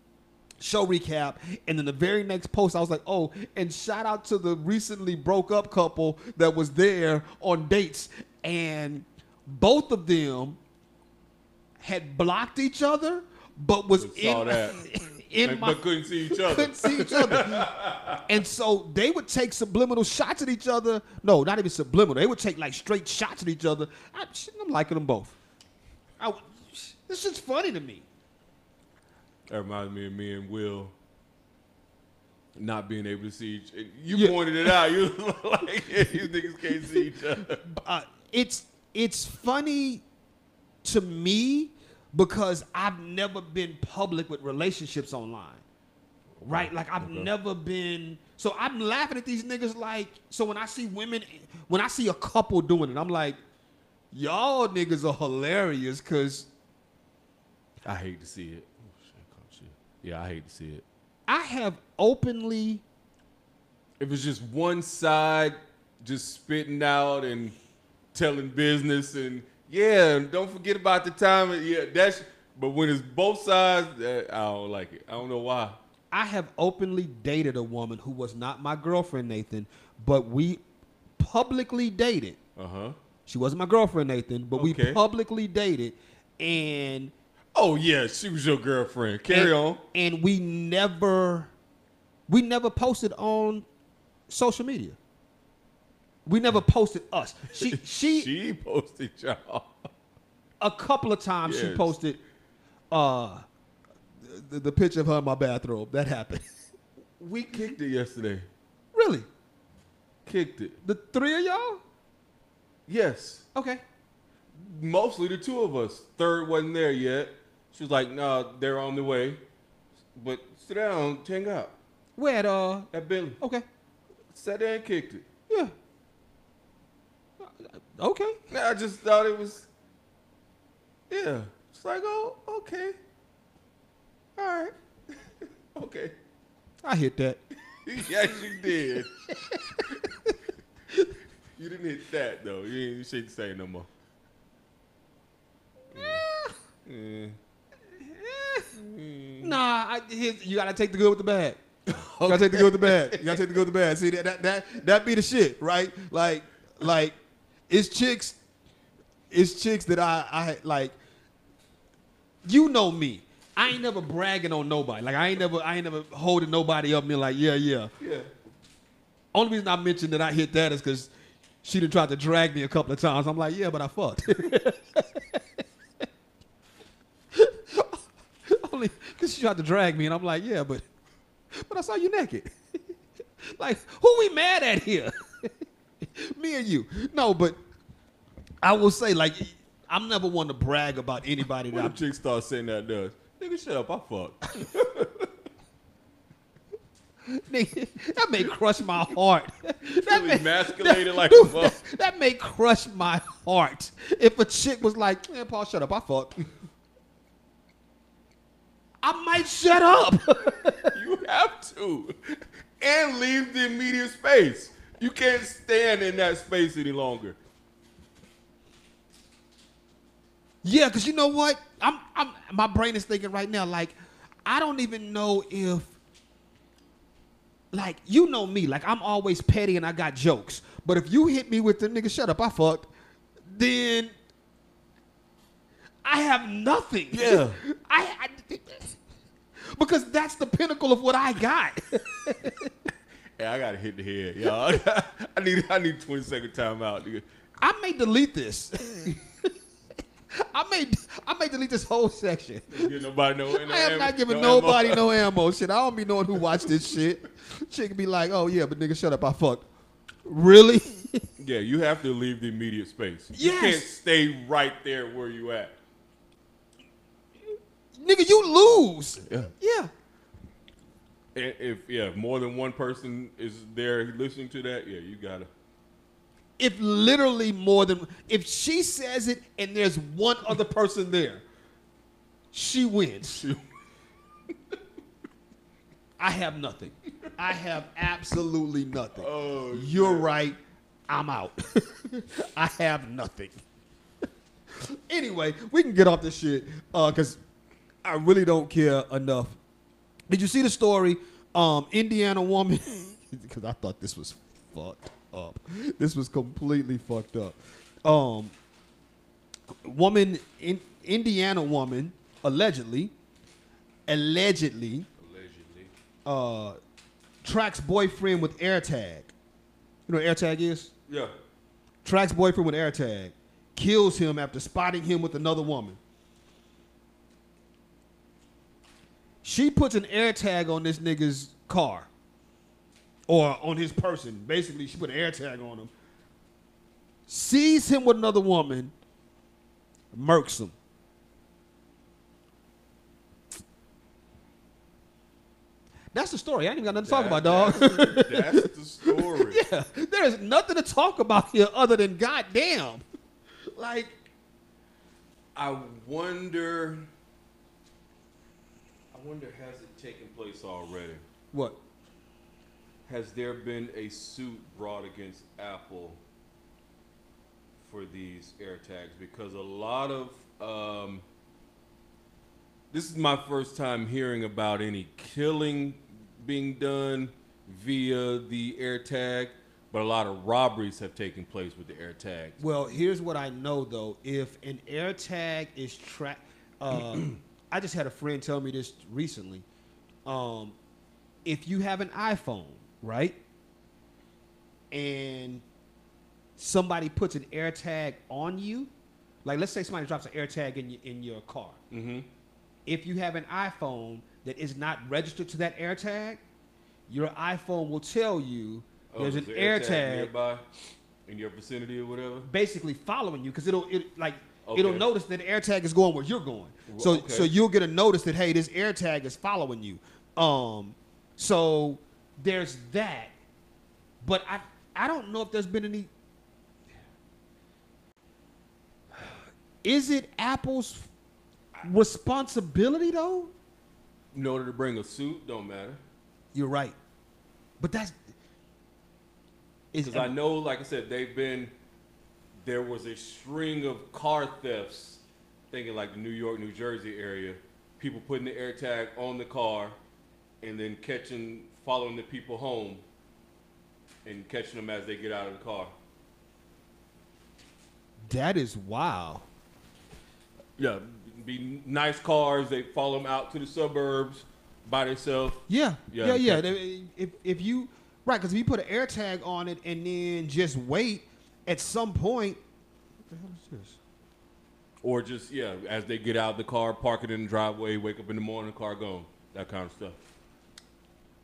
A: show recap, and then the very next post, I was like, "Oh!" And shout out to the recently broke up couple that was there on dates, and both of them had blocked each other, but was
B: Just saw
A: in
B: that.
A: in
B: Like,
A: my
B: but couldn't see each other.
A: couldn't see each other. and so they would take subliminal shots at each other. No, not even subliminal. They would take like straight shots at each other. I, shit, I'm liking them both. I, this shit's funny to me.
B: That reminds me of me and Will not being able to see each You
A: Yeah.
B: pointed it out. You was like, yeah, these niggas can't see each other.
A: Uh, it's it's funny to me because I've never been public with relationships online. Right? Like I've never been so I'm laughing at these niggas like so when I see women when I see a couple doing it, I'm like, y'all niggas are hilarious cause
B: I hate to see it. Oh, shit, oh, shit. Yeah, I hate to see it.
A: I have openly
B: If it's just one side just spitting out and telling business and yeah, and don't forget about the time. and Yeah, that's. But when it's both sides, that, I don't like it. I don't know why.
A: I have openly dated a woman who was not my girlfriend, Nathan, but we publicly dated.
B: Uh huh.
A: She wasn't my girlfriend, Nathan, but we
B: Okay.
A: publicly dated and
B: Oh yeah, she was your girlfriend. Carry
A: and,
B: on.
A: And we never we never posted on social media. We never posted us. She she,
B: She posted y'all.
A: a couple of times she
B: Yes.
A: posted uh the, the picture of her in my bathrobe. That happened.
B: We kicked it yesterday.
A: really?
B: Kicked it.
A: The three of y'all?
B: Yes.
A: Okay.
B: Mostly the two of us. Third wasn't there yet. She was like, nah, they're on the way. But sit down, hang out.
A: Where at uh
B: That Bentley.
A: Okay.
B: Sat there and kicked it.
A: Yeah.
E: Uh,
A: Okay.
B: Nah, I just thought it was Yeah. It's like, oh, okay. All right. okay.
A: I hit that.
B: yes, you did. you didn't hit that though. You, ain't- you shouldn't say it no more. Yeah.
A: Nah, I, his, you gotta take the good with the bad. You gotta take the good with the bad. You gotta take the good with the bad. See that that that that be the shit, right? Like like it's chicks, it's chicks that I I like.
E: you know me. I ain't never bragging on nobody. Like I ain't never, I ain't never holding nobody up and be like, yeah, yeah.
B: Yeah.
E: Only reason I mentioned that I hit that is because she done tried to drag me a couple of times. I'm like, yeah, but I fucked. Only because she tried to drag me, and I'm like, yeah, but but I saw you naked. like, who we mad at here? me and you. No, but I will say, like, I'm never one to brag about anybody that
B: When
E: I'm
B: the chick starts saying that does. Nigga, shut up. I fuck.
E: Nigga, that may crush my heart. That
B: You
E: may,
B: emasculated
E: that-
B: like
E: dude,
B: a fuck.
E: That, that may crush my heart if a chick was like, "Man, Paul, shut up, I fucked." I might shut up.
B: You have to. And leave the immediate space. You can't stand in that space any longer.
E: yeah, because you know what? I'm, I'm, my brain is thinking right now. Like, I don't even know if, like, you know me. Like, I'm always petty and I got jokes. But if you hit me with the nigga, shut up, I fucked, then I have nothing.
B: Yeah.
E: I, I because that's the pinnacle of what I got.
B: Hey, I gotta hit the head, y'all. I need I need 20 second timeout, nigga.
E: I may delete this. I may I may delete this whole section.
B: Don't give nobody no no
E: I am
B: ammo-
E: not giving
B: no ammo.
E: nobody no ammo. Shit, I don't be knowing who watched this shit. Chick be like, oh yeah, but nigga, shut up, I fucked. Really?
B: Yeah, you have to leave the immediate space. You
E: Yes.
B: can't stay right there where you at.
E: nigga, you lose.
B: Yeah.
E: Yeah.
B: And if yeah, if more than one person is there listening to that, yeah, you gotta.
E: If literally more than if she says it and there's one other person there, she wins. I have nothing. I have absolutely nothing.
B: Oh,
E: You're right. I'm out. I have nothing. anyway, we can get off this shit because I really don't care enough. Did you see the story? Um, Indiana woman, because I thought this was fucked up. This was completely fucked up. Um, woman in Indiana woman allegedly, allegedly
B: Allegedly.
E: uh, tracks boyfriend with AirTag. You know what AirTag is?
B: Yeah.
E: Tracks boyfriend with AirTag. Kills him after spotting him with another woman. She puts an AirTag on this nigga's car. Or on his person. Basically, she put an AirTag on him. Sees him with another woman. Murks him. That's the story. I ain't even got nothing to talk about, dog.
B: That's, that's the story.
E: Yeah, there is nothing to talk about here other than goddamn. Like,
B: I wonder. I wonder has it taken place already?
E: what?
B: Has there been a suit brought against Apple for these AirTags? Because a lot of um, this is my first time hearing about any killing being done via the AirTag, but a lot of robberies have taken place with the AirTags.
E: Well, here's what I know though. If an air tag is tracked, uh, I just had a friend tell me this recently. Um, if you have an iPhone, right, and somebody puts an air tag on you, like let's say somebody drops an air tag in your, in your car.
B: Mm-hmm.
E: if you have an iPhone that is not registered to that AirTag, your iPhone will tell you Oh, there's an AirTag
B: Oh, nearby in your vicinity or whatever.
E: basically following you because it'll it, like
B: Okay.
E: it'll notice that the AirTag is going where you're going. So
B: Okay.
E: so you'll get a notice that hey, this AirTag is following you. Um, so there's that, but I I don't know if there's been any. Is it Apple's responsibility though?
B: In order to bring a suit, don't matter.
E: You're right. But that's is
B: Because I know, like I said, they've been. There was a string of car thefts, thinking like the New York, New Jersey area. People putting the AirTag on the car, and then catching, following the people home, and catching them as they get out of the car.
E: that is wow.
B: Yeah, be nice cars. They follow them out to the suburbs by themselves.
E: Yeah,
B: Yeah,
E: yeah,
B: okay.
E: yeah. They- If if you right, because if you put an air tag on it and then just wait, at some point, what the hell is this?
B: Or just yeah, as they get out of the car, park it in the driveway, wake up in the morning, the car gone. That kind of stuff.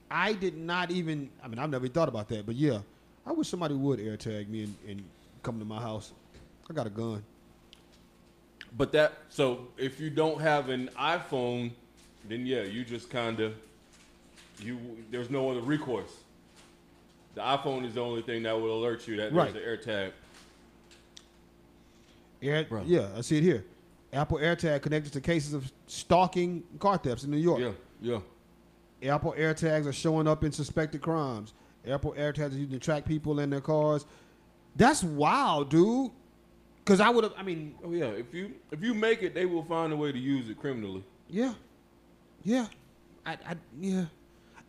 E: I did not even. I mean, I've never thought about that, but yeah, I wish somebody would air tag me and, and come to my house. I got a gun.
B: But that so if you don't have an iPhone, then yeah, you just kind of you there's no other recourse. The iPhone is the only thing that will alert you that
E: Right.
B: there's an AirTag.
E: Air,
B: Bruh.
E: yeah, I see it here. Apple AirTag connected to cases of stalking car thefts in New York.
B: Yeah, yeah.
E: Apple AirTags are showing up in suspected crimes. Apple AirTags are used to track people in their cars. That's wild, dude. Because I would have, I mean,
B: Oh yeah. If you if you make it, they will find a way to use it criminally.
E: yeah. Yeah. I, I, yeah.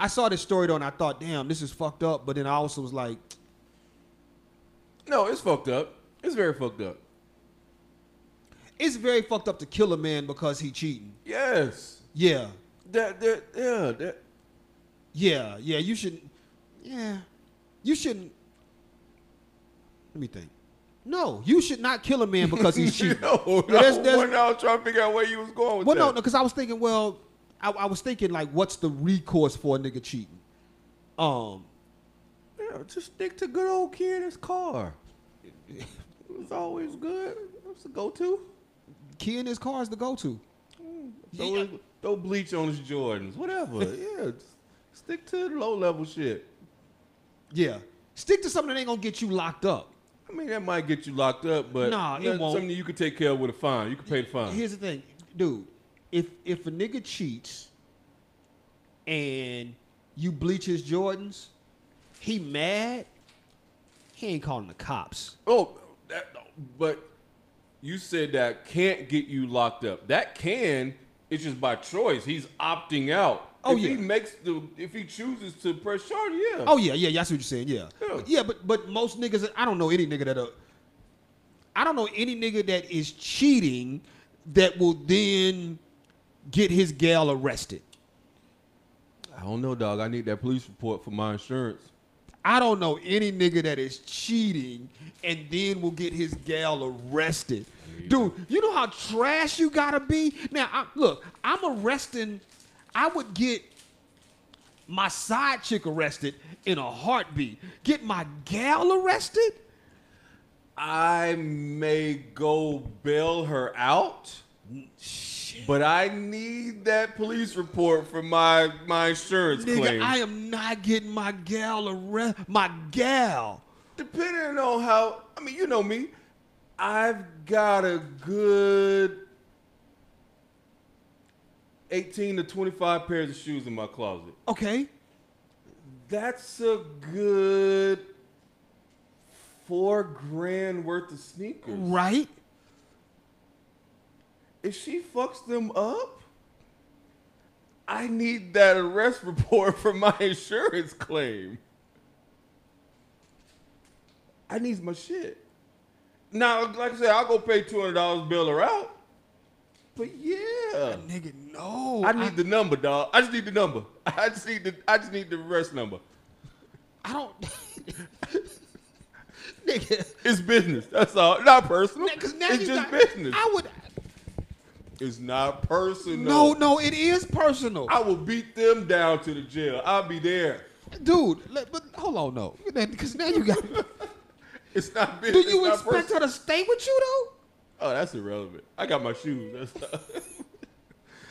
E: I saw this story, though, and I thought, damn, this is fucked up. But then I also was like,
B: No, it's fucked up. It's very fucked up.
E: it's very fucked up to kill a man because he cheating.
B: Yes.
E: Yeah.
B: That that yeah that
E: Yeah. Yeah. You shouldn't, yeah. You shouldn't, let me think. No, you should not kill a man because he's cheating.
B: no,
E: Yeah, that's-
B: no,
E: that's-
B: when I was trying to figure out where you was going with
E: Well,
B: that.
E: no, because I was thinking, well, I, I was thinking like, what's the recourse for a nigga cheating? Um,
B: Yeah, just stick to good old Kieran's car. It was always good. That's the go-to.
E: key in his car is the go-to.
B: Throw,
E: Yeah.
B: his- throw bleach on his Jordans, whatever. yeah, just stick to the low-level shit.
E: Yeah, stick to something that ain't gonna get you locked up.
B: I mean, that might get you locked up, but
E: Nah, it
B: that's
E: won't.
B: something you could take care of with a fine. You could pay the fine.
E: Here's the thing, dude. If if a nigga cheats and you bleach his Jordans, he mad. He ain't calling the cops.
B: oh, that, but you said that can't get you locked up. That can. It's just by choice. He's opting out.
E: Oh,
B: if
E: yeah.
B: he makes the if he chooses to press charge, yeah.
E: Oh yeah, yeah, yeah, that's what you're saying. Yeah,
B: Yeah.
E: yeah, but but most niggas, I don't know any nigga that, uh, I don't know any nigga that is cheating that will then get his gal arrested.
B: I don't know, dog. I need that police report for my insurance.
E: I don't know any nigga that is cheating and then will get his gal arrested. Dude, you know how trash you gotta be? Now, I, look, I'm arresting, I would get my side chick arrested in a heartbeat. Get my gal arrested?
B: I may go bail her out, but I need that police report for my my insurance
E: Nigga,
B: claim.
E: I am not getting my gal arrest. My gal.
B: Depending on how, I mean, you know me, I've got a good eighteen to twenty-five pairs of shoes in my closet.
E: Okay.
B: That's a good four grand worth of sneakers.
E: Right.
B: if she fucks them up, I need that arrest report for my insurance claim. I need my shit. Now, like I said, I'll go pay two hundred dollars bill her out. But yeah,
E: Nigga, no.
B: I need the number, dog. I just need the number. I just need the I just need the arrest number.
E: I don't. nigga.
B: It's business. That's all. Not personal.
E: Because now
B: it's
E: you
B: just
E: got,
B: business.
E: I would.
B: it's not personal.
E: No, no, it is personal,
B: I will beat them down to the jail. I'll be there.
E: dude. Let, but hold on, no, because now you got.
B: It's not
E: Do
B: business.
E: you
B: it's not
E: expect her to stay with you though?
B: personal. Oh, that's irrelevant. I got my shoes. That's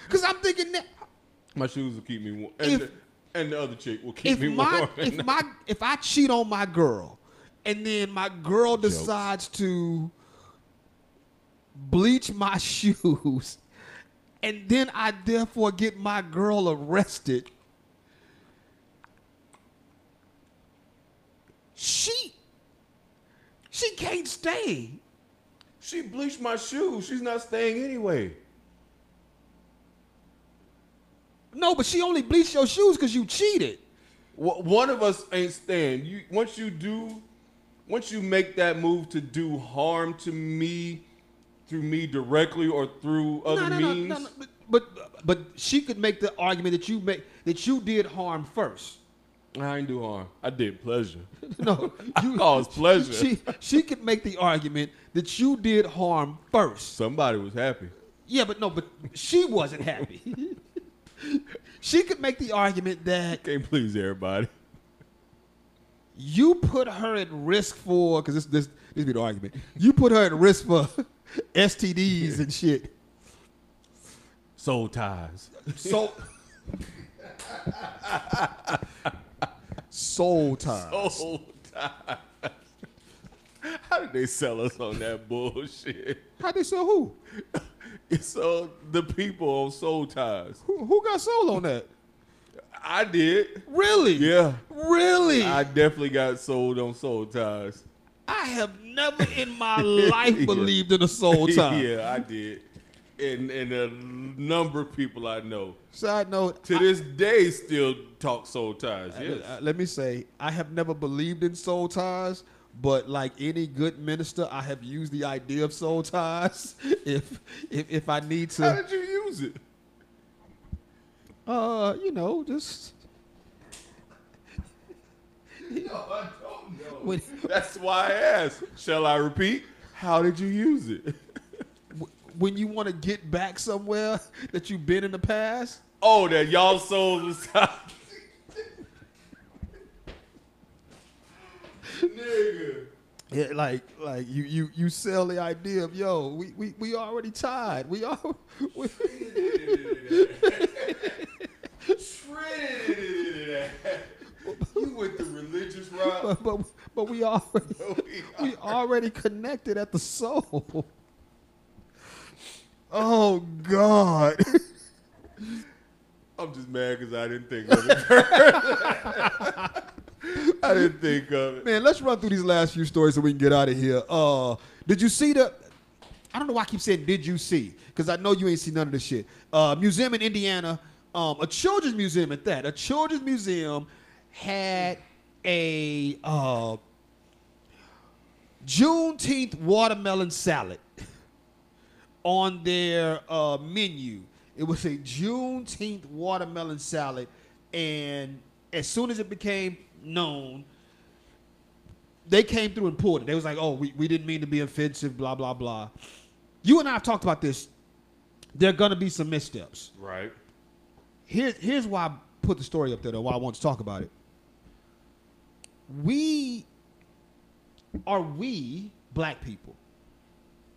E: Because I'm thinking that
B: my shoes will keep me warm. And,
E: If-
B: the, and the other chick will keep
E: if
B: me
E: my
B: warm.
E: if my if I cheat on my girl, and then my girl decides to bleach my shoes, and then I therefore get my girl arrested, she she can't stay.
B: she bleached my shoes. She's not staying anyway.
E: No, but she only bleached your shoes because you cheated.
B: Wh- One of us ain't staying. You once you do, once you make that move to do harm to me, through me directly or through other means.
E: but but- but she could make the argument that you make that you did harm first.
B: I didn't do harm. I did pleasure.
E: No,
B: I caused pleasure.
E: She she could make the argument that you did harm first.
B: Somebody was happy.
E: Yeah, but no, but she wasn't happy. she could make the argument that
B: Can't please everybody.
E: you put her at risk for because this this this be the argument. You put her at risk for STDs and shit.
B: Soul ties.
E: So. Soul time.
B: Soul ties. How did they sell us on that bullshit?
E: How'd they sell who?
B: So the people on Soul Ties.
E: who? Who got sold on that?
B: I did.
E: Really?
B: Yeah.
E: Really?
B: I definitely got sold on Soul Ties.
E: I have never in my life
B: Yeah.
E: believed in a soul tie.
B: yeah, I did. And and a number of people I know
E: Side note,
B: to
E: I-
B: this day still talk Soul Ties. Yes.
E: uh, let me say, I have never believed in soul ties, but like any good minister, I have used the idea of soul ties if if, if I need
B: How
E: to,
B: did you use it?
E: uh, you know, just
B: No, I don't know.
E: When-
B: That's why I asked. Shall I repeat? How did you use it?
E: w- when you want to get back somewhere that you've been in the past.
B: Oh, that y'all souls was Nigga.
E: Yeah, like like you you you sell the idea of yo, we we, we already tied. We are we,
B: Trinity. You went the religious route.
E: but, but but we already we
B: We
E: already connected at the soul. Oh God!
B: I'm just mad because I didn't think of it. I didn't think of it.
E: Man, let's run through these last few stories so we can get out of here. Uh, did you see the? I don't know why I keep saying "did you see" because I know you ain't seen none of this shit. Uh, museum in Indiana, um, a children's museum at that. A children's museum had a uh, Juneteenth watermelon salad on their uh, menu. It was a Juneteenth watermelon salad, and as soon as it became known, they came through and pulled it. They was like, "Oh, we, we didn't mean to be offensive." Blah blah blah. You and I have talked about this. There are gonna be some missteps.
B: Right.
E: Here's here's why I put the story up there though. Why I want to talk about it. We are we black people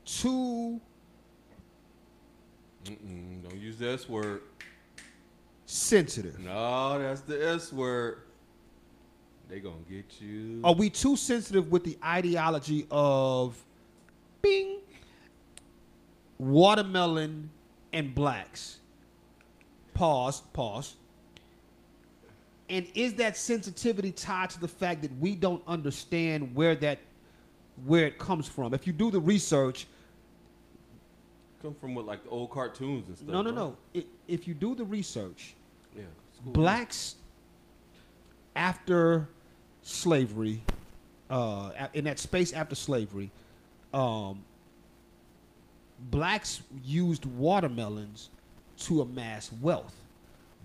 E: too
B: Mm-mm, don't use the S word.
E: sensitive?
B: No, that's the S word. They gonna get you.
E: Are we too sensitive with the ideology of bing watermelon and blacks? Pause, pause. And is that sensitivity tied to the fact that we don't understand where that where it comes from? If you do the research,
B: come from what like the old cartoons and stuff.
E: no, no,
B: right?
E: no. I- If you do the research,
B: Yeah. school.
E: blacks after slavery uh, a- in that space after slavery um, blacks used watermelons to amass wealth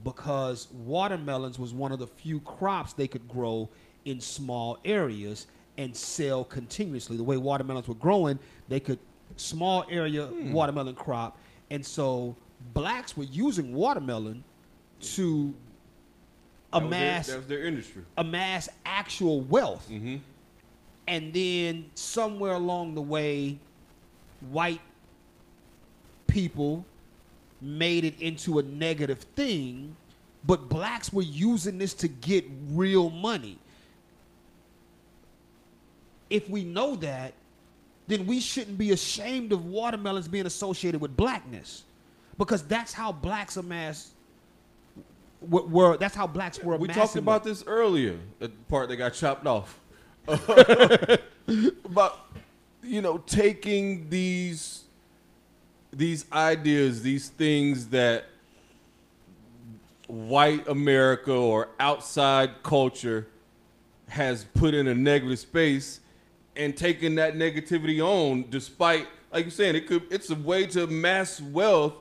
E: because watermelons was one of the few crops they could grow in small areas and sell continuously the way watermelons were growing they could small area
B: Hmm.
E: watermelon crop and so blacks were using watermelon to
B: That was their-
E: amass
B: That was their industry.
E: amass actual wealth
B: Mm-hmm.
E: and then somewhere along the way, white people made it into a negative thing, but blacks were using this to get real money. If we know that, then we shouldn't be ashamed of watermelons being associated with blackness, because that's how blacks amass. Were, were that's how blacks were.
B: We
E: amassing
B: talked
E: wealth.
B: about this earlier. The part that got chopped off. about you know taking these these ideas, these things that white America or outside culture has put in a negative space and taking that negativity on despite like you're saying, it could it's a way to amass wealth,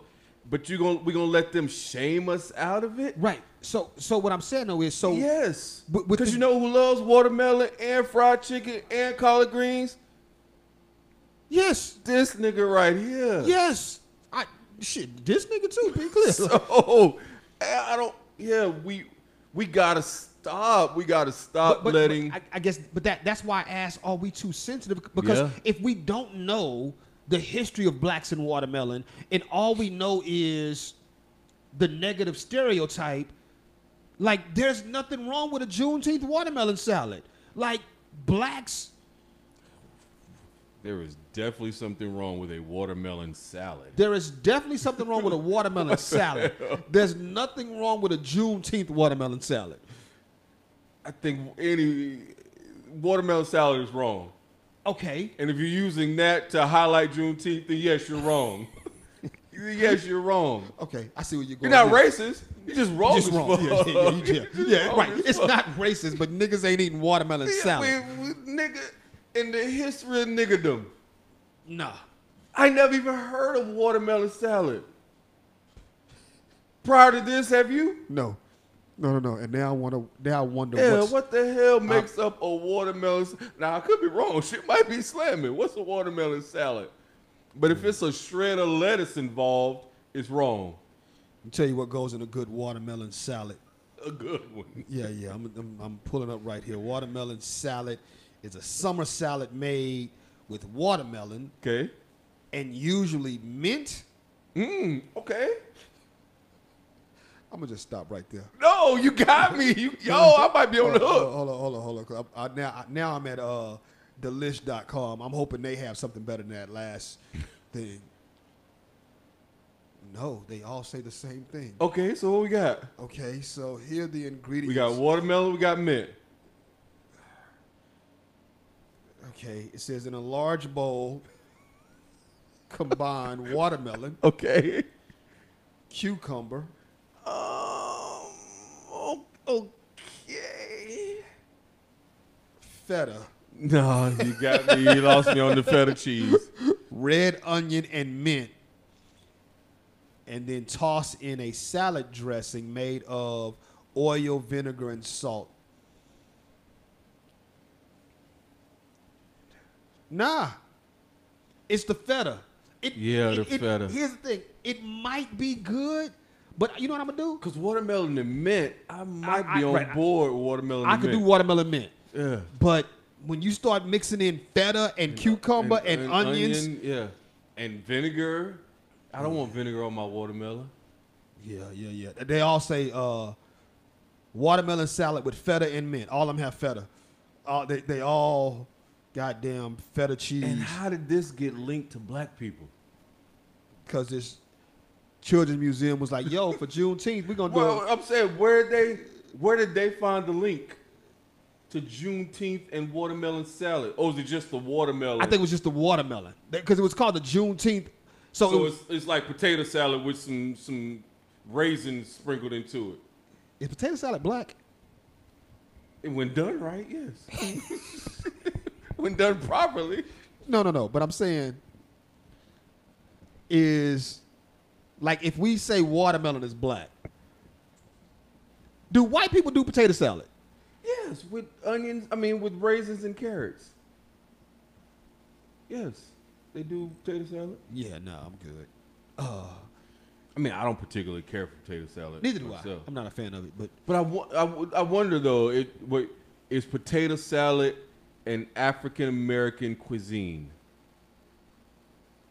B: but you gonna we gonna let them shame us out of it?
E: Right. So so what I'm saying though is so
B: Yes.
E: But- but
B: Because
E: the-
B: you know who loves watermelon and fried chicken and collard greens?
E: yes,
B: This nigga right here.
E: yes. I shit, this nigga too, be clear.
B: So eh, I I don't. Yeah, we we gotta stop. We gotta stop
E: but, but-
B: letting.
E: but I, I guess but that that's why I asked are we too sensitive because
B: Yeah.
E: if we don't know the history of blacks and watermelon and all we know is the negative stereotype like there's nothing wrong with a Juneteenth watermelon salad like blacks
B: there is definitely something wrong with a watermelon salad.
E: There is definitely something wrong with a watermelon salad. There's nothing wrong with a Juneteenth watermelon salad.
B: I think any watermelon salad is wrong.
E: Okay.
B: And if you're using that to highlight Juneteenth, then yes, you're wrong. yes, you're wrong.
E: Okay. I see where you're
B: You're
E: going.
B: not
E: with
B: racist. You're just wrong.
E: this. Just
B: as
E: Oh, wrong. Yeah,
B: fuck.
E: yeah, yeah, yeah.
B: You're
E: Yeah,
B: wrong
E: right.
B: as
E: It's
B: fuck.
E: not racist, but niggas ain't eating watermelon
B: Yeah,
E: salad.
B: we- we- nigga, in the history of niggerdom,
E: Nah.
B: I never even heard of watermelon salad. Prior to this, have you?
E: No. No, no, no. And now I want to. Now I wonder.
B: Yeah,
E: what's,
B: what the hell makes up a watermelon? s- Now I could be wrong. Shit might be slamming. What's a watermelon salad? But if it's a shred of lettuce involved, it's wrong.
E: I'll tell you what goes in a good watermelon salad.
B: A good one.
E: Yeah, yeah. I'm, I'm, I'm pulling up right here. Watermelon salad is a summer salad made with watermelon
B: Okay.
E: and usually mint.
B: Mm, okay.
E: I'm gonna just stop right there.
B: No, you got me. You, yo, I might be on the
E: Hold on,
B: hook.
E: hold on, hold on, hold on. 'cause I, I, now, I, now I'm at uh, thelish.com. I'm hoping they have something better than that last thing. No, they all say the same thing.
B: Okay, so what we got?
E: Okay, so here are the ingredients.
B: We got watermelon. We got mint.
E: Okay, it says in a large bowl, combine watermelon,
B: Okay.
E: cucumber,
B: Um. o- Okay.
E: feta,
B: No, you got me. You lost me on the feta cheese.
E: red onion, and mint. And then toss in a salad dressing made of oil, vinegar, and salt. Nah, it's the feta. It,
B: Yeah,
E: it-
B: the
E: it-
B: feta.
E: Here's the thing: it might be good, but you know what I'm gonna do?
B: Cause watermelon and mint, I might
E: I-
B: be on
E: right, I-
B: board with watermelon.
E: I
B: and
E: could do
B: mint.
E: watermelon mint,
B: Yeah.
E: but when you start mixing in feta and cucumber and, onions,
B: onion, yeah, and vinegar. I don't want vinegar on my watermelon.
E: Yeah, yeah, yeah. They all say uh, watermelon salad with feta and mint. All of them have feta. Uh, they, they all goddamn feta
B: And
E: cheese
B: how did this get linked to black people?
E: because this children's museum was like, yo, for Juneteenth, we're going to
B: Well,
E: do it.
B: I'm saying where they where did they find the link to Juneteenth and watermelon salad? Or is it just the watermelon?
E: I think it was just the watermelon because it was called the Juneteenth. So, it
B: so.
E: was,
B: It's, it's like potato salad with some some raisins sprinkled into it.
E: is potato salad black?
B: And when done right, yes. when done properly.
E: No, no, no. But I'm saying is like if we say watermelon is black, do white people do potato salad?
B: Yes, with onions. I mean, with raisins and carrots. Yes, they do potato salad.
E: Yeah, no, I'm good.
B: I mean, I don't particularly care for potato salad.
E: Neither do
B: myself.
E: I. I'm not a fan of it, but
B: But I, wo- I, wo- I wonder though. It wait, is potato salad an African American cuisine?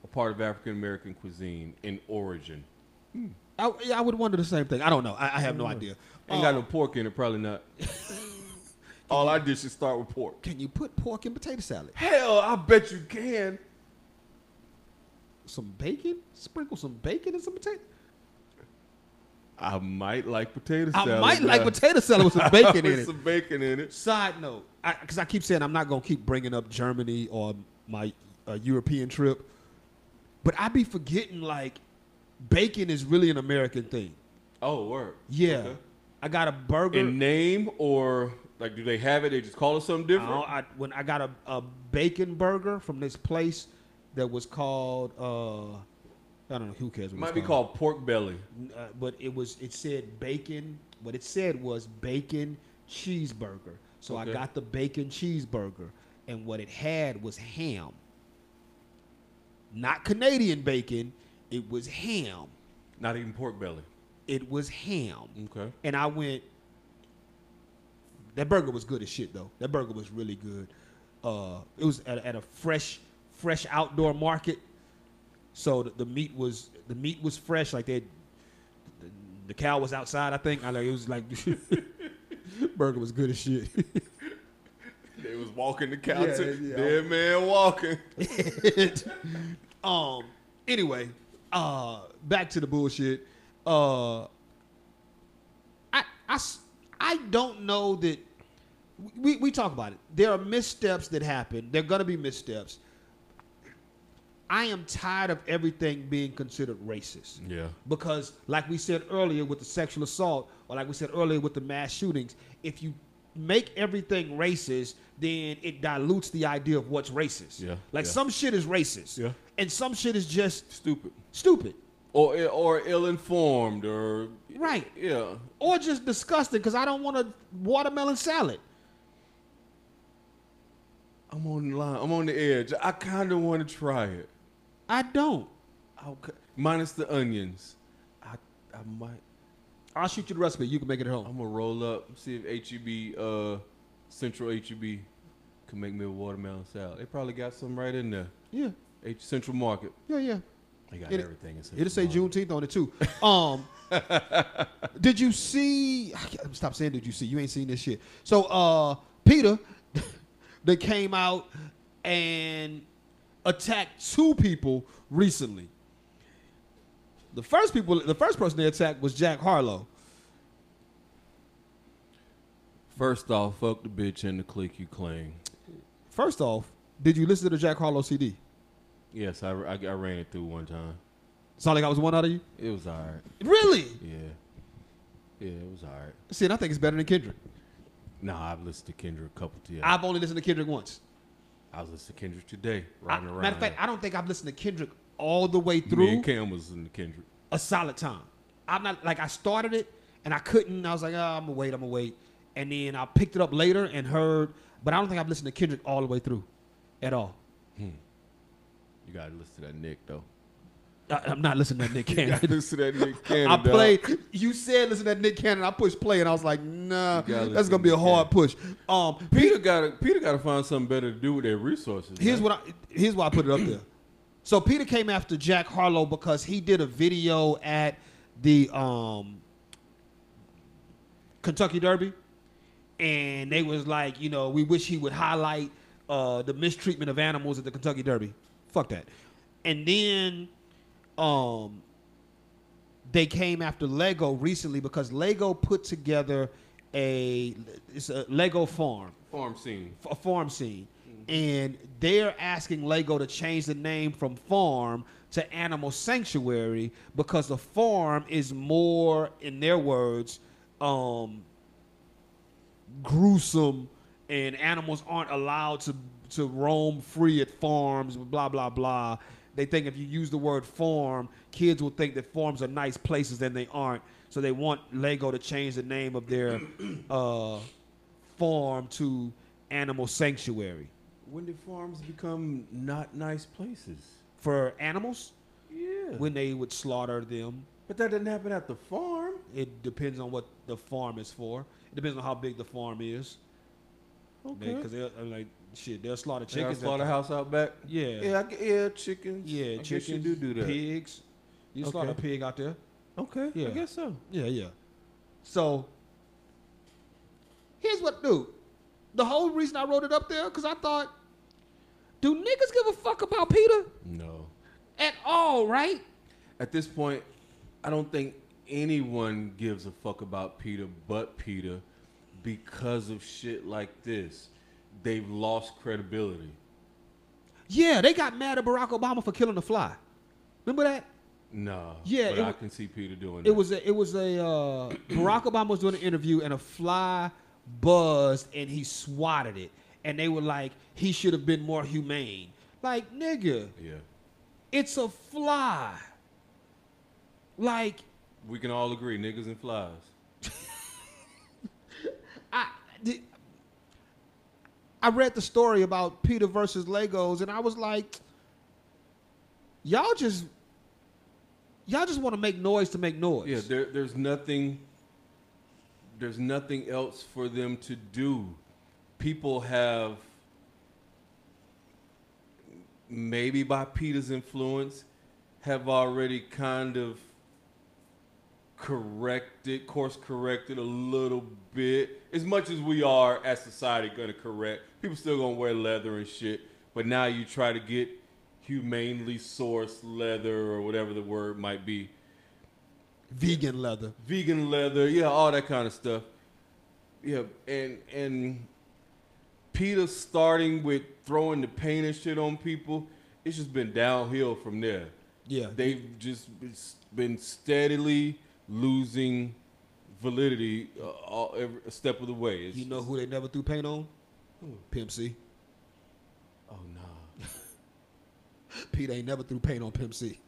B: A part of African American cuisine in origin.
E: I, yeah, I would wonder the same thing. I don't know. I, I have no idea.
B: Ain't
E: Uh,
B: got no pork in it. Probably not. All I did should start with pork.
E: can you put pork in potato salad?
B: Hell, I bet you can.
E: Some bacon? Sprinkle some bacon and some potato.
B: I might like potato
E: I
B: salad.
E: might like
B: now.
E: potato salad with some bacon in
B: with
E: it.
B: some bacon in it.
E: Side note, because I, keep saying I'm not gonna keep bringing up Germany or my uh, European trip, but I be forgetting like bacon is really an American thing.
B: Oh, word.
E: Yeah,
B: Okay.
E: I got a burger.
B: In name or like, do they have it? They just call it something
E: I, don't-
B: different.
E: I, when I got a, a bacon burger from this place that was called uh, I don't know who cares. What
B: Might
E: it's
B: be called pork belly.
E: uh, but it was it said bacon. What it said was bacon cheeseburger. So I
B: Okay.
E: got the bacon cheeseburger, and what it had was ham. Not Canadian bacon. It was ham.
B: Not even pork belly.
E: It was ham.
B: Okay.
E: And I went. That burger was good as shit though. That burger was really good. Uh, it was at, at a fresh, fresh outdoor market, so the, the meat was the meat was fresh. Like they, the, the cow was outside. I think I like it was like burger was good as shit.
B: They was walking the couch.
E: Yeah,
B: to-
E: yeah.
B: Dead man walking.
E: um. Anyway, uh, back to the bullshit. Uh, I I s- I don't know that. We we talk about it. There are missteps that happen. There are gonna be missteps. I am tired of everything being considered racist.
B: Yeah.
E: Because, like we said earlier with the sexual assault, or like we said earlier with the mass shootings, if you make everything racist, then it dilutes the idea of what's racist.
B: Yeah,
E: Like
B: yeah.
E: some shit is racist.
B: Yeah.
E: And some shit is just
B: Stupid.
E: stupid
B: Or or ill informed or
E: Right.
B: Yeah.
E: or just disgusting because I don't want a watermelon salad.
B: I'm on the line. I'm on the edge. I kind of want to try it.
E: I don't.
B: I'll, c- minus the onions. I I might.
E: I'll shoot you the recipe. You can make it at home.
B: I'm gonna roll up. See if HEB, uh, Central HEB, can make me a watermelon salad. They probably got some right in there.
E: Yeah,
B: H Central Market.
E: yeah, yeah.
B: They got
E: It-
B: everything in Central.
E: It'll say
B: Market.
E: Juneteenth on it too. Um, did you see? I can't- Stop saying did you see? You ain't seen this shit. So uh, Peter, they came out and attacked two people recently. The first people, the first person they attacked was Jack Harlow.
B: First off, fuck the bitch and the clique you claim.
E: First off, did you listen to the Jack Harlow CD?
B: Yes, I, I, I ran it through one time.
E: Sound like I was one out of you.
B: It was alright.
E: Really?
B: Yeah. Yeah, it was alright.
E: See, and I think it's better than Kendrick.
B: Nah, I've listened to Kendrick a couple times.
E: I've only listened to Kendrick once.
B: I was listening to Kendrick today,
E: I-
B: riding around.
E: Ah, matter of fact, I don't think I've listened to Kendrick all the way through
B: me and Cam was in the Kendrick.
E: a solid time. I'm not like I started it and I couldn't. I was like, oh, I'm gonna wait, I'm gonna wait, and then I picked it up later and heard. But I don't think I've listened to Kendrick all the way through, at all.
B: You gotta listen to that Nick though.
E: I, I'm not listening to Nick Cannon.
B: listen to that Nick Cannon.
E: I
B: dog.
E: played. You said listen to that Nick Cannon. I pushed play and I was like, nah,
B: You gotta
E: that's
B: listen
E: gonna be
B: to
E: a hard
B: Nick
E: push. Um,
B: Peter gotta Peter gotta find something better to do with their resources.
E: Here's
B: right?
E: what I here's why I put it up there. So Peter came after Jack Harlow because he did a video at the um, Kentucky Derby, and they was like, you know, we wish he would highlight uh, the mistreatment of animals at the Kentucky Derby. Fuck that. And then, um, they came after Lego recently because Lego put together a it's a Lego farm
B: farm scene.
E: a farm scene, and they're asking Lego to change the name from farm to animal sanctuary because the farm is more, in their words, um, gruesome, and animals aren't allowed to to roam free at farms. Blah blah blah. They think if you use the word farm, kids will think that farms are nice places, and they aren't. So they want Lego to change the name of their uh, farm to animal sanctuary
B: When did farms become not nice places?
E: for animals
B: Yeah.
E: when they would slaughter them.
B: but that didn't happen at the farm.
E: It depends on what the farm is for. It depends on how big the farm is.
B: Okay.
E: Because they're I'm uh, like shit, they'll slaughter
B: Chicken
E: chickens. at the-
B: slaughterhouse out back.
E: Yeah.
B: Yeah. I g yeah. Chickens. I
E: Yeah,
B: guess
E: chickens,
B: You do do that.
E: pigs. You
B: Okay.
E: slaughter a pig out there.
B: Okay.
E: Yeah.
B: I guess so.
E: Yeah, yeah. So here's what, dude. The whole reason I wrote it up there because I thought, do niggas give a fuck about Peter
B: No.
E: at all? Right?
B: At this point, I don't think anyone gives a fuck about Peter but Peter because of shit like this. They've lost credibility.
E: Yeah, they got mad at Barack Obama for killing the fly. Remember that?
B: No.
E: Yeah,
B: But
E: it
B: I
E: wa-
B: can see Peter doing
E: It was a, it was a uh, Barack Obama was doing an interview and a fly buzzed and he swatted it and they were like he should have been more humane.
A: Like, nigga,
B: Yeah.
A: it's a fly. Like,
B: We can all agree, niggas and flies.
A: I the- I read the story about Peter versus Legos, and I was like, y'all just y'all just want to make noise to make noise.
B: Yeah, there, there's nothing. There's nothing else for them to do. People have maybe by Peter's influence have already kind of corrected, course corrected a little bit. As much as we are as society gonna correct, people still gonna wear leather and shit. But now you try to get humanely sourced leather or whatever the word might be
A: Vegan leather.
B: vegan leather, yeah, all that kind of stuff. Yeah, and and Peter starting with throwing the paint and shit on people, it's just been downhill from there.
A: Yeah.
B: They've just been steadily losing validity uh, all, every a step of the way. It's
A: you know who they never threw paint on? Pimp C.
B: Oh no.
A: Peter ain't never threw paint on Pimp C.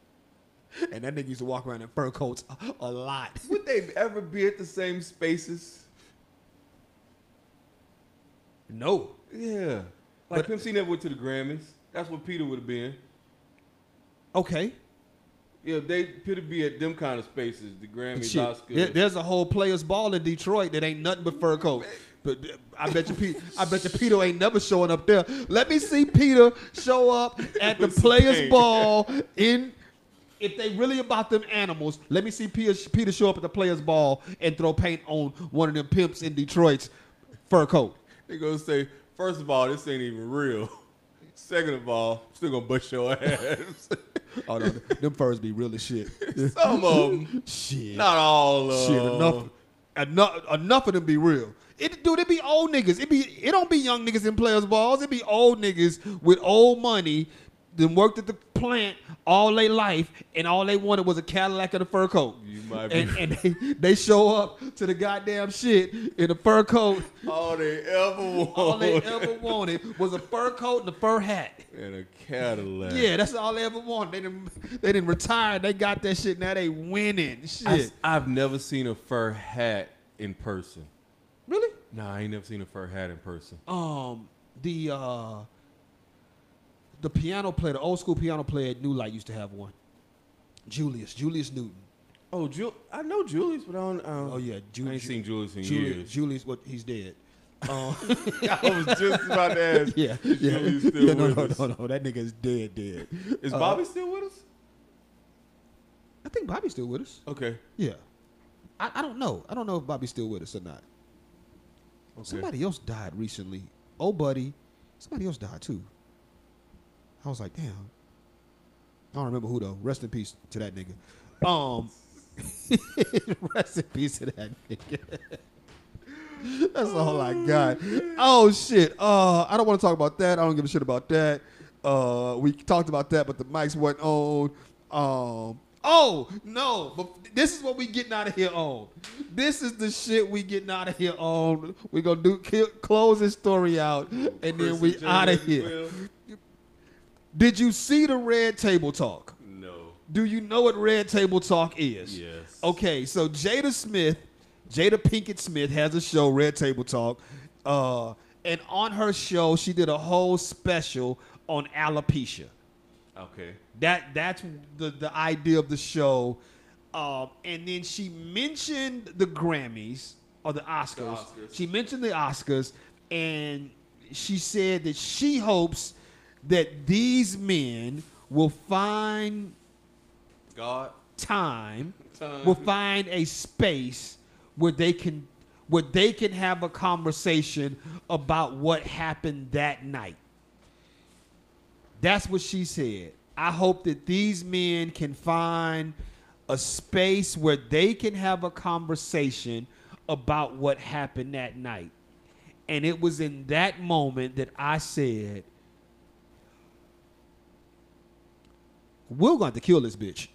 A: And that nigga used to walk around in fur coats a, a lot.
B: Would they ever be at the same spaces?
A: No.
B: Yeah. Like
A: But-
B: Pimp C never went to the Grammys. That's what Peter would have been.
A: Okay.
B: Yeah, they Peter be at them kind of spaces, the Grammys,
A: Shit,
B: Oscars.
A: there- there's a whole players ball in Detroit that ain't nothing but fur coat. But uh, I bet you, Pete, I bet you Peter ain't never showing up there. Let me see Peter show up at the
B: With some
A: players
B: paint.
A: ball in. If they really about them animals, let me see Peter, Peter show up at the players ball and throw paint on one of them pimps in Detroit's fur coat.
B: They gonna say, first of all, this ain't even real. Second of all, I'm still gonna bust your ass.
A: Oh no, them furs be real as shit.
B: Some of them,
A: shit.
B: not all of
A: Shit, enough, enough, enough of them be real. It, dude, it be old niggas. It be it don't be young niggas in players balls. It be old niggas with old money, then worked at the plant all they life, and all they wanted was a Cadillac and a fur coat.
B: You might be-
A: and, and they, they show up to the goddamn shit in a fur coat.
B: All they ever wanted,
A: All they
B: Oh.
A: ever wanted was a fur coat and a fur hat.
B: and a Cadillac.
A: Yeah, that's all they ever wanted. They didn't, they didn't retire. They got that shit. Now they winning. Shit.
B: I, have never seen a fur hat in person.
A: really?
B: Nah, I ain't never seen a fur hat in person.
A: um the uh the piano player, the old school piano player at New Light used to have one. Julius, Julius Newton.
B: Oh, Ju- I know Julius, but I don't.
A: Oh yeah, Ju-
B: I ain't
A: Ju-
B: seen Julius in
A: Julius.
B: years.
A: Julius, what he's dead.
B: Oh.
A: Um,
B: I was just about to ask.
A: yeah, yeah,
B: is Julius still
A: yeah. No,
B: with
A: no,
B: us?
A: no, no, That nigga is dead, dead.
B: Is
A: Uh,
B: Bobby still with us?
A: I think Bobby's still with us.
B: Okay.
A: Yeah, I, I don't know. I don't know if Bobby's still with us or not.
B: Okay.
A: Somebody else died recently. Oh, buddy, somebody else died too. I was like, damn. I don't remember who though. Rest in peace to that nigga. Um, rest in peace to that nigga. That's all I got. Oh shit. Uh, I don't want to talk about that. I don't give a shit about that. Uh, we talked about that, but the mics weren't on. Um. Oh no! But this is what we getting out of here on. This is the shit we getting out of here on. We gonna do kill, close this story out, and then
B: Chris
A: we
B: James
A: out of
B: as
A: here.
B: well?
A: Did you see the Red Table Talk?
B: No.
A: Do you know what Red Table Talk is?
B: Yes.
E: Oh.
A: Okay, so Jada Smith, Jada Pinkett Smith has a show, Red Table Talk. Uh, and on her show, she did a whole special on alopecia.
B: Okay.
A: That that's the the idea of the show. Um, and then she mentioned the Grammys or the Oscars.
B: Oscars.
A: She mentioned the Oscars, and she said that she hopes that these men will find
B: God.
A: time,
B: Time.
A: will find a space where they can where they can have a conversation about what happened that night. That's what she said. I hope that these men can find a space where they can have a conversation about what happened that night. And it was in that moment that I said, We're going to have to kill this bitch.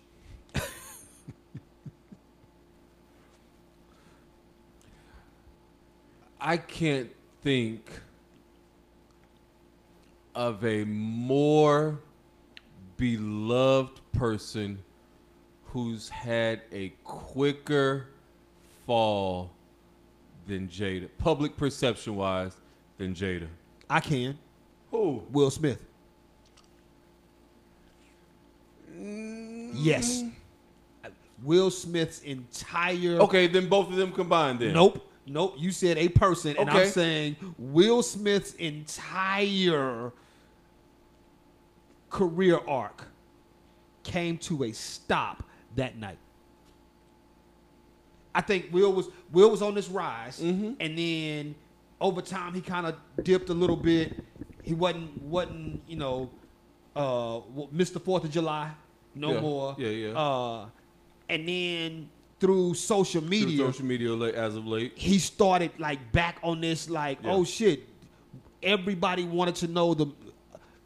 B: I can't think of a more beloved person who's had a quicker fall than Jada, public perception wise, than Jada.
E: I can.
B: Who?
E: Will Smith. Yes. Will Smith's entire.
B: Okay, then both of them combined then.
E: Nope. Nope. You said a person, and I'm
B: Okay.
E: saying Will Smith's entire career arc came to a stop that night. I think Will was Will was on this rise,
B: Mm-hmm.
E: and then over time he kind of dipped a little bit. He wasn't wasn't you know, uh, w- missed the Fourth of July no
B: Yeah.
E: more.
B: Yeah, yeah.
E: Uh, and then through social
B: Through
E: media,
B: Social media la- as of late.
E: he started like back on this like
B: Yeah.
E: oh shit everybody wanted to know the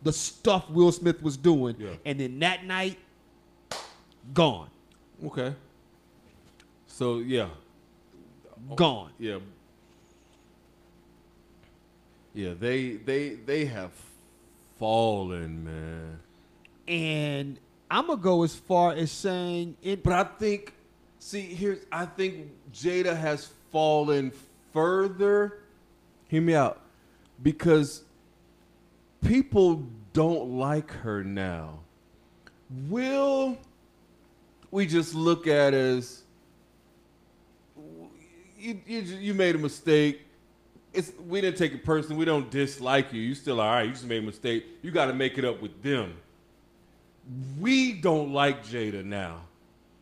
E: the stuff will smith was doing
B: Yeah.
E: and then that night gone
B: Okay. So yeah,
E: gone
B: yeah, yeah. They they they have fallen, man.
E: and i'm gonna go as far as saying it
B: But I think, see, here's I think Jada has fallen further. Hear me out, because people don't like her now. Will we just look at as you, you, you made a mistake. It's we didn't take it personally. We don't dislike you. You still all right. You just made a mistake. You got to make it up with them. We don't like Jada now.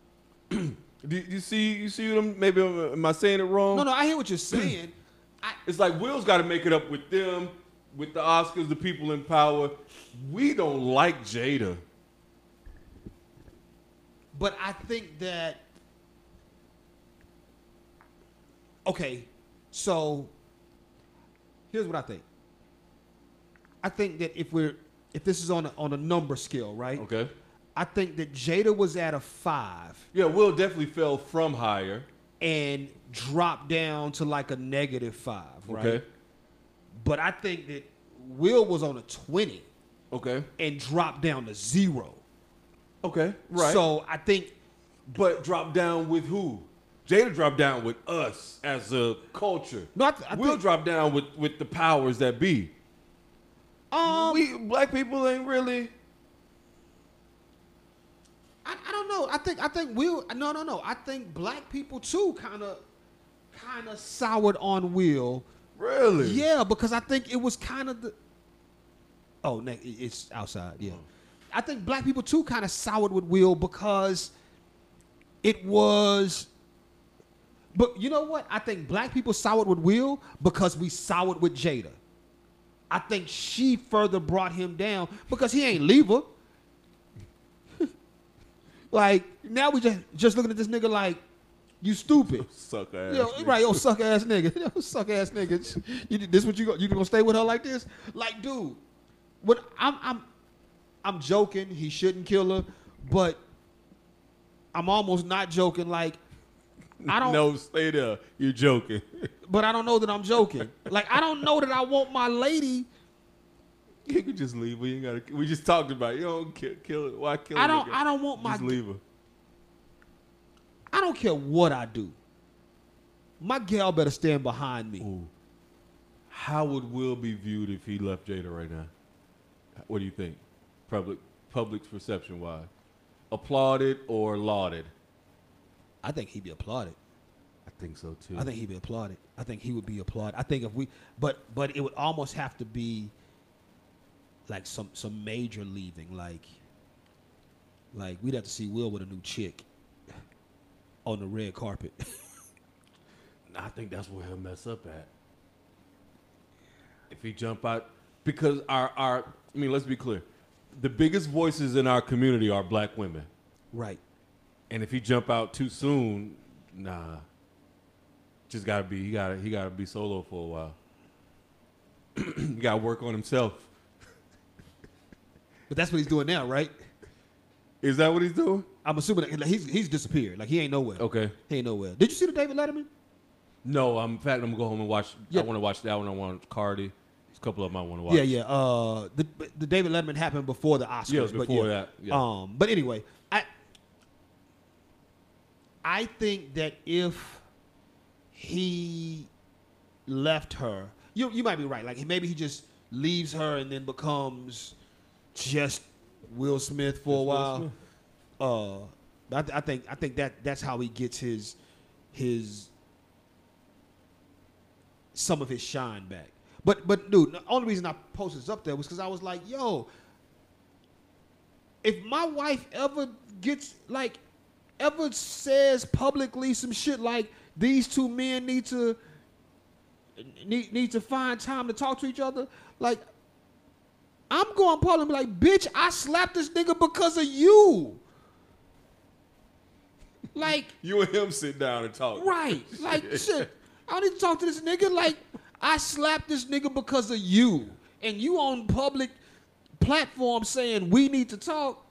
B: Do you see? You see what I'm? Maybe I'm, am I saying it wrong?
E: no no i hear what you're saying I,
B: It's like Will's got to make it up with them, with the Oscars, the people in power. We don't like Jada.
E: but i think that okay so here's what i think i think that if we're if this is on a, on a number scale right
B: Okay.
E: I think that Jada was at a five
B: Yeah, Will definitely fell from higher.
E: and dropped down to like a negative five, right?
B: Okay.
E: But I think that Will was on a 20
B: Okay.
E: and dropped down to zero.
B: Okay. Right.
E: So I think,
B: but drop down with who? Jada dropped down with us as a culture.
E: No, I th- I
B: Will
E: think-
B: drop down with with the powers that be.
E: um,
B: we black people ain't really.
E: I, I don't know. I think, I think Will, no, no, no. I think black people too kind of, kind of soured on Will.
B: Really?
E: Yeah, because I think it was kind of the. Oh, ne- it- it's outside. Yeah,
B: Oh.
E: I think black people too kind of soured with Will because it was. But you know what? I think black people soured with Will because we soured with Jada. I think she further brought him down because he ain't leave her. like now we just just looking at this nigga like you stupid.
B: Sucker ass.
E: Yo,
B: nigga.
E: right, yo, suck ass nigga, yo, suck ass nigga. You, this what you go, you gonna stay with her like this? Like, dude, when I'm I'm I'm joking. He shouldn't kill her, but I'm almost not joking. Like, I don't.
B: No, stay there. You're joking.
E: But I don't know that I'm joking. like, I don't know that I want my lady.
B: you could just leave. We ain't gotta. We just talked about. It. You don't kill, kill it. Why kill?
E: I
B: a
E: don't-
B: nigga?
E: I don't want my-
B: Just leave her.
E: I don't care what I do. My gal better stand behind me.
B: Ooh. How would Will be viewed if he left Jada right now? What do you think? Public, public perception wise, applauded or lauded?
E: I think he'd be applauded.
B: I think so too.
E: I think he'd be applauded. I think he would be applauded. I think if we, but but it would almost have to be like some some major leaving, like like we'd have to see Will with a new chick on the red carpet.
B: I think that's where he'll mess up at. If he jump out, because our our, I mean, let's be clear, the biggest voices in our community are black women.
E: right.
B: And if he jump out too soon, nah. Just gotta be he gotta he gotta be solo for a while. he gotta work on himself.
E: But that's what he's doing now, right?
B: Is that what he's doing?
E: I'm assuming that he's he's disappeared. Like he ain't nowhere.
B: Okay.
E: He ain't nowhere. Did you see the David Letterman?
B: No, I'm in fact I'm gonna go home and watch
E: Yeah.
B: I wanna watch that one, I want Cardi. There's a couple of them I want to watch.
E: Yeah, yeah. Uh, the but the David Letterman happened before the Oscars.
B: Yeah, it was
E: but
B: before
E: yeah.
B: that, yeah.
E: Um, but anyway, I I think that if he left her, you you might be right. Like maybe he just leaves her and then becomes just Will Smith for a while. Uh, I, th- I think I think that that's how he gets his his some of his shine back. But but dude, the only reason I posted this up there was because I was like, yo, if my wife ever gets like ever says publicly some shit like these two men need to need need to find time to talk to each other, like I'm going Paul and be like, bitch, I slapped this nigga because of you. Like
B: You and him sit down and talk.
E: Right. Like, shit, I don't need to talk to this nigga. Like, I slapped this nigga because of you. And you on public platform saying we need to talk.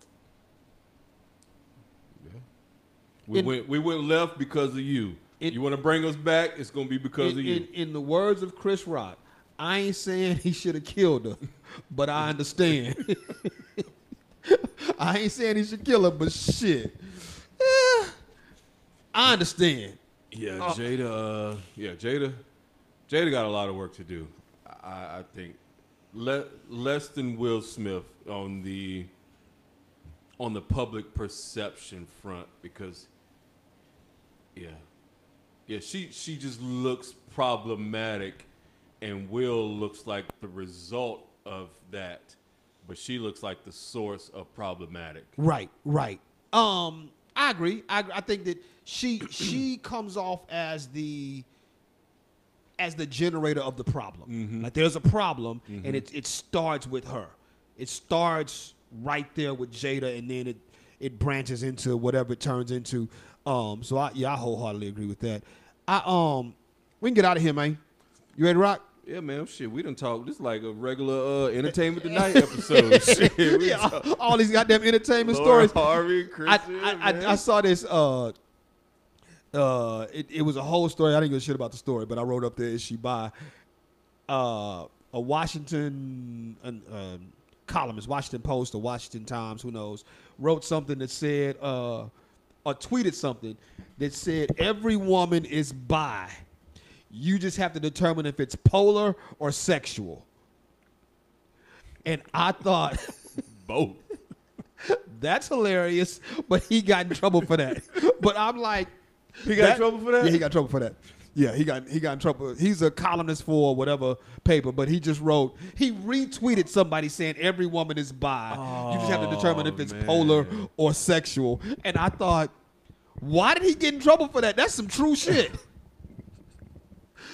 B: We
E: In-
B: went we went left because of you.
E: In-
B: you want to bring us back? It's gonna be because
E: In,
B: of you.
E: in, in the words of Chris Rock, I ain't saying he should have killed her, but I understand. I ain't saying he should kill her, but shit. Eh, I understand.
B: yeah, Jada. Uh, yeah, Jada. Jada got a lot of work to do. I, I think le- less than Will Smith on the on the public perception front because yeah yeah she she just looks problematic and will looks like the result of that but she looks like the source of problematic
E: Right, right. Um, I agree. I, I think that she she comes off as the as the generator of the problem. Like there's a problem, and it it starts with her. It starts right there with Jada, and then it it branches into whatever it turns into. Um, so I yeah, I wholeheartedly agree with that. I um, we can get out of here, man. You ready to rock?
B: Yeah, man, shit, we done talk. This is like a regular uh, Entertainment Tonight episode. shit, we
E: Yeah,
B: talk-
E: all, all these goddamn entertainment
B: Lori
E: stories.
B: Harvey,
E: I,
B: Christian,
E: I,
B: man.
E: I, I saw this. Uh, uh, it, it was a whole story. I didn't give a shit about the story, but I wrote up there. Is she by uh, a Washington an, um, columnist, Washington Post or Washington Times, who knows, wrote something that said uh, or tweeted something that said every woman is bi. You just have to determine if it's polar or sexual. And I thought.
B: both.
E: That's hilarious, but he got in trouble for that. but I'm like,
B: He got in trouble for that?
E: Yeah, he got in trouble for that. Yeah, he got he got in trouble. He's a columnist for whatever paper, but he just wrote he retweeted somebody saying every woman is bi. you just have to determine if
B: Oh,
E: it's
B: man.
E: polar or sexual. And I thought, why did he get in trouble for that? That's some true shit.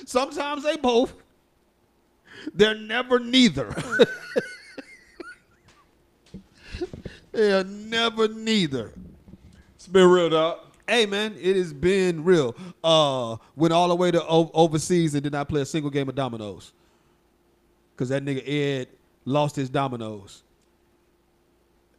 E: Sometimes they both. They're never neither. They're never neither.
B: It's been real, dog.
E: Hey man, it has been real. Uh, went all the way to o- overseas and did not play a single game of dominoes. Cause that nigga Ed lost his dominoes.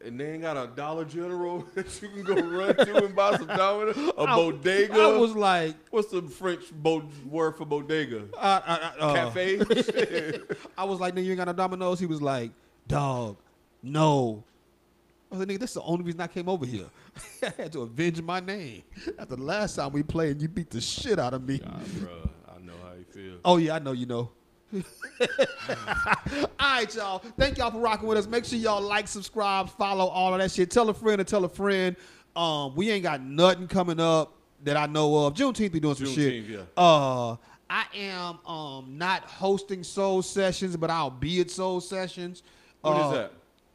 B: And they ain't got a Dollar General that you can go run to and buy some dominoes. A
E: I-
B: bodega.
E: I was like,
B: What's the French bo- word for bodega?
E: I, I, I, uh,
B: Cafe.
E: I was like, nigga, you ain't got no dominoes. He was like, dog, no. I was like, nigga, this is the only reason I came over here. I had to avenge my name. After the last time we played, you beat the shit out of me.
B: Ah, bruh, I know how you feel.
E: Oh yeah, I know you know. all right, y'all. Thank y'all for rocking with us. Make sure y'all like, subscribe, follow, all of that shit. Tell a friend and tell a friend. Um, we ain't got nothing coming up that I know of. Juneteenth, we doing some shit.
B: Juneteenth, yeah.
E: Uh, I am um not hosting Soul Sessions, but I'll be at Soul Sessions.
B: What is
E: Uh,
B: that?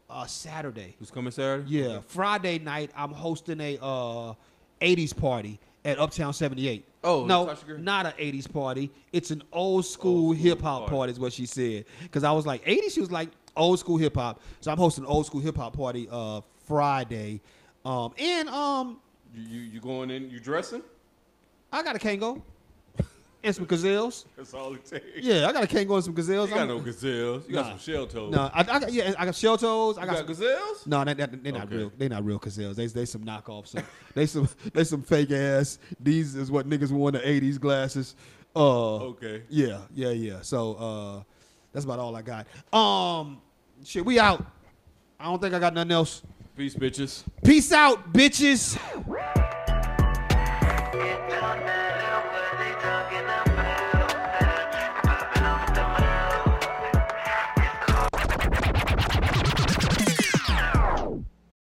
E: Uh, Saturday.
B: Who's coming Saturday?
E: Yeah, Friday night I'm hosting a uh, 80s party at Uptown 78.
B: Oh,
E: no,
B: Natasha Green?
E: not an 80s party. It's an old
B: school
E: school, hip hop party.
B: party.
E: is what she said. Because I was like 80s, she was like old school hip hop. So I'm hosting an old school hip hop party uh, Friday, um, and um,
B: You, you you going in? You dressing?
E: I got a Kango and some gazelles.
B: That's all it takes.
E: Yeah, I got a Kango and some gazelles.
B: You got
E: I'm-
B: no gazelles. You got
E: Nah.
B: some shell toes.
E: No, I, I got yeah, I got shell toes. I
B: You
E: got,
B: got,
E: some-
B: gazelles?
E: No, they, they, they're not
B: Okay.
E: real. They're not real gazelles. They they some knockoffs. So they some they some fake ass. These is what niggas wore in the '80s glasses. Uh,
B: Okay.
E: Yeah, yeah, yeah. So uh, That's about all I got. Um, shit, we out. I don't think I got nothing else.
B: Peace, bitches.
E: Peace out, bitches.
F: Get